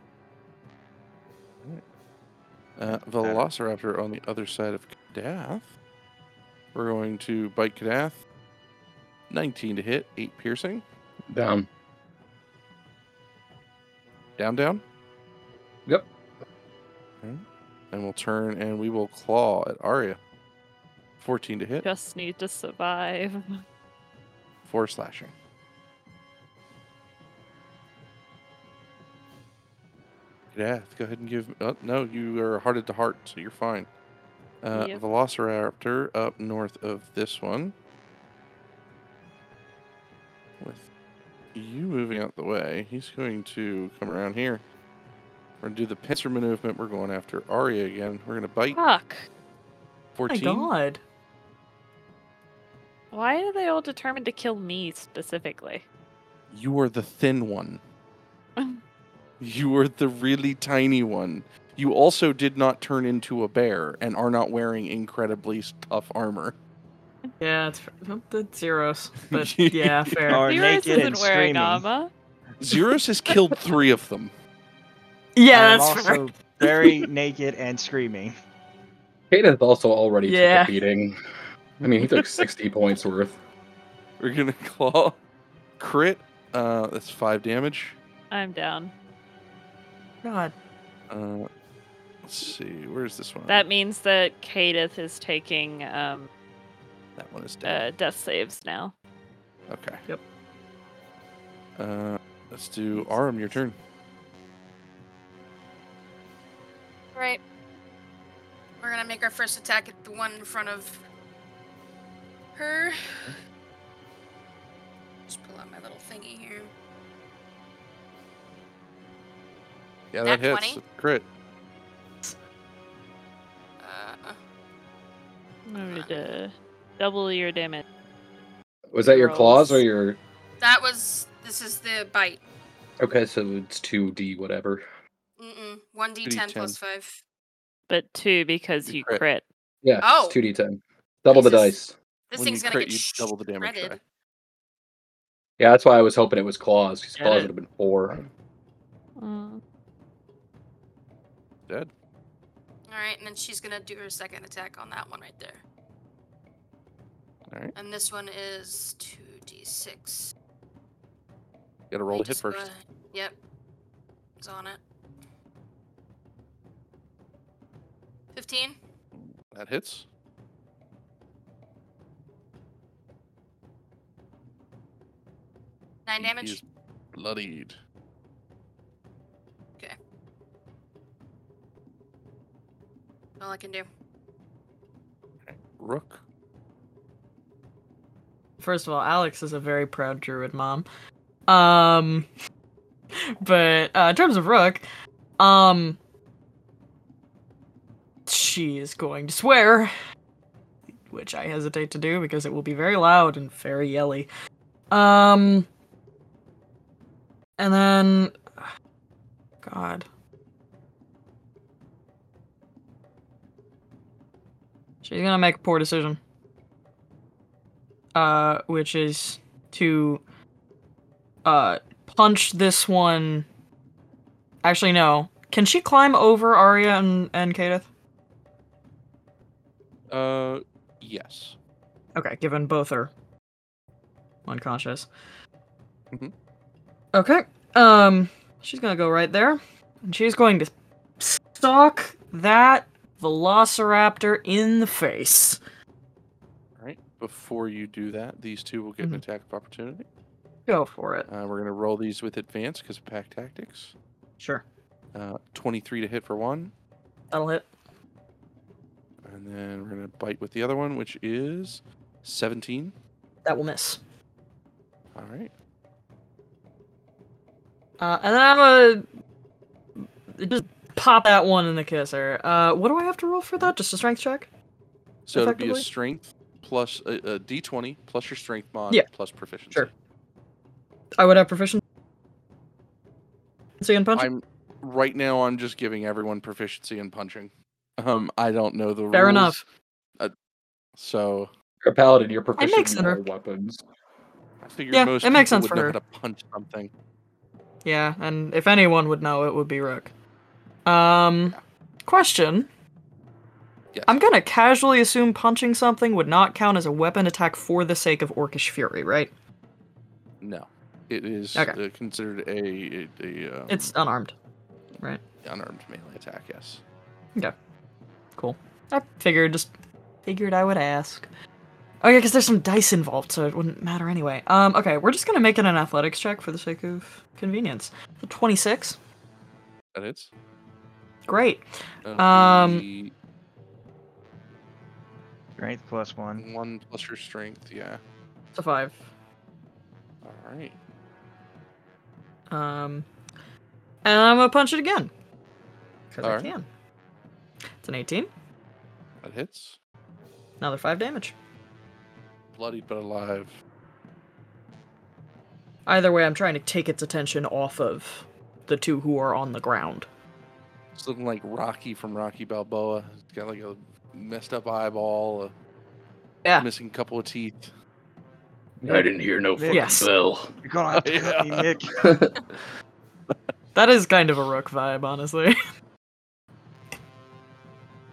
Speaker 2: Uh, Velociraptor on the other side of Kadath. We're going to bite Kadath. 19 to hit, 8 piercing.
Speaker 4: Down.
Speaker 2: Down, down.
Speaker 4: Yep.
Speaker 2: Okay. And we'll turn and we will claw at Arya. 14 to hit,
Speaker 3: [laughs] Just need to survive.
Speaker 2: 4 slashing. Kadath, go ahead and give. Oh, no, you are hearted to heart, so you're fine. Uh,
Speaker 3: Yep.
Speaker 2: Velociraptor up north of this one. With you moving out the way, he's going to come around here. We're going to do the pincer movement. We're going after Arya again. We're going to bite
Speaker 3: Fuck.
Speaker 7: My
Speaker 2: 14.
Speaker 7: God.
Speaker 3: Why are they all determined to kill me specifically?
Speaker 2: You are the thin
Speaker 6: [laughs]
Speaker 2: one. You are the really tiny one. You also did not turn into a bear and are not wearing incredibly tough armor.
Speaker 7: Yeah, it's
Speaker 1: oh,
Speaker 7: that's zeros,
Speaker 5: [laughs]
Speaker 7: but yeah, fair.
Speaker 5: Or
Speaker 3: Zeros
Speaker 5: naked
Speaker 3: isn't
Speaker 5: and
Speaker 3: wearing
Speaker 5: screaming.
Speaker 3: armor.
Speaker 2: Xeros has killed three of them.
Speaker 7: yeah,
Speaker 5: I'm
Speaker 7: that's
Speaker 1: [laughs]
Speaker 7: fair.
Speaker 5: also very naked and screaming.
Speaker 4: Kadeth also already
Speaker 7: Yeah.
Speaker 4: took a beating. I mean, he took
Speaker 1: [laughs]
Speaker 4: 60 points worth.
Speaker 2: We're gonna [laughs] claw, crit. Uh, that's five damage.
Speaker 3: I'm down.
Speaker 7: God.
Speaker 2: Uh, let's see. Where's this one?
Speaker 3: That means that Kadeth is taking um,
Speaker 2: that one is dead.
Speaker 3: uh, death saves now.
Speaker 2: okay.
Speaker 7: Yep.
Speaker 2: Uh, let's do Aram. Your turn.
Speaker 6: Right. We're gonna make our first attack at the one in front of her. Just pull out my little thingy here.
Speaker 2: Yeah, that
Speaker 6: Nat
Speaker 2: hits.
Speaker 6: 20.
Speaker 2: Crit.
Speaker 6: Uh,
Speaker 3: Maybe to double your damage.
Speaker 4: Was that your claws or
Speaker 3: Gross.
Speaker 4: your.
Speaker 6: that was. This is the bite.
Speaker 4: Okay, so it's 2D whatever.
Speaker 6: Mm-mm. 1d10 plus 5.
Speaker 3: But two, because
Speaker 2: You
Speaker 3: you
Speaker 2: crit.
Speaker 3: crit.
Speaker 4: Yeah,
Speaker 6: Oh.
Speaker 4: it's 2D10. Double the
Speaker 6: This
Speaker 4: dice.
Speaker 6: is- This
Speaker 2: When
Speaker 6: thing's
Speaker 2: you
Speaker 6: gonna
Speaker 2: crit,
Speaker 6: get
Speaker 2: you double the damage.
Speaker 6: shredded.
Speaker 2: die.
Speaker 4: Yeah, that's why I was hoping it was claws, because
Speaker 7: Get
Speaker 4: claws
Speaker 7: it.
Speaker 4: would have been four.
Speaker 3: Mm.
Speaker 2: Dead.
Speaker 6: Alright, and then she's gonna do her second attack on that one right there.
Speaker 2: Alright.
Speaker 6: And this one is 2d6.
Speaker 2: Gotta roll
Speaker 6: I
Speaker 2: to hit
Speaker 6: just go
Speaker 2: first.
Speaker 6: ahead- Yep. It's on it. 15. uh,
Speaker 2: That hits.
Speaker 6: Nine
Speaker 2: He
Speaker 6: damage.
Speaker 2: is bloodied.
Speaker 6: All I can do.
Speaker 2: Rook.
Speaker 7: First of all, Alex is a very proud druid mom. Um, [laughs] but uh, in terms of Rook, um, she is going to swear, which I hesitate to do because it will be very loud and very yelly. Um, and then, [sighs] God. She's gonna make a poor decision.
Speaker 1: uh, which is to uh, punch this one. Actually, no. Can she climb over Arya and and Kadeth?
Speaker 2: Uh, yes.
Speaker 1: Okay, given both are unconscious.
Speaker 2: Mhm.
Speaker 1: Okay. Um, she's gonna go right there, and she's going to stalk that Velociraptor in the face.
Speaker 2: All right. Before you do that, these two will get an attack of opportunity.
Speaker 1: Go for it.
Speaker 2: Uh, we're going to roll these with advance because of pack tactics.
Speaker 1: Sure,
Speaker 2: Uh, 23 to hit for one.
Speaker 1: that'll hit.
Speaker 2: And then we're going to bite with the other one, which is 17.
Speaker 1: That will miss.
Speaker 2: All right.
Speaker 1: Uh, and then I'm gonna just pop that one in the kisser. Uh, what do I have to roll for that? Just a strength check?
Speaker 2: So it'll be a
Speaker 1: Effectively?
Speaker 2: strength plus uh, a, a d20 plus your strength mod
Speaker 1: Yeah.
Speaker 2: plus proficiency.
Speaker 1: Sure. I would have proficiency in punch.
Speaker 2: I'm right now. I'm just giving everyone proficiency in punching. Um, I don't know the
Speaker 1: Fair
Speaker 2: rules, Uh,
Speaker 1: enough.
Speaker 2: So
Speaker 4: You're a paladin. You're proficient
Speaker 1: makes
Speaker 4: in
Speaker 1: sense.
Speaker 4: all weapons.
Speaker 2: I figured
Speaker 1: Yeah,
Speaker 2: most
Speaker 1: it makes
Speaker 2: people
Speaker 1: sense
Speaker 2: would
Speaker 1: for
Speaker 2: know
Speaker 1: her.
Speaker 2: how to punch something.
Speaker 1: Yeah, and if anyone would know, it would be Rook. Um, question.
Speaker 2: Yes.
Speaker 1: I'm gonna casually assume punching something would not count as a weapon attack for the sake of Orcish Fury, right?
Speaker 2: No, it is
Speaker 1: Okay.
Speaker 2: uh, considered a a, a um,
Speaker 1: It's unarmed.
Speaker 2: unarmed melee attack. Yes.
Speaker 1: I figured, just figured I would ask. Oh yeah, because there's some dice involved, so it wouldn't matter anyway. Um, okay, we're just gonna make it an athletics check for the sake of convenience. So 26,
Speaker 2: That Uh, is.
Speaker 1: great.
Speaker 2: That'll
Speaker 1: Um,
Speaker 2: be
Speaker 5: Strength plus one. [laughs]
Speaker 2: one plus your strength. Yeah.
Speaker 1: It's a five.
Speaker 2: All right.
Speaker 1: Um, and I'm gonna punch it again because I
Speaker 2: Alright.
Speaker 1: can. It's an 18,
Speaker 2: That hits.
Speaker 1: another five damage.
Speaker 2: Bloodied but alive.
Speaker 1: Either way, I'm trying to take its attention off of the two who are on the ground.
Speaker 2: It's looking like Rocky from Rocky Balboa. It's got like a messed up eyeball. A
Speaker 1: Yeah.
Speaker 2: Missing couple of teeth.
Speaker 4: I didn't hear no fucking
Speaker 1: Yes.
Speaker 4: [laughs] bell.
Speaker 5: You're gonna have to cut me,
Speaker 2: Yeah.
Speaker 5: Nick.
Speaker 1: That is kind of a rook vibe, honestly. [laughs]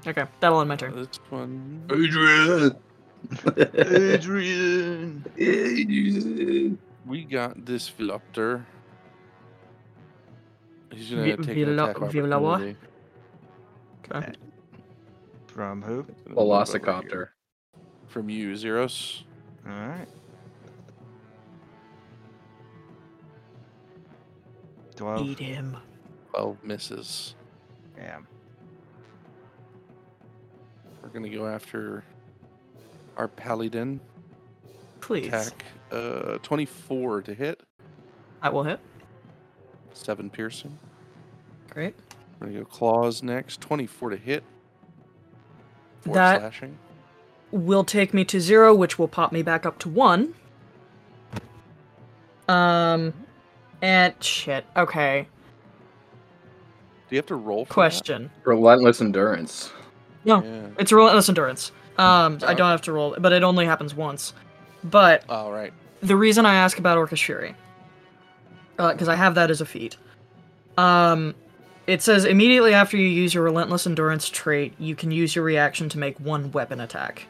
Speaker 1: okay, that'll end my turn.
Speaker 2: This one.
Speaker 4: Adrian.
Speaker 5: Adrian.
Speaker 4: Adrian.
Speaker 2: We got this Velopter. He's
Speaker 1: Vi-
Speaker 2: gonna take an
Speaker 1: Velo-
Speaker 2: attack
Speaker 1: Veloa?
Speaker 2: opportunity.
Speaker 1: Okay.
Speaker 5: From who?
Speaker 2: It's gonna move over here.
Speaker 4: Velocicopter.
Speaker 2: From you, Zeros.
Speaker 5: All right. Twelve.
Speaker 1: Eat him.
Speaker 2: Twelve misses.
Speaker 5: Yeah.
Speaker 2: We're gonna go after our Paladin
Speaker 1: Please.
Speaker 2: attack. Uh, twenty-four to hit,
Speaker 1: That will hit.
Speaker 2: seven piercing.
Speaker 1: Great.
Speaker 2: We're gonna go claws next. Twenty-four to hit. Four
Speaker 1: That-
Speaker 2: slashing.
Speaker 1: Will take me to zero, which will pop me back up to one. Um, and shit. Okay.
Speaker 2: Do you have to roll? For that?
Speaker 1: Question.
Speaker 4: Relentless endurance.
Speaker 1: No.
Speaker 2: Yeah.
Speaker 1: It's relentless endurance. Um, I don't have to roll, but it only happens once. But
Speaker 2: All right.
Speaker 1: the reason I ask about Orcish Fury, because I have that as a feat. Um, it says immediately after you use your relentless endurance trait, you can use your reaction to make one weapon attack.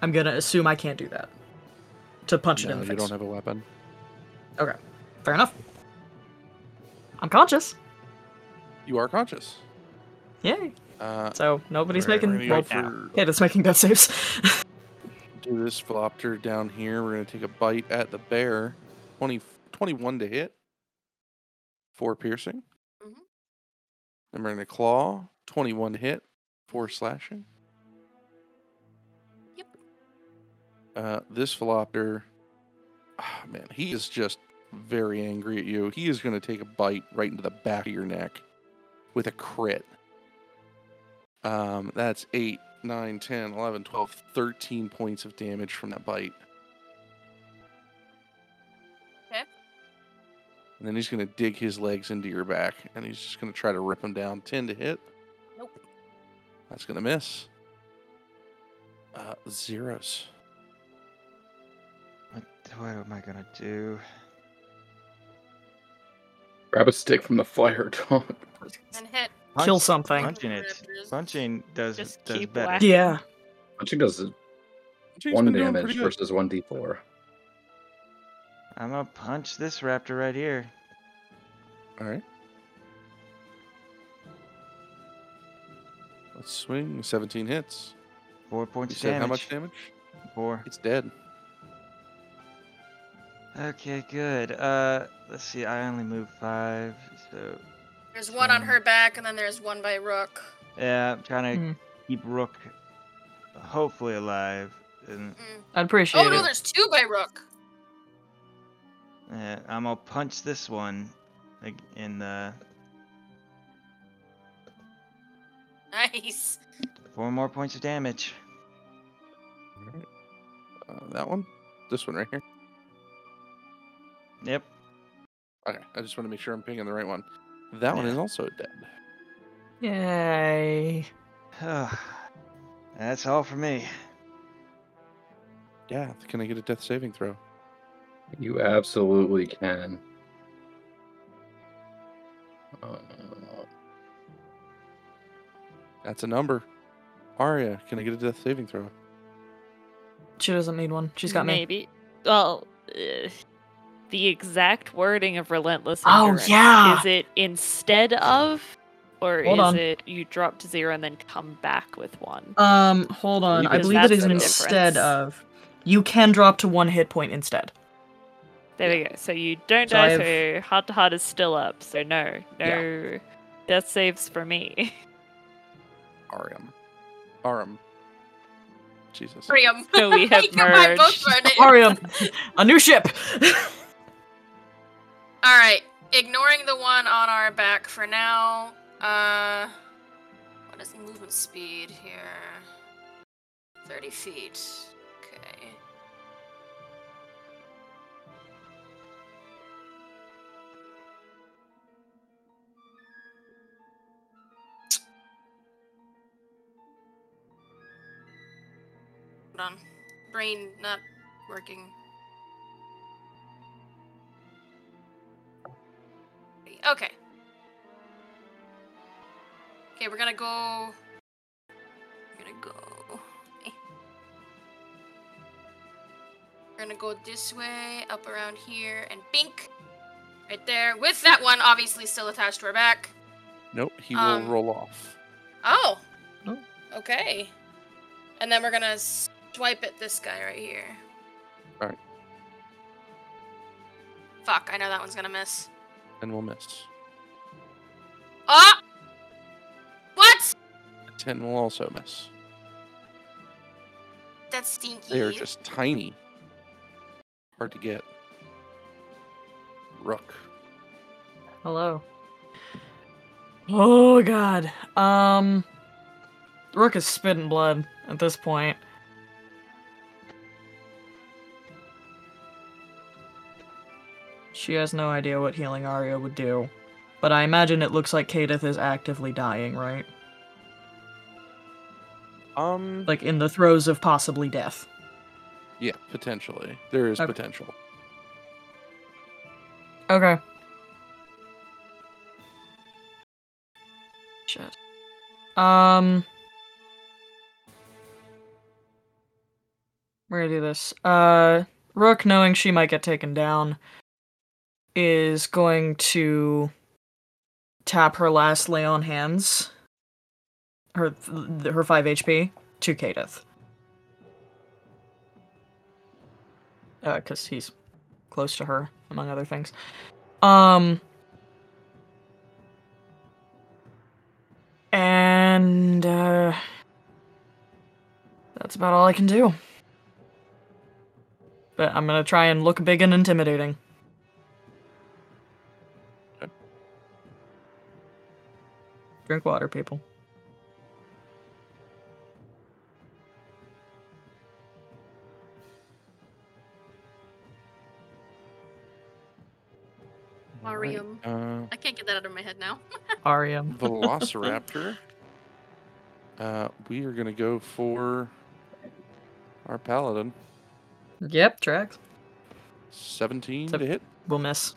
Speaker 1: I'm gonna assume I can't do that. To punch it in
Speaker 2: No,
Speaker 1: the
Speaker 2: you
Speaker 1: face.
Speaker 2: don't have a weapon.
Speaker 1: Fair enough. I'm conscious.
Speaker 2: You are conscious.
Speaker 1: Yay!
Speaker 2: Uh,
Speaker 1: So nobody's
Speaker 5: Right,
Speaker 2: we're
Speaker 1: making.
Speaker 2: gonna
Speaker 1: Well,
Speaker 2: go
Speaker 5: right now.
Speaker 2: for
Speaker 1: yeah, it's making death saves.
Speaker 2: [laughs] do this Velopter down here. We're going to take a bite at the bear. 20, 21 to hit. Four piercing.
Speaker 6: Mhm.
Speaker 2: Then we're going to claw. 21 to hit. Four slashing.
Speaker 6: Yep.
Speaker 2: Uh, this Velopter, ah, man, he is just very angry at you. He is going to take a bite right into the back of your neck with a crit. Um, that's eight, nine, 10, 11, 12, 13 points of damage from that bite.
Speaker 6: Okay.
Speaker 2: And then he's going to dig his legs into your back and he's just going to try to rip him down. 10 to hit.
Speaker 6: Nope.
Speaker 2: That's going to miss. Uh, zeros.
Speaker 5: What, what am I gonna do?
Speaker 4: Grab a stick from the fire, [laughs] Tom.
Speaker 6: And hit.
Speaker 1: Kill
Speaker 5: Punch-
Speaker 1: something.
Speaker 5: Punching it. Punching does
Speaker 3: Just
Speaker 5: does
Speaker 3: keep
Speaker 5: better.
Speaker 3: whacking.
Speaker 1: Yeah.
Speaker 4: Punching does
Speaker 2: She's
Speaker 4: one
Speaker 2: been doing
Speaker 4: damage
Speaker 2: pretty good.
Speaker 4: versus one d4.
Speaker 5: I'm gonna punch this raptor right here.
Speaker 2: All right. Let's swing. 17 hits.
Speaker 5: Four
Speaker 2: You
Speaker 5: points of
Speaker 2: said
Speaker 5: damage.
Speaker 2: how much damage?
Speaker 5: Four.
Speaker 2: It's dead.
Speaker 5: Okay, good. Uh, let's see. I only moved five, so
Speaker 6: There's one on her back, and then there's one by Rook.
Speaker 5: yeah, I'm trying to
Speaker 1: Hmm.
Speaker 5: keep Rook hopefully alive. And
Speaker 6: Mm.
Speaker 1: I'd appreciate
Speaker 6: Oh no,
Speaker 1: it.
Speaker 6: there's two by Rook. [laughs]
Speaker 5: uh, I'm gonna punch this one, like in uh, the
Speaker 6: Nice.
Speaker 5: four more points of damage.
Speaker 2: Uh, that one? This one right here?
Speaker 5: Yep. [sighs]
Speaker 2: Okay. I just want to make sure I'm pinging the right one. That one is also dead.
Speaker 1: Yay.
Speaker 5: That's all for me.
Speaker 2: Yeah. Can I get a death saving throw?
Speaker 4: You absolutely can. Uh,
Speaker 2: That's a number. Arya, can I get a death saving throw?
Speaker 1: She doesn't need one. She's got me.
Speaker 3: Maybe. Well, uh, the exact wording of relentless.
Speaker 1: Oh,
Speaker 3: endurance.
Speaker 1: yeah.
Speaker 3: Is it instead of, or
Speaker 1: Hold
Speaker 3: is
Speaker 1: on.
Speaker 3: it you drop to zero and then come back with one?
Speaker 1: Um, hold on. I
Speaker 3: Because
Speaker 1: believe it
Speaker 3: that's
Speaker 1: is
Speaker 3: the
Speaker 1: instead
Speaker 3: difference.
Speaker 1: of. You can drop to one hit point
Speaker 3: [laughs]
Speaker 1: instead.
Speaker 3: There we go. So you don't
Speaker 1: So I
Speaker 3: die.
Speaker 1: have-
Speaker 3: So heart to heart is still up. So no, no, death saves for me. [laughs]
Speaker 2: Aram. Aram. Jesus.
Speaker 6: [laughs] Priam.
Speaker 3: So we have
Speaker 6: combined both
Speaker 3: merged.
Speaker 6: of our names.
Speaker 1: Arium, a new ship. [laughs]
Speaker 6: All right, ignoring the one on our back for now. Uh, what is movement speed here? Thirty feet. Okay. Hold on, brain not working. Okay. Okay, we're gonna go. We're gonna go. okay. We're gonna go this way, up around here, and bink! Right there, with that one obviously still attached to her back.
Speaker 2: Nope. He
Speaker 6: Um,
Speaker 2: will roll off.
Speaker 6: Oh!
Speaker 1: Oh.
Speaker 6: Okay. And then we're gonna swipe at this guy right here.
Speaker 2: Alright.
Speaker 6: Fuck, I know that one's gonna miss.
Speaker 2: And will miss.
Speaker 6: Ah! What?
Speaker 2: 10 will also miss.
Speaker 6: That's stinky.
Speaker 2: They are just tiny. Hard to get. Rook.
Speaker 1: Hello. Oh god. Um Rook is spitting blood at this point. She has no idea what healing Aria would do. But I imagine it looks like Kadith is actively dying, right?
Speaker 2: Um.
Speaker 1: Like in the throes of possibly death.
Speaker 2: Yeah, potentially. There is
Speaker 1: Okay.
Speaker 2: potential.
Speaker 1: Okay. Shit. Um. We're gonna do this. Uh, Rook, knowing she might get taken down, is going to tap her last lay on hands, her th- her five HP to Kadeth. Uh, cause he's close to her, among other things. Um. And uh, that's about all I can do. But I'm gonna try and look big and intimidating.
Speaker 2: Okay.
Speaker 1: Drink water, [laughs] people.
Speaker 6: Marium.
Speaker 2: Uh,
Speaker 6: I can't get that out of my head now.
Speaker 1: Arium.
Speaker 2: Velociraptor. uh, we are going to go for our paladin.
Speaker 1: Yep, tracks.
Speaker 2: 17
Speaker 1: Sev-
Speaker 2: to hit.
Speaker 1: We'll miss.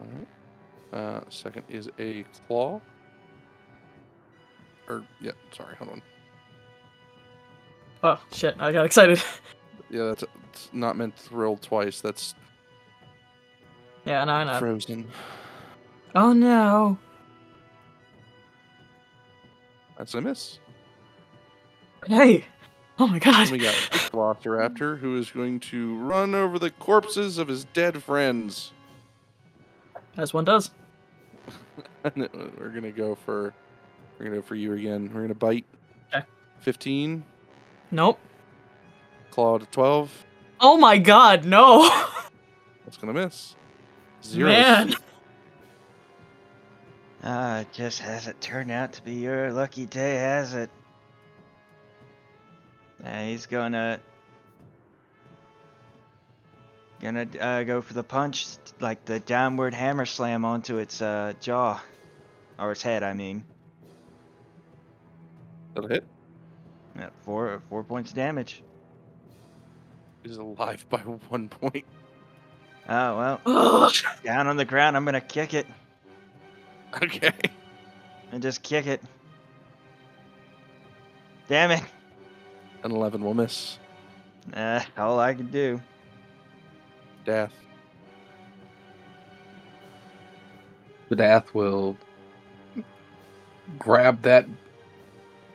Speaker 2: All right. Uh, second is a claw. Or yeah, sorry, hold on.
Speaker 1: Oh shit! I got excited. [laughs]
Speaker 2: Yeah, that's it's not meant to roll twice. That's
Speaker 1: Yeah, no, I know.
Speaker 2: frozen.
Speaker 1: Oh no!
Speaker 2: That's a miss.
Speaker 1: Hey! Oh my
Speaker 2: And
Speaker 1: god!
Speaker 2: we got the Velociraptor, who is going to run over the corpses of his dead friends.
Speaker 1: As one does.
Speaker 2: [laughs] And we're gonna go for, we're gonna go for you again. We're gonna bite.
Speaker 1: Okay.
Speaker 2: Fifteen,
Speaker 1: Nope.
Speaker 2: claw to twelve.
Speaker 1: Oh my god! No!
Speaker 2: That's gonna miss. Zero.
Speaker 4: [laughs]
Speaker 1: Man.
Speaker 5: Ah, it just hasn't turned out to be your lucky day, has it? And he's gonna gonna uh, go for the punch, like the downward hammer slam onto its uh, jaw, or its head, I mean.
Speaker 2: That'll hit.
Speaker 5: Yeah, Uh, Four four points of damage.
Speaker 2: He's alive by [laughs] one point.
Speaker 5: Oh well,
Speaker 1: Ugh.
Speaker 5: down on the ground. I'm gonna kick it
Speaker 2: Okay.
Speaker 5: and just kick it. Damn it!
Speaker 2: And eleven will miss.
Speaker 5: Uh, all I can do.
Speaker 2: Death.
Speaker 4: The Dath will grab that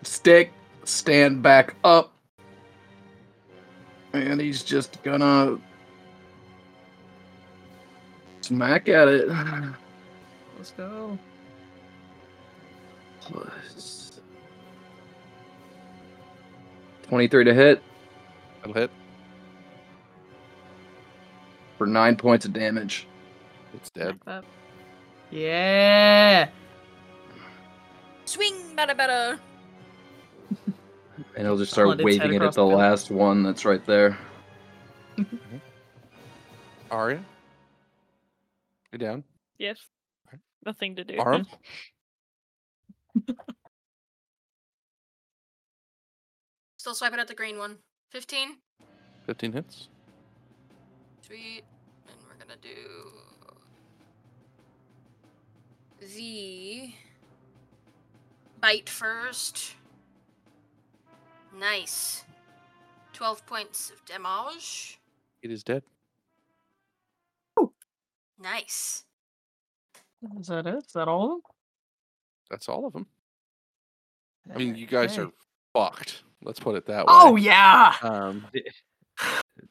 Speaker 4: stick, stand back up, and he's just gonna smack at it. [sighs]
Speaker 1: Let's go.
Speaker 4: Plus 23 to hit
Speaker 2: That'll hit.
Speaker 4: for nine points of damage.
Speaker 2: It's dead.
Speaker 3: Like that.
Speaker 1: Yeah.
Speaker 6: Swing, bada bada.
Speaker 4: And he'll just
Speaker 1: Hold
Speaker 4: start
Speaker 1: its head
Speaker 4: waving it at
Speaker 1: across
Speaker 4: the
Speaker 1: the-
Speaker 4: last one that's right there.
Speaker 2: Aria. You're down.
Speaker 3: Yes. Nothing to do.
Speaker 2: Arm.
Speaker 6: Still swiping at the green one. 15.
Speaker 2: Fifteen hits.
Speaker 6: Sweet. And we're gonna do the bite first. Nice. Twelve points of damage.
Speaker 2: It is dead.
Speaker 6: Nice.
Speaker 1: Is that it? Is that all? of 'em?
Speaker 2: That's all of them. I mean, you guys are fucked. Let's put it that way.
Speaker 1: Oh yeah!
Speaker 2: Um,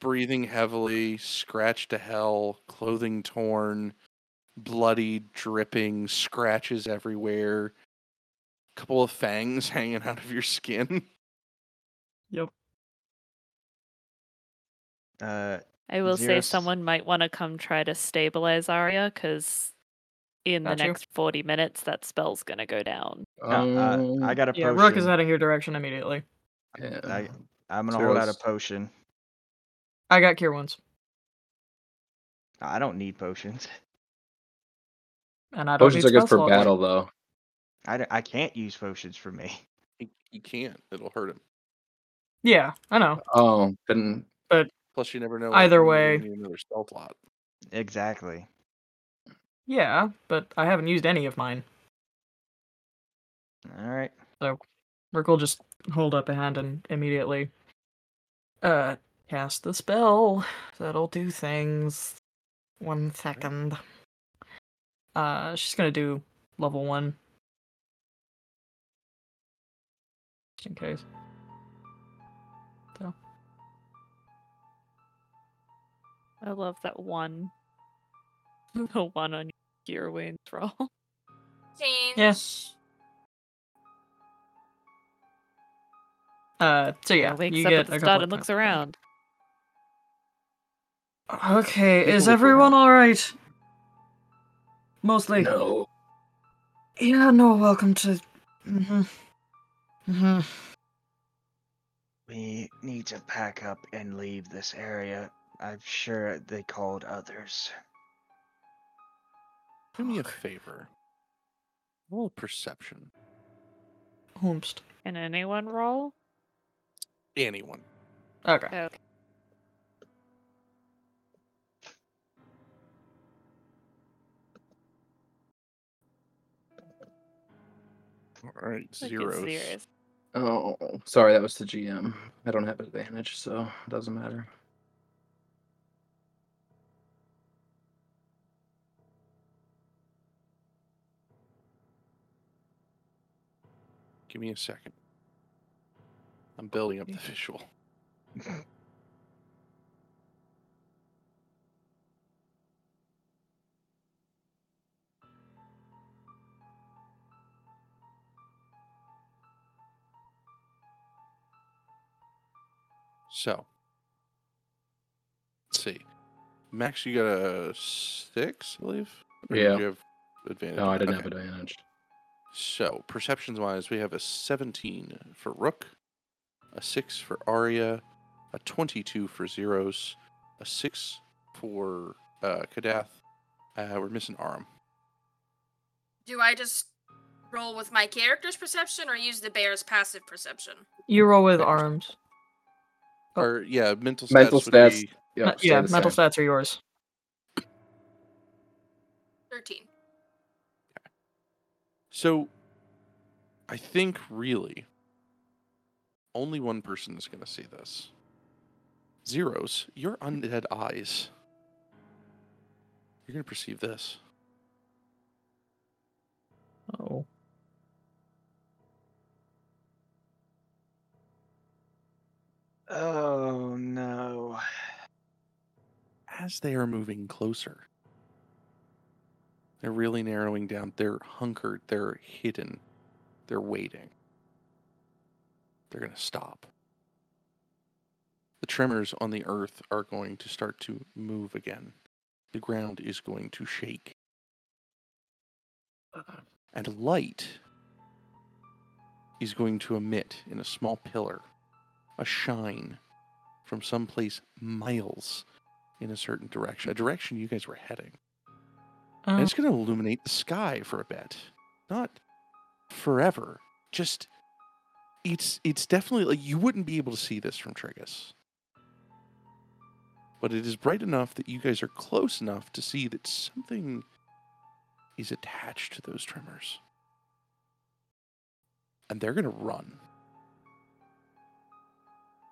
Speaker 2: breathing heavily, scratched to hell, clothing torn, bloody, dripping, scratches everywhere, couple of fangs [laughs] hanging out of your skin.
Speaker 5: Uh,
Speaker 3: I will say
Speaker 5: Zeros.
Speaker 3: someone might want to come try to stabilize Arya because in the
Speaker 1: Got you.
Speaker 3: next 40 minutes that spell's going to go down.
Speaker 5: no, uh, I
Speaker 4: Um,
Speaker 5: got a
Speaker 1: Yeah,
Speaker 5: potion.
Speaker 1: Rook is heading your direction immediately.
Speaker 4: yeah.
Speaker 5: I, I'm gonna hold out a
Speaker 4: Zeros.
Speaker 5: potion.
Speaker 1: I got cure wounds,
Speaker 5: I don't need potions. [laughs]
Speaker 1: and I don't
Speaker 4: Potions
Speaker 1: need
Speaker 4: are good
Speaker 1: spell
Speaker 4: for
Speaker 1: slot.
Speaker 4: battle, though.
Speaker 5: I, don't- I can't use potions for me. [laughs]
Speaker 2: You- You can't. It'll hurt him.
Speaker 1: Yeah, I know.
Speaker 4: Oh, then
Speaker 2: Plus, you never know.
Speaker 1: Either
Speaker 2: when
Speaker 1: way.
Speaker 2: you're gonna need another spell slot.
Speaker 5: Exactly.
Speaker 1: Yeah, but I haven't used any of mine.
Speaker 5: All right.
Speaker 1: Merc will just hold up a hand and immediately uh cast the spell. That'll do things. One second. Uh she's gonna do level one. Just in case.
Speaker 3: I love that one. [laughs] The one on your Wayne's [laughs] roll.
Speaker 6: Change.
Speaker 1: Yes. Uh so yeah,
Speaker 3: wakes
Speaker 1: you
Speaker 3: up
Speaker 1: get
Speaker 3: at
Speaker 1: a
Speaker 3: the
Speaker 1: couple
Speaker 3: start and
Speaker 1: of
Speaker 3: looks
Speaker 1: points.
Speaker 3: around.
Speaker 1: Okay, is
Speaker 2: People will
Speaker 1: everyone
Speaker 2: help.
Speaker 1: alright? Mostly.
Speaker 4: no.
Speaker 1: Yeah, no, welcome to.
Speaker 7: mm-hmm.
Speaker 1: hmm hmm
Speaker 5: We need to pack up and leave this area. I'm sure they called others. [laughs]
Speaker 2: Do me a favor. Roll perception.
Speaker 1: Homst.
Speaker 3: Can anyone roll? Oh,
Speaker 2: Anyone.
Speaker 1: Okay.
Speaker 3: Okay.
Speaker 2: Alright,
Speaker 3: Look at
Speaker 2: zeros.
Speaker 3: zeros.
Speaker 4: Oh, sorry, that was the GM. I don't have advantage, so it doesn't matter.
Speaker 2: Give me a second. I'm building up the visual. So, let's see. Max, you got a six, I believe. did
Speaker 4: Yeah.
Speaker 2: You have advantage.
Speaker 4: No, I didn't
Speaker 2: Okay.
Speaker 4: have advantage.
Speaker 2: So, perceptions wise, we have a 17 for Rook, a 6 for Arya, a 22 for Zeros, a 6 for uh, Kadath. Uh, we're missing Aram.
Speaker 6: Do I just roll with my character's perception or use the bear's passive perception?
Speaker 7: You roll with arms. Oh.
Speaker 2: Or, yeah, mental stats.
Speaker 4: Mental
Speaker 2: would
Speaker 4: stats.
Speaker 2: be-
Speaker 4: Yeah, stay
Speaker 7: yeah,
Speaker 4: the
Speaker 7: mental
Speaker 4: same.
Speaker 7: stats are yours.
Speaker 6: 13.
Speaker 2: So, I think really only one person is going to see this. Zeros, your undead eyes. You're going to perceive this.
Speaker 7: Oh.
Speaker 5: Oh no. [sighs]
Speaker 2: as they are moving closer, they're really narrowing down. They're hunkered. They're hidden. They're waiting. They're going to stop. The tremors on the earth are going to start to move again. The ground is going to shake. And light is going to emit in a small pillar a shine from someplace miles in a certain direction, a direction you guys were heading.
Speaker 1: Mm-hmm.
Speaker 7: Uh,
Speaker 2: And it's going to illuminate the sky for a bit, not forever. Just it's it's definitely like you wouldn't be able to see this from Trigus. But it is bright enough that you guys are close enough to see that something is attached to those tremors. And they're going to run.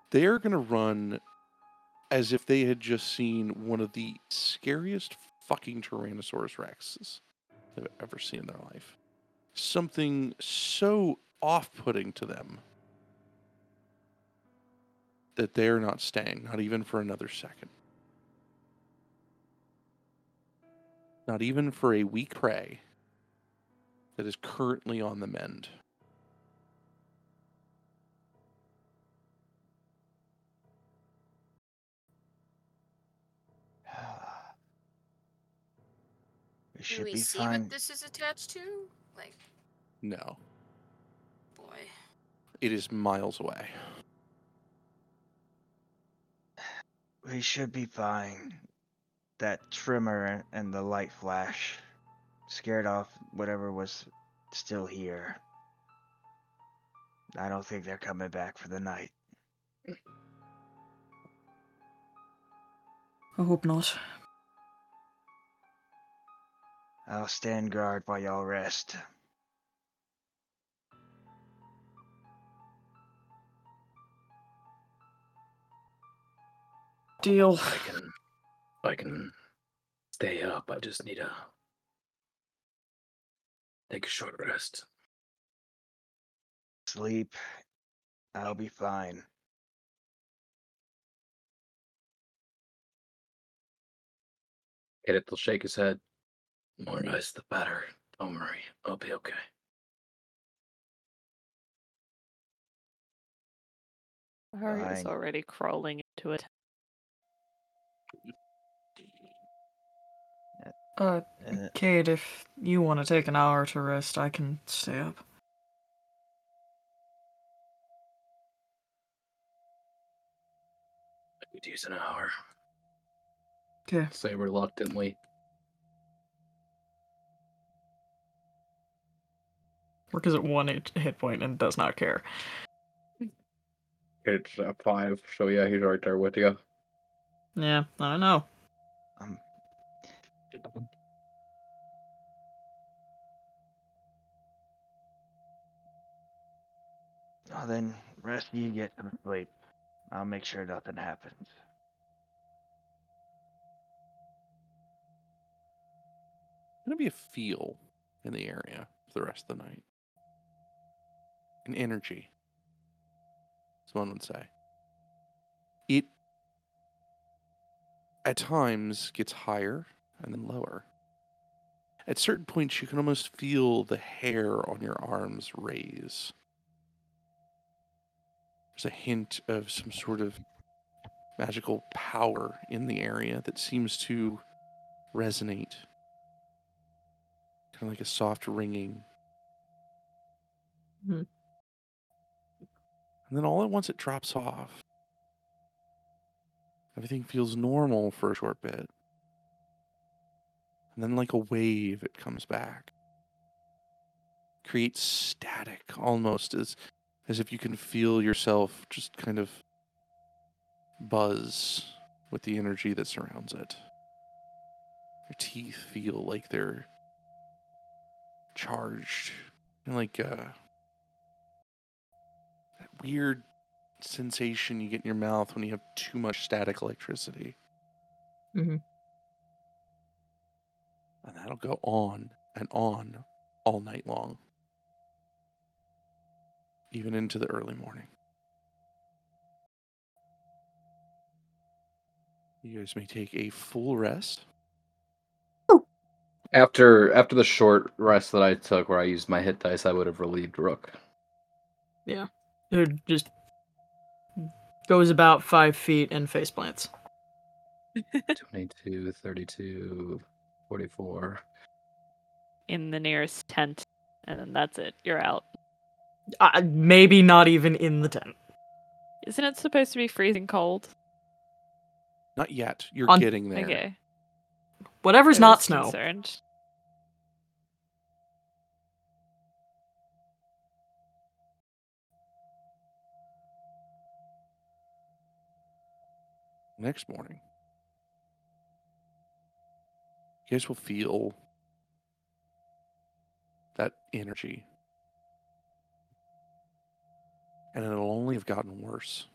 Speaker 2: They're going to run as if they had just seen one of the scariest fucking Tyrannosaurus Rexes they've ever seen in their life. Something so off putting to them that they're not staying, not even for another second. Not even for a weak prey that is currently on the mend.
Speaker 5: We
Speaker 6: Do
Speaker 5: should
Speaker 6: we
Speaker 5: be
Speaker 6: see
Speaker 5: fine.
Speaker 6: what this is attached to? Like,
Speaker 2: No,
Speaker 6: boy.
Speaker 2: it is miles away.
Speaker 5: We should be fine. That trimmer and the light flash scared off whatever was still here. I don't think they're coming back for the night.
Speaker 1: I hope not.
Speaker 5: I'll stand guard while y'all rest.
Speaker 1: Deal.
Speaker 4: I can, I can stay up. I just need to take a short rest.
Speaker 5: Sleep. I'll be fine.
Speaker 4: Get it, will shake his head. More nice, the better. Don't worry, I'll be okay.
Speaker 3: Arya's
Speaker 5: Fine.
Speaker 3: already crawling into it. [laughs]
Speaker 7: Uh,
Speaker 5: Uh,
Speaker 7: Kate, if you want to take an hour to rest, I can stay up.
Speaker 4: I could use an hour.
Speaker 7: 'Kay.
Speaker 4: Say reluctantly.
Speaker 7: Work is at one hit hit point and does not care.
Speaker 4: It's a five, so yeah, he's right there with you.
Speaker 7: Yeah, I don't know.
Speaker 5: um, Well, Oh, then, rest you get some sleep. I'll make sure nothing happens.
Speaker 2: gonna be a feel in the area for the rest of the night. An energy, as one would say. It at times gets higher and then lower. At certain points, you can almost feel the hair on your arms raise. There's a hint of some sort of magical power in the area that seems to resonate kind of like a soft ringing.
Speaker 7: Mhm.
Speaker 2: And then all at once it drops off. Everything feels normal for a short bit. And then, like a wave, it comes back. Creates static almost as, as if you can feel yourself just kind of buzz with the energy that surrounds it. Your teeth feel like they're charged and like uh that weird sensation you get in your mouth when you have too much static electricity
Speaker 7: Mhm.
Speaker 2: and that'll go on and on all night long even into the early morning you guys may take a full rest
Speaker 4: After after the short rest that I took, where I used my hit dice, I would have relieved
Speaker 7: [laughs]
Speaker 4: Rook.
Speaker 7: It just goes about five feet and face plants.
Speaker 4: 22, 32, 44.
Speaker 3: in the nearest tent, and then that's it. You're out.
Speaker 7: Uh, maybe not even in the tent.
Speaker 3: Isn't it supposed to be freezing cold?
Speaker 2: not yet you're
Speaker 7: On-
Speaker 2: getting there
Speaker 3: Okay.
Speaker 7: Whatever's
Speaker 3: I
Speaker 7: not
Speaker 3: was
Speaker 7: snow.
Speaker 3: Concerned.
Speaker 2: next morning, you guys will feel that energy. And it'll only have gotten worse.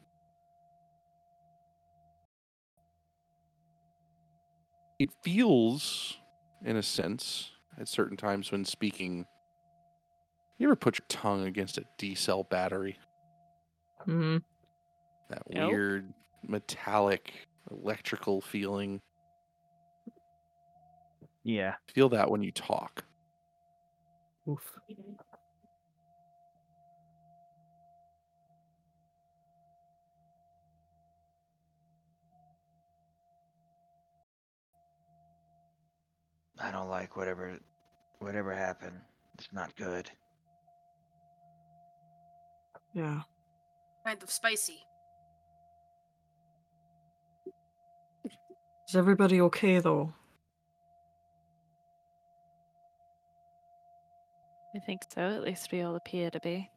Speaker 2: It feels, in a sense, at certain times when speaking. You ever put your tongue against a D cell battery?
Speaker 7: hmm
Speaker 2: That
Speaker 3: No.
Speaker 2: weird metallic electrical feeling.
Speaker 5: Yeah.
Speaker 2: feel that when you talk.
Speaker 7: Oof.
Speaker 5: I don't like whatever whatever happened. It's not good.
Speaker 7: Yeah.
Speaker 6: Kind of spicy.
Speaker 7: Is everybody okay though?
Speaker 3: I think so. At least we all appear to be.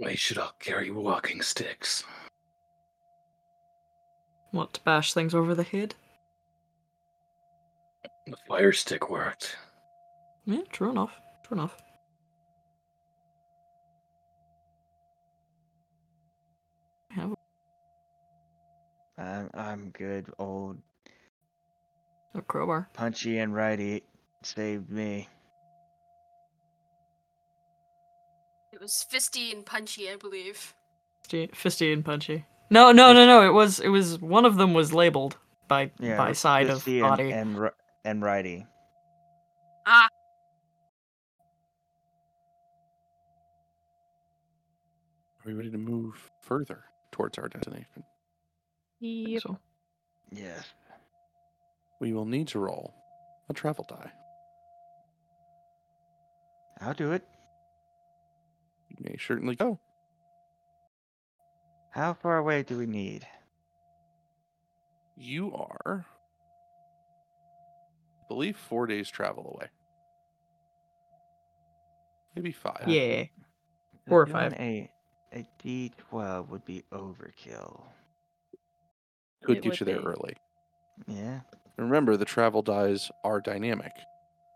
Speaker 4: We should all carry walking sticks.
Speaker 7: Want to bash things over the head?
Speaker 4: The fire stick worked.
Speaker 7: Yeah, true enough. True enough. Yeah,
Speaker 5: I'm I'm good. Old
Speaker 7: A crowbar.
Speaker 5: punchy and righty saved me.
Speaker 6: It was fisty and punchy, I believe. [laughs]
Speaker 7: Fisty, fisty and punchy. No, no, no, no. It was. It was. One of them was labeled by
Speaker 5: Yeah.
Speaker 7: by side of
Speaker 5: fisty
Speaker 7: body.
Speaker 5: and and, ri- and righty.
Speaker 2: Are we ready to move further towards our destination?
Speaker 3: Yep.
Speaker 7: So,
Speaker 5: Yes.
Speaker 2: We will need to roll a travel die.
Speaker 5: I'll do it.
Speaker 2: You may certainly go.
Speaker 5: How far away do we need?
Speaker 2: You are, I believe, four days travel away. Maybe five.
Speaker 7: yeah. Four or
Speaker 5: Doing
Speaker 7: five.
Speaker 5: A a D twelve would be overkill.
Speaker 2: Could
Speaker 3: It
Speaker 2: get
Speaker 3: would
Speaker 2: you there
Speaker 3: be.
Speaker 2: early.
Speaker 5: Yeah.
Speaker 2: Remember, the travel dies are dynamic.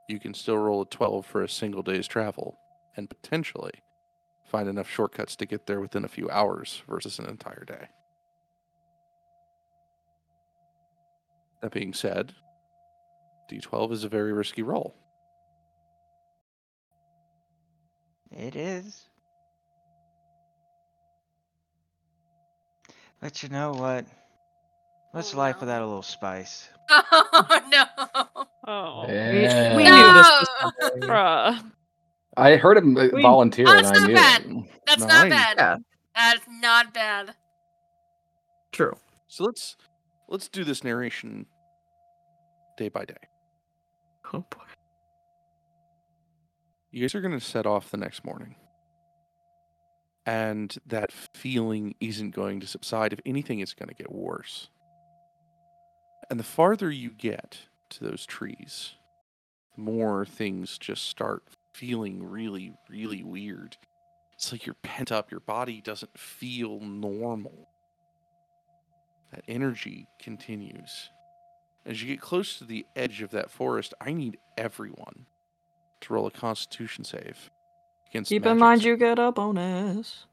Speaker 2: You can still roll a 12 for a single day's travel, and potentially find enough shortcuts to get there within a few hours versus an entire day. That being said, D12 is a very risky roll.
Speaker 5: It is. But you know what? What's
Speaker 6: Oh,
Speaker 5: life
Speaker 6: no.
Speaker 5: without a little spice?
Speaker 6: Oh no.
Speaker 3: Oh,
Speaker 4: Yeah.
Speaker 7: We knew this was
Speaker 6: No!
Speaker 3: bruh. [laughs]
Speaker 4: I heard him uh,
Speaker 7: We-
Speaker 4: volunteer,
Speaker 6: Oh,
Speaker 4: and
Speaker 6: it's
Speaker 4: I
Speaker 6: not
Speaker 4: knew.
Speaker 6: bad.
Speaker 4: it.
Speaker 6: [laughs] That's
Speaker 2: Nine.
Speaker 6: not bad.
Speaker 7: Yeah.
Speaker 6: That's not bad.
Speaker 7: True.
Speaker 2: So let's let's do this narration day by day.
Speaker 7: Oh boy.
Speaker 2: You guys are going to set off the next morning. And that feeling isn't going to subside. If anything, it's going to get worse. And the farther you get to those trees, the more things just start feeling really, really weird. It's like you're pent up, your body doesn't feel normal. That energy continues. As you get close to the edge of that forest, I need everyone to roll a constitution save. Against
Speaker 7: Keep in
Speaker 2: magic.
Speaker 7: mind you get a bonus.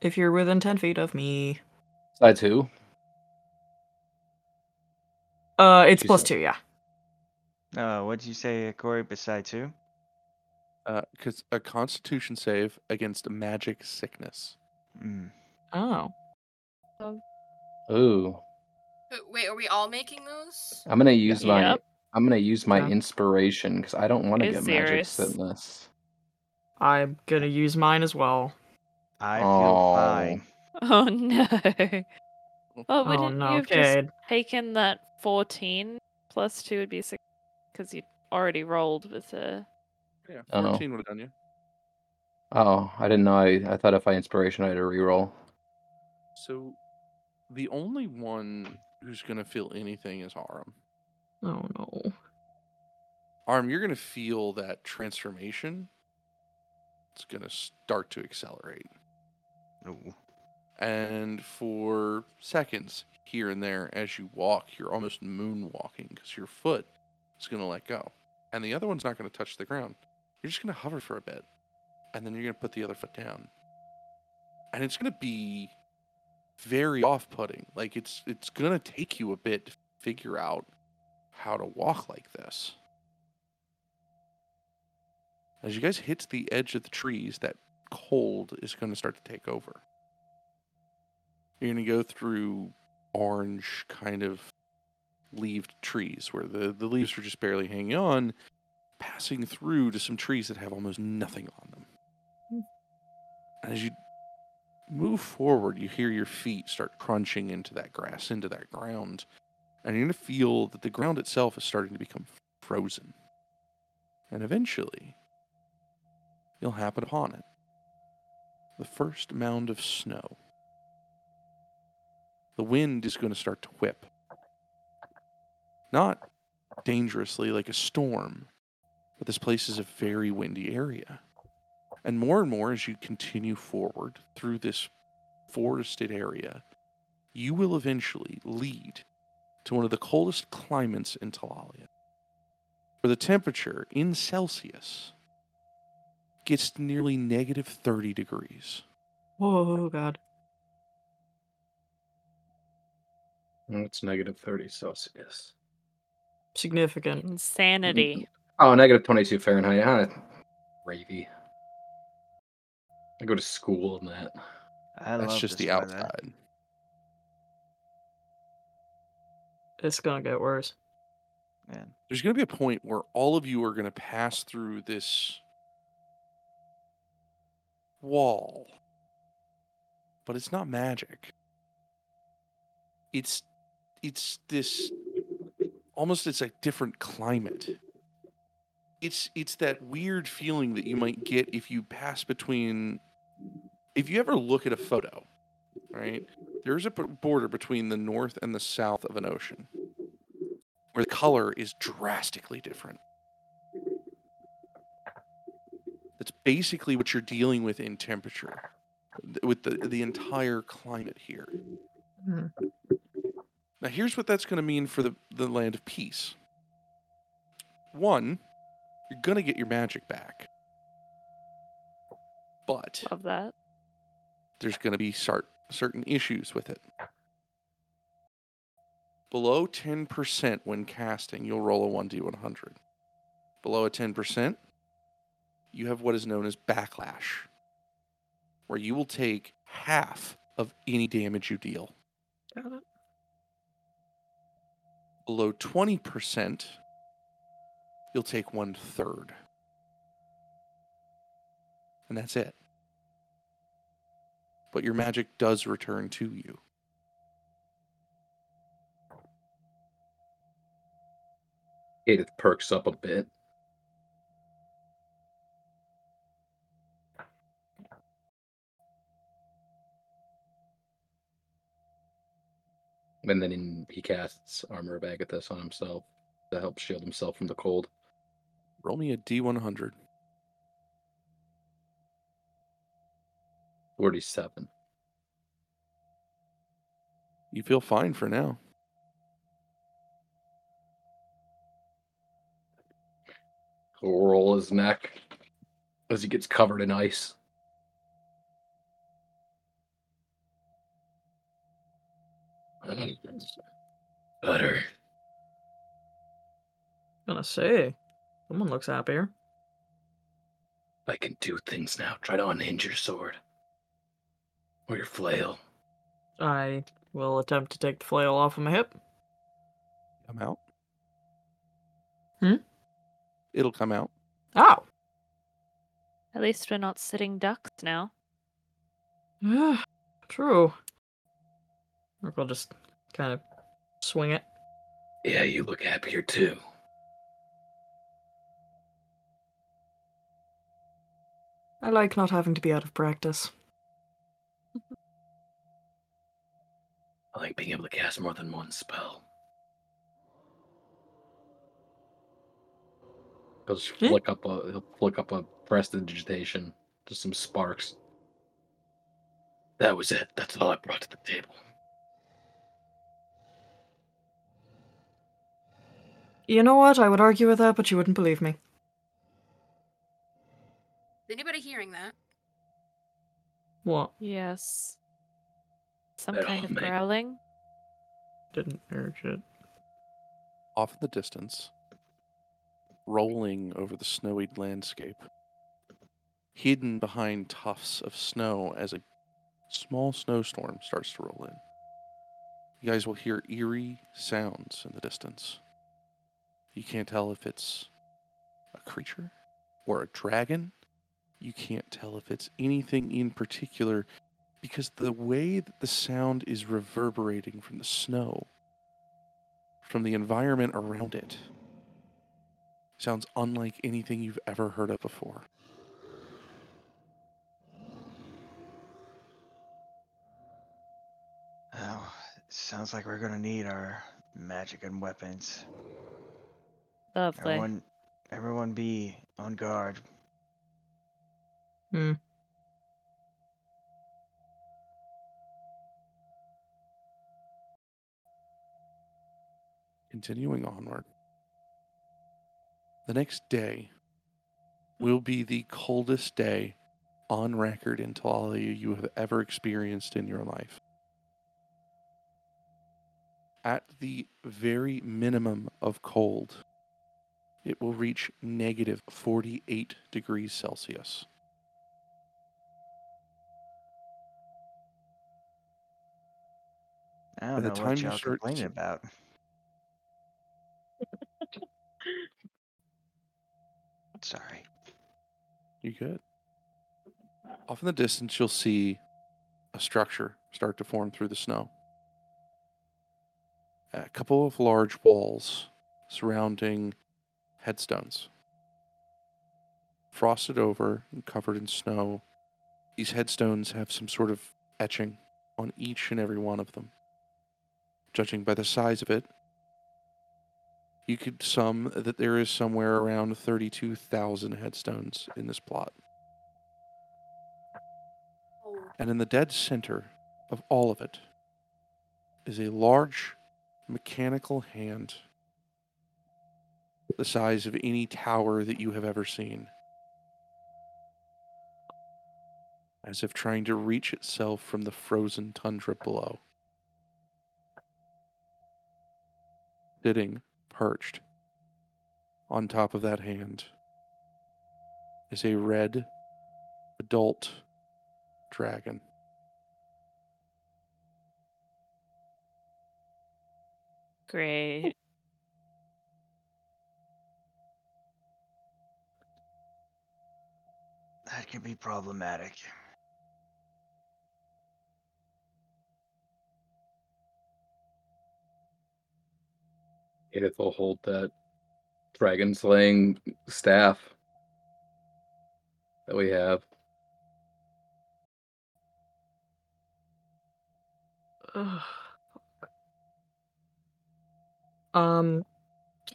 Speaker 7: If you're within 10 feet of me.
Speaker 4: Besides who?
Speaker 7: Uh, it's
Speaker 4: She
Speaker 7: plus
Speaker 4: said-
Speaker 7: two, yeah.
Speaker 5: Uh, what'd you say, Corey? Beside two?
Speaker 2: because Uh, a constitution save against magic sickness.
Speaker 5: Mm.
Speaker 7: Oh.
Speaker 4: Ooh,
Speaker 6: But Wait, are we all making those?
Speaker 4: I'm gonna use my.
Speaker 3: Yep.
Speaker 4: I'm gonna use my
Speaker 7: Yeah.
Speaker 4: inspiration because I don't want to
Speaker 3: Is
Speaker 4: get magic
Speaker 3: serious.
Speaker 4: sickness.
Speaker 7: I'm gonna use mine as well.
Speaker 5: I
Speaker 4: Oh.
Speaker 5: feel fine.
Speaker 3: Oh no. Oh,
Speaker 7: oh
Speaker 3: wouldn't you
Speaker 7: no,
Speaker 3: have just
Speaker 7: Cade.
Speaker 3: taken that 14 plus 2 would be 6 because you already rolled with a.
Speaker 2: Yeah,
Speaker 4: Oh.
Speaker 2: fourteen would have done you.
Speaker 4: Oh, I didn't know. I, I thought if I inspiration, I had a reroll.
Speaker 2: So, the only one who's gonna feel anything is Aram.
Speaker 7: Oh no.
Speaker 2: Aram, you're gonna feel that transformation. It's gonna start to accelerate,
Speaker 5: Ooh.
Speaker 2: and for seconds here and there, as you walk, you're almost moonwalking because your foot is gonna let go, and the other one's not gonna touch the ground. You're just gonna hover for a bit, and then you're gonna put the other foot down. and it's gonna be very off-putting. Like it's it's gonna take you a bit to figure out how to walk like this. As you guys hit the edge of the trees, that cold is gonna start to take over. You're gonna go through orange kind of leaved trees where the, the leaves are just barely hanging on, passing through to some trees that have almost nothing on them. And as you move forward, you hear your feet start crunching into that grass, into that ground, and you're going to feel that the ground itself is starting to become frozen. And eventually, you'll happen upon it the first mound of snow. The wind is going to start to whip. Not dangerously like a storm, but this place is a very windy area. And more and more, as you continue forward through this forested area, you will eventually lead to one of the coldest climates in Talalia, where the temperature in Celsius gets to nearly negative 30 degrees.
Speaker 7: Oh god.
Speaker 4: It's negative thirty Celsius.
Speaker 7: Significant.
Speaker 3: Insanity.
Speaker 4: Oh, negative twenty-two Fahrenheit. Ah, Huh? Ravy. I go to school in that.
Speaker 5: I
Speaker 2: That's
Speaker 5: love
Speaker 2: just
Speaker 5: this
Speaker 2: the
Speaker 5: weather.
Speaker 2: outside.
Speaker 7: It's gonna get worse.
Speaker 5: Man.
Speaker 2: there's going to be a point where all of you are going to pass through this wall but it's not magic it's it's this almost it's a different climate it's it's that weird feeling that you might get if you pass between if you ever look at a photo right there's a b- border between the north and the south of an ocean where the color is drastically different. That's basically what you're dealing with in temperature, th- with the, the entire climate here.
Speaker 7: Hmm.
Speaker 2: Now, here's what that's going to mean for the, the land of peace one, you're going to get your magic back. but
Speaker 3: Love that.
Speaker 2: there's going to be cer- certain issues with it. Below 10% when casting, you'll roll a 1d100. Below a 10%, you have what is known as backlash, where you will take half of any damage you deal.
Speaker 7: Got it.
Speaker 2: Below 20%, you'll take one third. And that's it but your magic does return to you.
Speaker 4: Edith perks up a bit. And then in, he casts Armor of Agathis on himself to help shield himself from the cold.
Speaker 2: Roll me a D100.
Speaker 4: 47.
Speaker 2: You feel fine for now.
Speaker 4: He'll roll his neck as he gets covered in ice. Better.
Speaker 7: Gonna say, someone looks happier.
Speaker 4: I can do things now. Try to unhinge your sword. Or your flail.
Speaker 7: I will attempt to take the flail off of my hip.
Speaker 2: Come out.
Speaker 7: Hmm?
Speaker 2: It'll come out.
Speaker 7: Ow! [sighs]
Speaker 3: At least we're not sitting ducks now.
Speaker 7: Yeah, true. Or I'll just kind of swing it.
Speaker 4: Yeah, you look happier too.
Speaker 7: I like not having to be out of practice.
Speaker 4: I like being able to cast more than one spell. He'll just
Speaker 7: Hmm?
Speaker 4: flick up a he'll flick up a prestidigitation, just some sparks. That was it. That's all I brought to the table.
Speaker 7: You know what? I would argue with that, but you wouldn't believe me.
Speaker 6: Is anybody hearing that?
Speaker 7: What?
Speaker 3: Yes. Some
Speaker 4: That
Speaker 3: kind
Speaker 4: all
Speaker 3: of
Speaker 4: make-
Speaker 3: growling.
Speaker 7: Didn't urge it.
Speaker 2: Off in the distance, rolling over the snowy landscape, hidden behind tufts of snow as a small snowstorm starts to roll in. You guys will hear eerie sounds in the distance. You can't tell if it's a creature or a dragon. You can't tell if it's anything in particular because the way that the sound is reverberating from the snow, from the environment around it, sounds unlike anything you've ever heard of before.
Speaker 5: Oh, sounds like we're gonna need our magic and weapons.
Speaker 3: Lovely.
Speaker 5: Everyone, everyone, be on guard.
Speaker 2: Continuing onward. The next day will be the coldest day on record in Talalia you have ever experienced in your life. At the very minimum of cold, it will reach negative 48 degrees Celsius.
Speaker 5: I don't
Speaker 2: the
Speaker 5: know
Speaker 2: time
Speaker 5: what
Speaker 2: you
Speaker 5: y'all
Speaker 2: start
Speaker 5: complaining
Speaker 2: to-
Speaker 5: about. [laughs] Sorry.
Speaker 2: You good? Off in the distance, you'll see a structure start to form through the snow. A couple of large walls surrounding headstones. Frosted over and covered in snow, these headstones have some sort of etching on each and every one of them. Judging by the size of it, you could sum that there is somewhere around 32,000 headstones in this plot. And in the dead center of all of it is a large mechanical hand the size of any tower that you have ever seen. as if trying to reach itself from the frozen tundra below. Sitting, perched, on top of that hand is a red adult dragon.
Speaker 3: Great.
Speaker 5: That can be problematic.
Speaker 4: Edith will hold that dragon slaying staff that we have.
Speaker 1: Ugh. Um,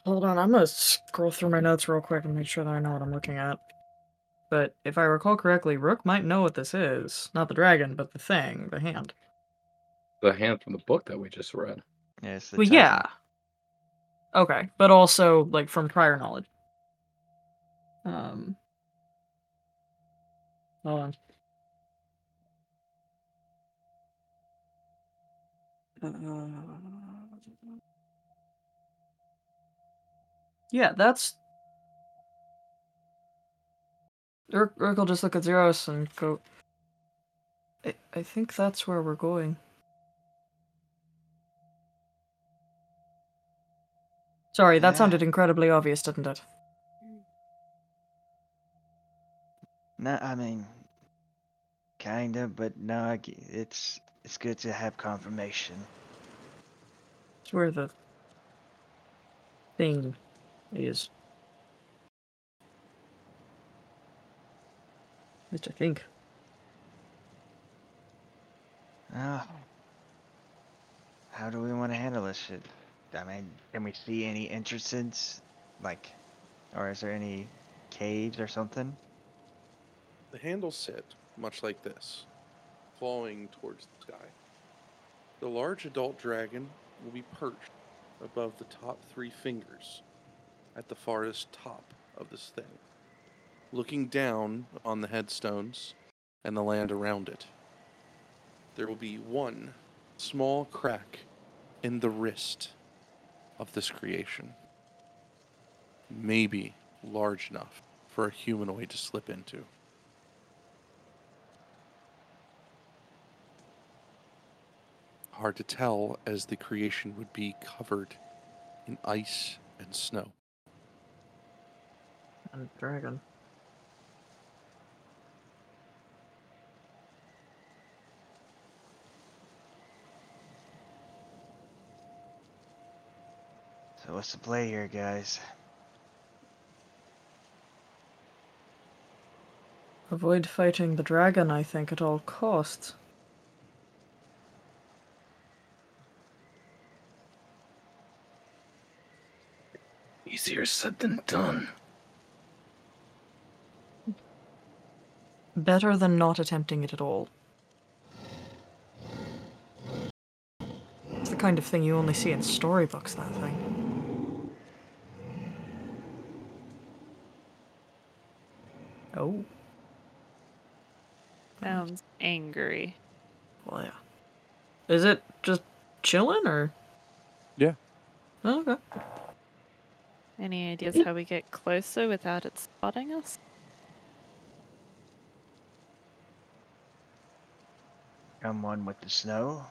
Speaker 1: hold on. I'm gonna scroll through my notes real quick and make sure that I know what I'm looking at. But if I recall correctly, Rook might know what this is. Not the dragon, but the thing, the hand.
Speaker 4: The hand from the book that we just read.
Speaker 5: Yes.
Speaker 1: well, yeah. Okay, but also like from prior knowledge. Um. Hold on. Uh, yeah, that's. Urk Urk will just look at Zeros and go. I, I think that's where we're going. Sorry, that
Speaker 5: Yeah.
Speaker 1: sounded incredibly obvious, didn't it?
Speaker 5: No, I mean, kinda, but no, I g it's it's good to have confirmation.
Speaker 1: It's where the thing is. At least I think.
Speaker 5: Ah. how do we want to handle this shit? I mean, can we see any entrances, like, or is there any caves or something?
Speaker 2: The handle sit, much like this, clawing towards the sky. The large adult dragon will be perched above the top three fingers at the farthest top of this thing, looking down on the headstones and the land around it. There will be one small crack in the wrist of this creation, maybe large enough for a humanoid to slip into. Hard to tell, as the creation would be covered in ice and snow.
Speaker 1: And dragon.
Speaker 5: So what's the play here, guys?
Speaker 1: Avoid fighting the dragon, I think, at all costs.
Speaker 4: Easier said than done.
Speaker 1: Better than not attempting it at all. It's the kind of thing you only see in storybooks, that thing. Oh,
Speaker 3: Sounds angry.
Speaker 1: well, yeah. Is it just chilling or?
Speaker 2: Yeah.
Speaker 1: Oh, okay.
Speaker 3: Any ideas how we get closer without it spotting us?
Speaker 5: Come on with the snow.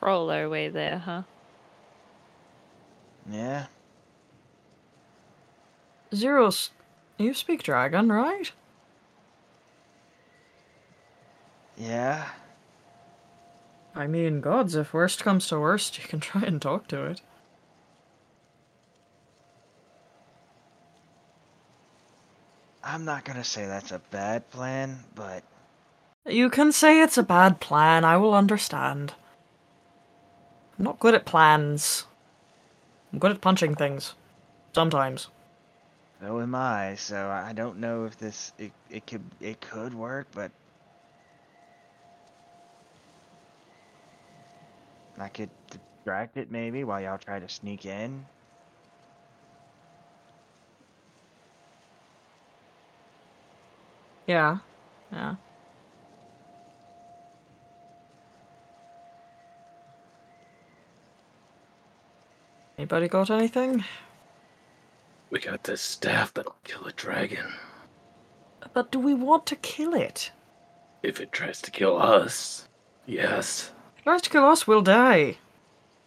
Speaker 3: Crawl our way there, huh?
Speaker 5: Yeah.
Speaker 1: Zeros, you speak dragon, right?
Speaker 5: Yeah.
Speaker 1: I mean, gods, if worst comes to worst, you can try and talk to it.
Speaker 5: I'm not gonna say that's a bad plan, but
Speaker 1: You can say it's a bad plan, I will understand. I'm not good at plans. I'm good at punching things. Sometimes.
Speaker 5: so am I. So I don't know if this it, it could it could work, but I could distract it maybe while y'all try to sneak in.
Speaker 1: Yeah. Yeah. Anybody got anything?
Speaker 4: We got this staff that'll kill a dragon.
Speaker 1: But do we want to kill it?
Speaker 4: If it tries to kill us, yes.
Speaker 1: If it tries to kill us, we'll die.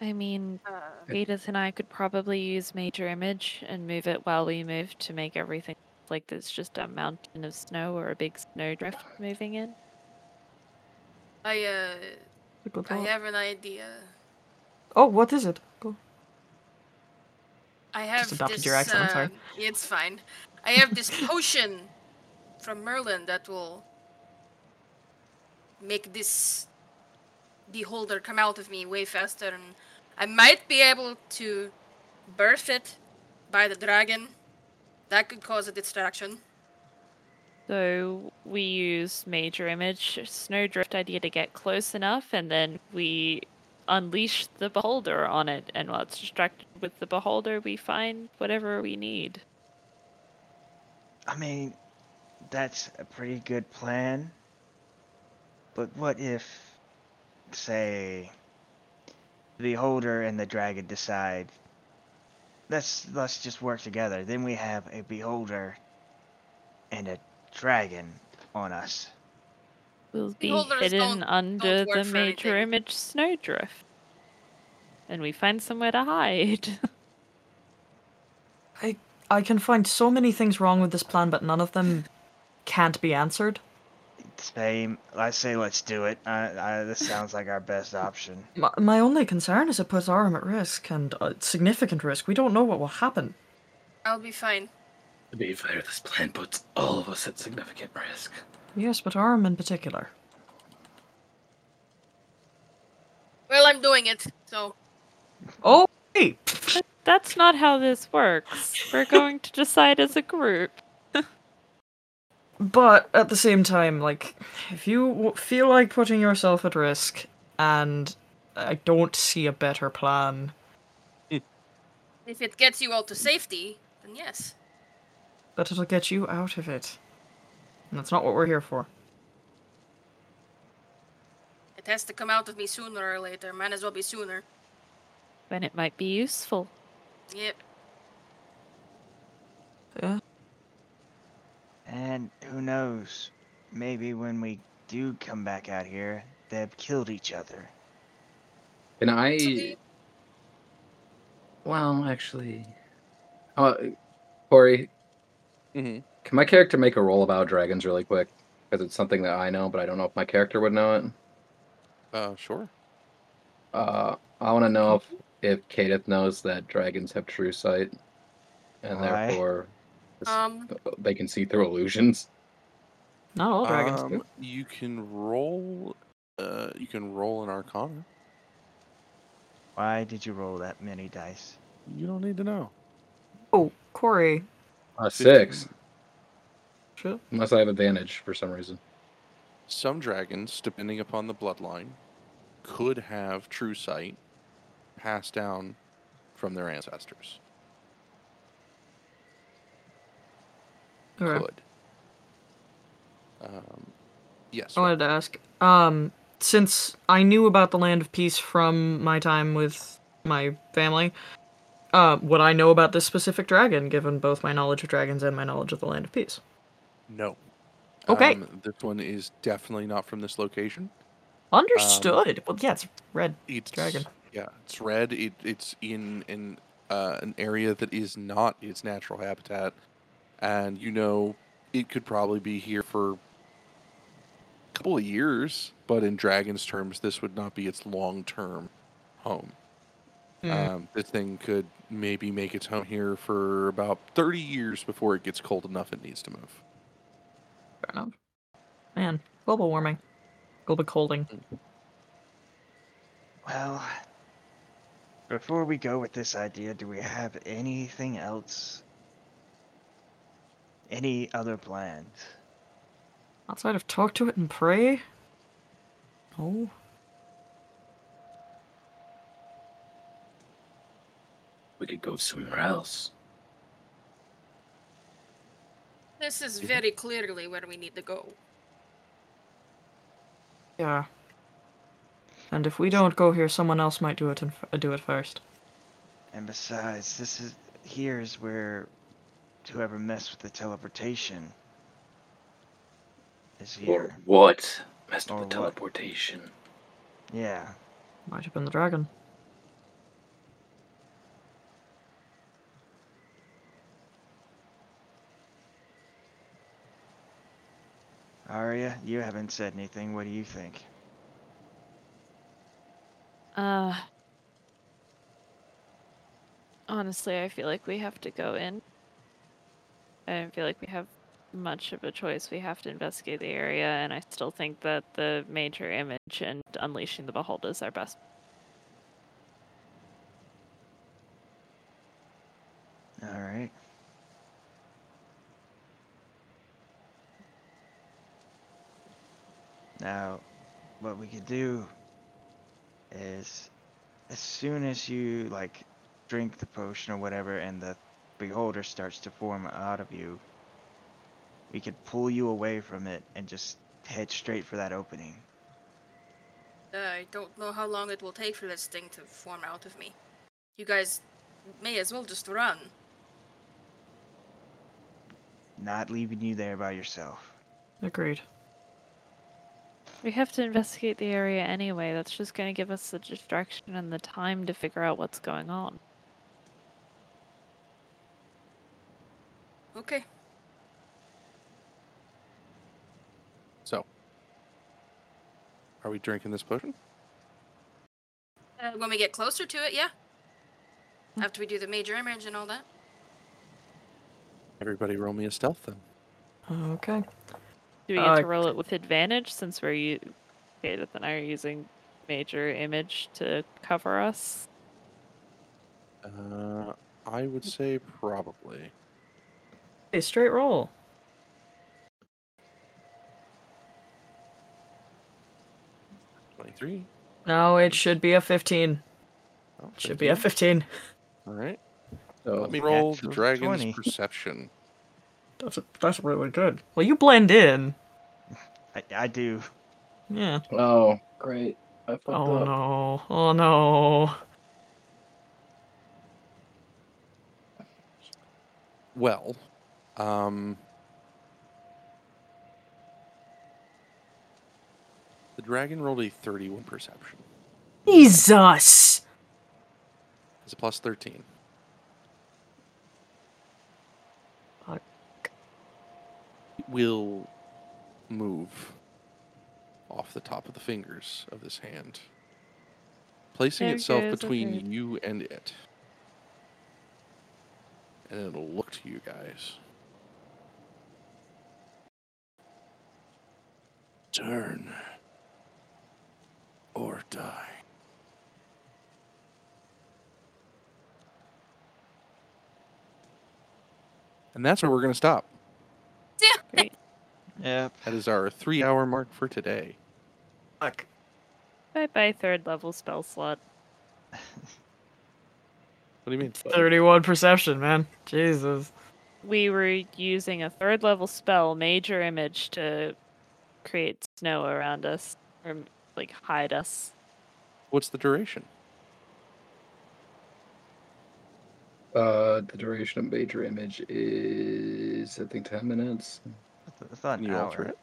Speaker 3: I mean,
Speaker 6: Uh.
Speaker 3: Edith and I could probably use major image and move it while we move to make everything look like there's just a mountain of snow or a big snowdrift moving in.
Speaker 6: I uh,
Speaker 1: Good
Speaker 6: I
Speaker 1: thought.
Speaker 6: have an idea.
Speaker 1: Oh, what is it? Go.
Speaker 6: I have
Speaker 1: adopted
Speaker 6: this,
Speaker 1: your accent, I'm sorry.
Speaker 6: uh, It's fine. I have this potion from Merlin that will make this beholder come out of me way faster, and I might be able to birth it by the dragon. That could cause a distraction.
Speaker 3: So we use major image snowdrift idea to get close enough, and then we unleash the beholder on it. And while it's distracted with the beholder, we find whatever we need.
Speaker 5: I mean, that's a pretty good plan. But what if, say, the beholder and the dragon decide, let's let's just work together. Then we have a beholder and a dragon on us.
Speaker 3: Will be
Speaker 6: Beholders don't-
Speaker 3: hidden
Speaker 6: don't
Speaker 3: under
Speaker 6: work
Speaker 3: the
Speaker 6: for
Speaker 3: major
Speaker 6: anything.
Speaker 3: image snowdrift, and we find somewhere to hide. [laughs]
Speaker 1: I can find so many things wrong with this plan, but none of them can't be answered.
Speaker 5: Same. I say let's do it. I, I, this sounds like our best option.
Speaker 1: My, my only concern is it puts Aram at risk, and uh, significant risk. We don't know what will happen.
Speaker 6: I'll be fine.
Speaker 4: To be fair, this plan puts all of us at significant risk.
Speaker 1: Yes, but Aram in particular.
Speaker 6: Well, I'm doing it, so
Speaker 1: Oh, hey!
Speaker 3: That's not how this works. We're going to decide as a group.
Speaker 1: But at the same time, like, if you w- feel like putting yourself at risk, and I don't see a better plan,
Speaker 6: if it gets you all to safety, then yes.
Speaker 1: but it'll get you out of it. And that's not what we're here for.
Speaker 6: It has to come out of me sooner or later. Might as well be sooner.
Speaker 3: When it might be useful.
Speaker 6: Yep.
Speaker 1: Yeah.
Speaker 5: And who knows? Maybe when we do come back out here, they've killed each other.
Speaker 4: And
Speaker 6: Okay.
Speaker 4: I. Well, actually. Uh, Corey,
Speaker 2: Mm-hmm.
Speaker 4: can my character make a roll about dragons really quick? Because it's something that I know, but I don't know if my character would know it.
Speaker 2: Uh, sure.
Speaker 4: Uh, I want to know if, if Kadeth knows that dragons have true sight, and
Speaker 5: Why?
Speaker 4: therefore
Speaker 6: Um,
Speaker 4: they can see through illusions.
Speaker 1: Not all dragons.
Speaker 2: Um, you can roll. Uh, you can roll an Arcana.
Speaker 5: Why did you roll that many dice?
Speaker 2: You don't need to know.
Speaker 1: Oh, Corey.
Speaker 4: A Uh, six,
Speaker 1: Shit.
Speaker 4: unless I have advantage for some reason.
Speaker 2: Some dragons, depending upon the bloodline, could have true sight passed down from their ancestors.
Speaker 1: Alright.
Speaker 2: Could. Um, yes.
Speaker 1: Oh, I wanted to ask, um, since I knew about the Land of Peace from my time with my family, uh, would I know about this specific dragon, given both my knowledge of dragons and my knowledge of the Land of Peace?
Speaker 2: No.
Speaker 1: Okay.
Speaker 2: Um, this one is definitely not from this location.
Speaker 1: Understood. well, yeah, it's red.
Speaker 2: It's
Speaker 1: Dragon.
Speaker 2: Yeah, it's red. It, it's in in uh, an area that is not its natural habitat, and you know it could probably be here for a couple of years. But in dragons' terms, this would not be its long-term home.
Speaker 1: Mm.
Speaker 2: Um, this thing could maybe make its home here for about thirty years before it gets cold enough it needs to move.
Speaker 1: Fair enough. Man, global warming. Global colding.
Speaker 5: Well, before we go with this idea, do we have anything else? Any other plans?
Speaker 1: Outside of talk to it and pray? No.
Speaker 4: We could go somewhere else.
Speaker 6: this is
Speaker 2: Yeah.
Speaker 6: very clearly where we need to go.
Speaker 1: Yeah. And if we don't go here, someone else might do it and f- uh, do it first.
Speaker 5: And besides, this is here is where whoever messed with the teleportation is
Speaker 4: Or
Speaker 5: here.
Speaker 4: what? Messed
Speaker 5: Or
Speaker 4: with
Speaker 5: what?
Speaker 4: the teleportation.
Speaker 5: Yeah.
Speaker 1: Might have been the dragon.
Speaker 5: Arya, you haven't said anything. What do you think?
Speaker 3: Uh. Honestly, I feel like we have to go in. I don't feel like we have much of a choice. We have to investigate the area, and I still think that the major image and unleashing the behold is our best.
Speaker 5: All right. Now, what we could do is as soon as you like drink the potion or whatever and the beholder starts to form out of you, we could pull you away from it and just head straight for that opening.
Speaker 6: Uh, I don't know how long it will take for this thing to form out of me. You guys may as well just run.
Speaker 5: Not leaving you there by yourself.
Speaker 1: Agreed.
Speaker 3: We have to investigate the area anyway. That's just going to give us the distraction and the time to figure out what's going on.
Speaker 6: Okay.
Speaker 2: So, are we drinking this potion?
Speaker 6: Uh, when we get closer to it, yeah. After we do the major image and all that.
Speaker 2: Everybody, roll me a stealth then.
Speaker 1: Okay.
Speaker 3: Do we get
Speaker 1: Uh,
Speaker 3: to roll it with advantage since we're u- Edith and I are using major image to cover us?
Speaker 2: Uh, I
Speaker 1: Hmm.
Speaker 2: would say probably.
Speaker 1: A straight roll.
Speaker 2: Twenty-three.
Speaker 1: No, it should be a 15.
Speaker 2: Oh,
Speaker 1: Should be a
Speaker 2: 15.
Speaker 1: 15.
Speaker 2: All right.
Speaker 4: So
Speaker 2: Let me roll the
Speaker 5: Natural
Speaker 2: dragon's
Speaker 5: 20.
Speaker 2: perception.
Speaker 1: That's that's really good. Well, you blend in.
Speaker 5: I, I do.
Speaker 1: Yeah.
Speaker 4: Oh, great. I fucked
Speaker 1: Oh
Speaker 4: up.
Speaker 1: no. Oh no.
Speaker 2: Well, um, the dragon rolled a 31 perception.
Speaker 1: Jesus.
Speaker 2: It's a plus 13.
Speaker 1: Fuck.
Speaker 2: It will move off the top of the fingers of this hand, placing
Speaker 3: There
Speaker 2: itself
Speaker 3: goes a
Speaker 2: between
Speaker 3: bird.
Speaker 2: you and it. And it'll look to you guys. Turn or die. And that's where we're going to stop.
Speaker 5: Yep. [laughs]
Speaker 2: That is our three hour mark for today.
Speaker 1: Fuck.
Speaker 3: Bye bye, third level spell slot.
Speaker 2: What do you mean?
Speaker 1: 31 perception, man. Jesus.
Speaker 3: We were using a third level spell, major image, to create snow around us or like hide us.
Speaker 2: What's the duration?
Speaker 4: Uh, the duration of major image is, I think, 10 minutes.
Speaker 5: I th- I thought
Speaker 2: Can
Speaker 5: an
Speaker 2: you alter
Speaker 5: hour.
Speaker 2: it?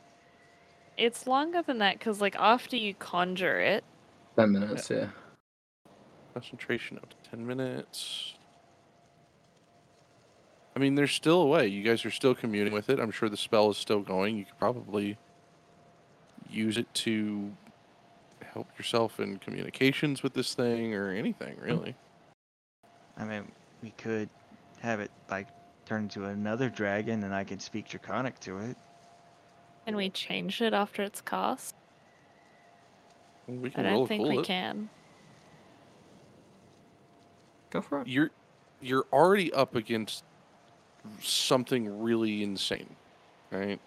Speaker 3: It's longer than that because, like, after you conjure it,
Speaker 4: 10 minutes, yeah.
Speaker 2: Concentration up to 10 minutes. I mean, there's still a way. You guys are still commuting with it. I'm sure the spell is still going. You could probably use it to help yourself in communications with this thing or anything, really.
Speaker 5: I mean, we could have it like turn into another dragon, and I can speak Draconic to it.
Speaker 3: can we change it after it's cast?
Speaker 2: We
Speaker 3: I
Speaker 2: can roll
Speaker 3: don't
Speaker 2: a
Speaker 3: think
Speaker 2: bullet.
Speaker 3: we can.
Speaker 1: Go for it.
Speaker 2: You're you're already up against something really insane, right?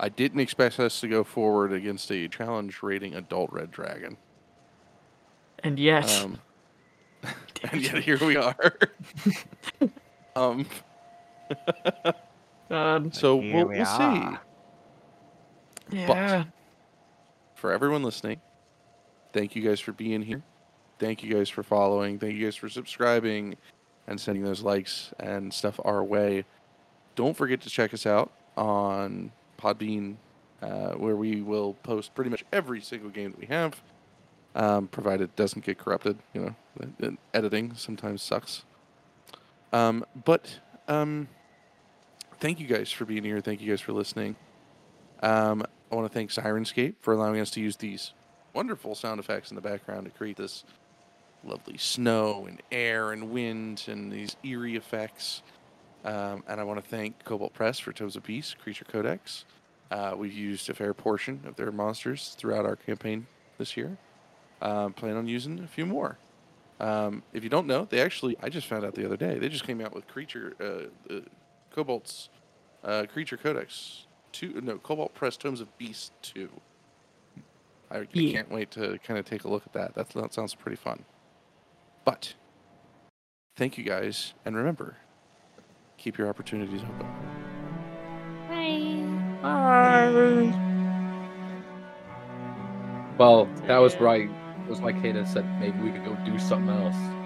Speaker 2: I didn't expect us to go forward against a challenge rating adult red dragon.
Speaker 1: And yet.
Speaker 2: Um, [laughs] and yet here we are. um,
Speaker 1: God.
Speaker 2: so
Speaker 5: Here
Speaker 2: Um, we'll,
Speaker 5: we
Speaker 2: we'll see.
Speaker 5: are.
Speaker 1: Yeah.
Speaker 2: for everyone listening. Thank you guys for being here. Thank you guys for following. Thank you guys for subscribing and sending those likes and stuff our way. Don't forget to check us out on Podbean, uh, where we will post pretty much every single game that we have, um, provided it doesn't get corrupted. You know, uh, uh, editing sometimes sucks. Um, but um, thank you guys for being here. Thank you guys for listening. Um, I want to thank Sirenscape for allowing us to use these wonderful sound effects in the background to create this lovely snow and air and wind and these eerie effects. Um, and I want to thank Cobalt Press for Toes of Peace, Creature Codex. Uh, we've used a fair portion of their monsters throughout our campaign this year. Um, plan on using a few more. Um, if you don't know, they actually, I just found out the other day, they just came out with Creature, uh, uh, Cobalt's uh, Creature Codex 2, no, Cobalt Press Tomes of Beast 2. I, I
Speaker 7: Yeah.
Speaker 2: can't wait to kind of take a look at that. That's, that sounds pretty fun. But thank you guys, and remember, keep your opportunities open.
Speaker 4: Well, that was right. That was why Kata said maybe we could go do something else.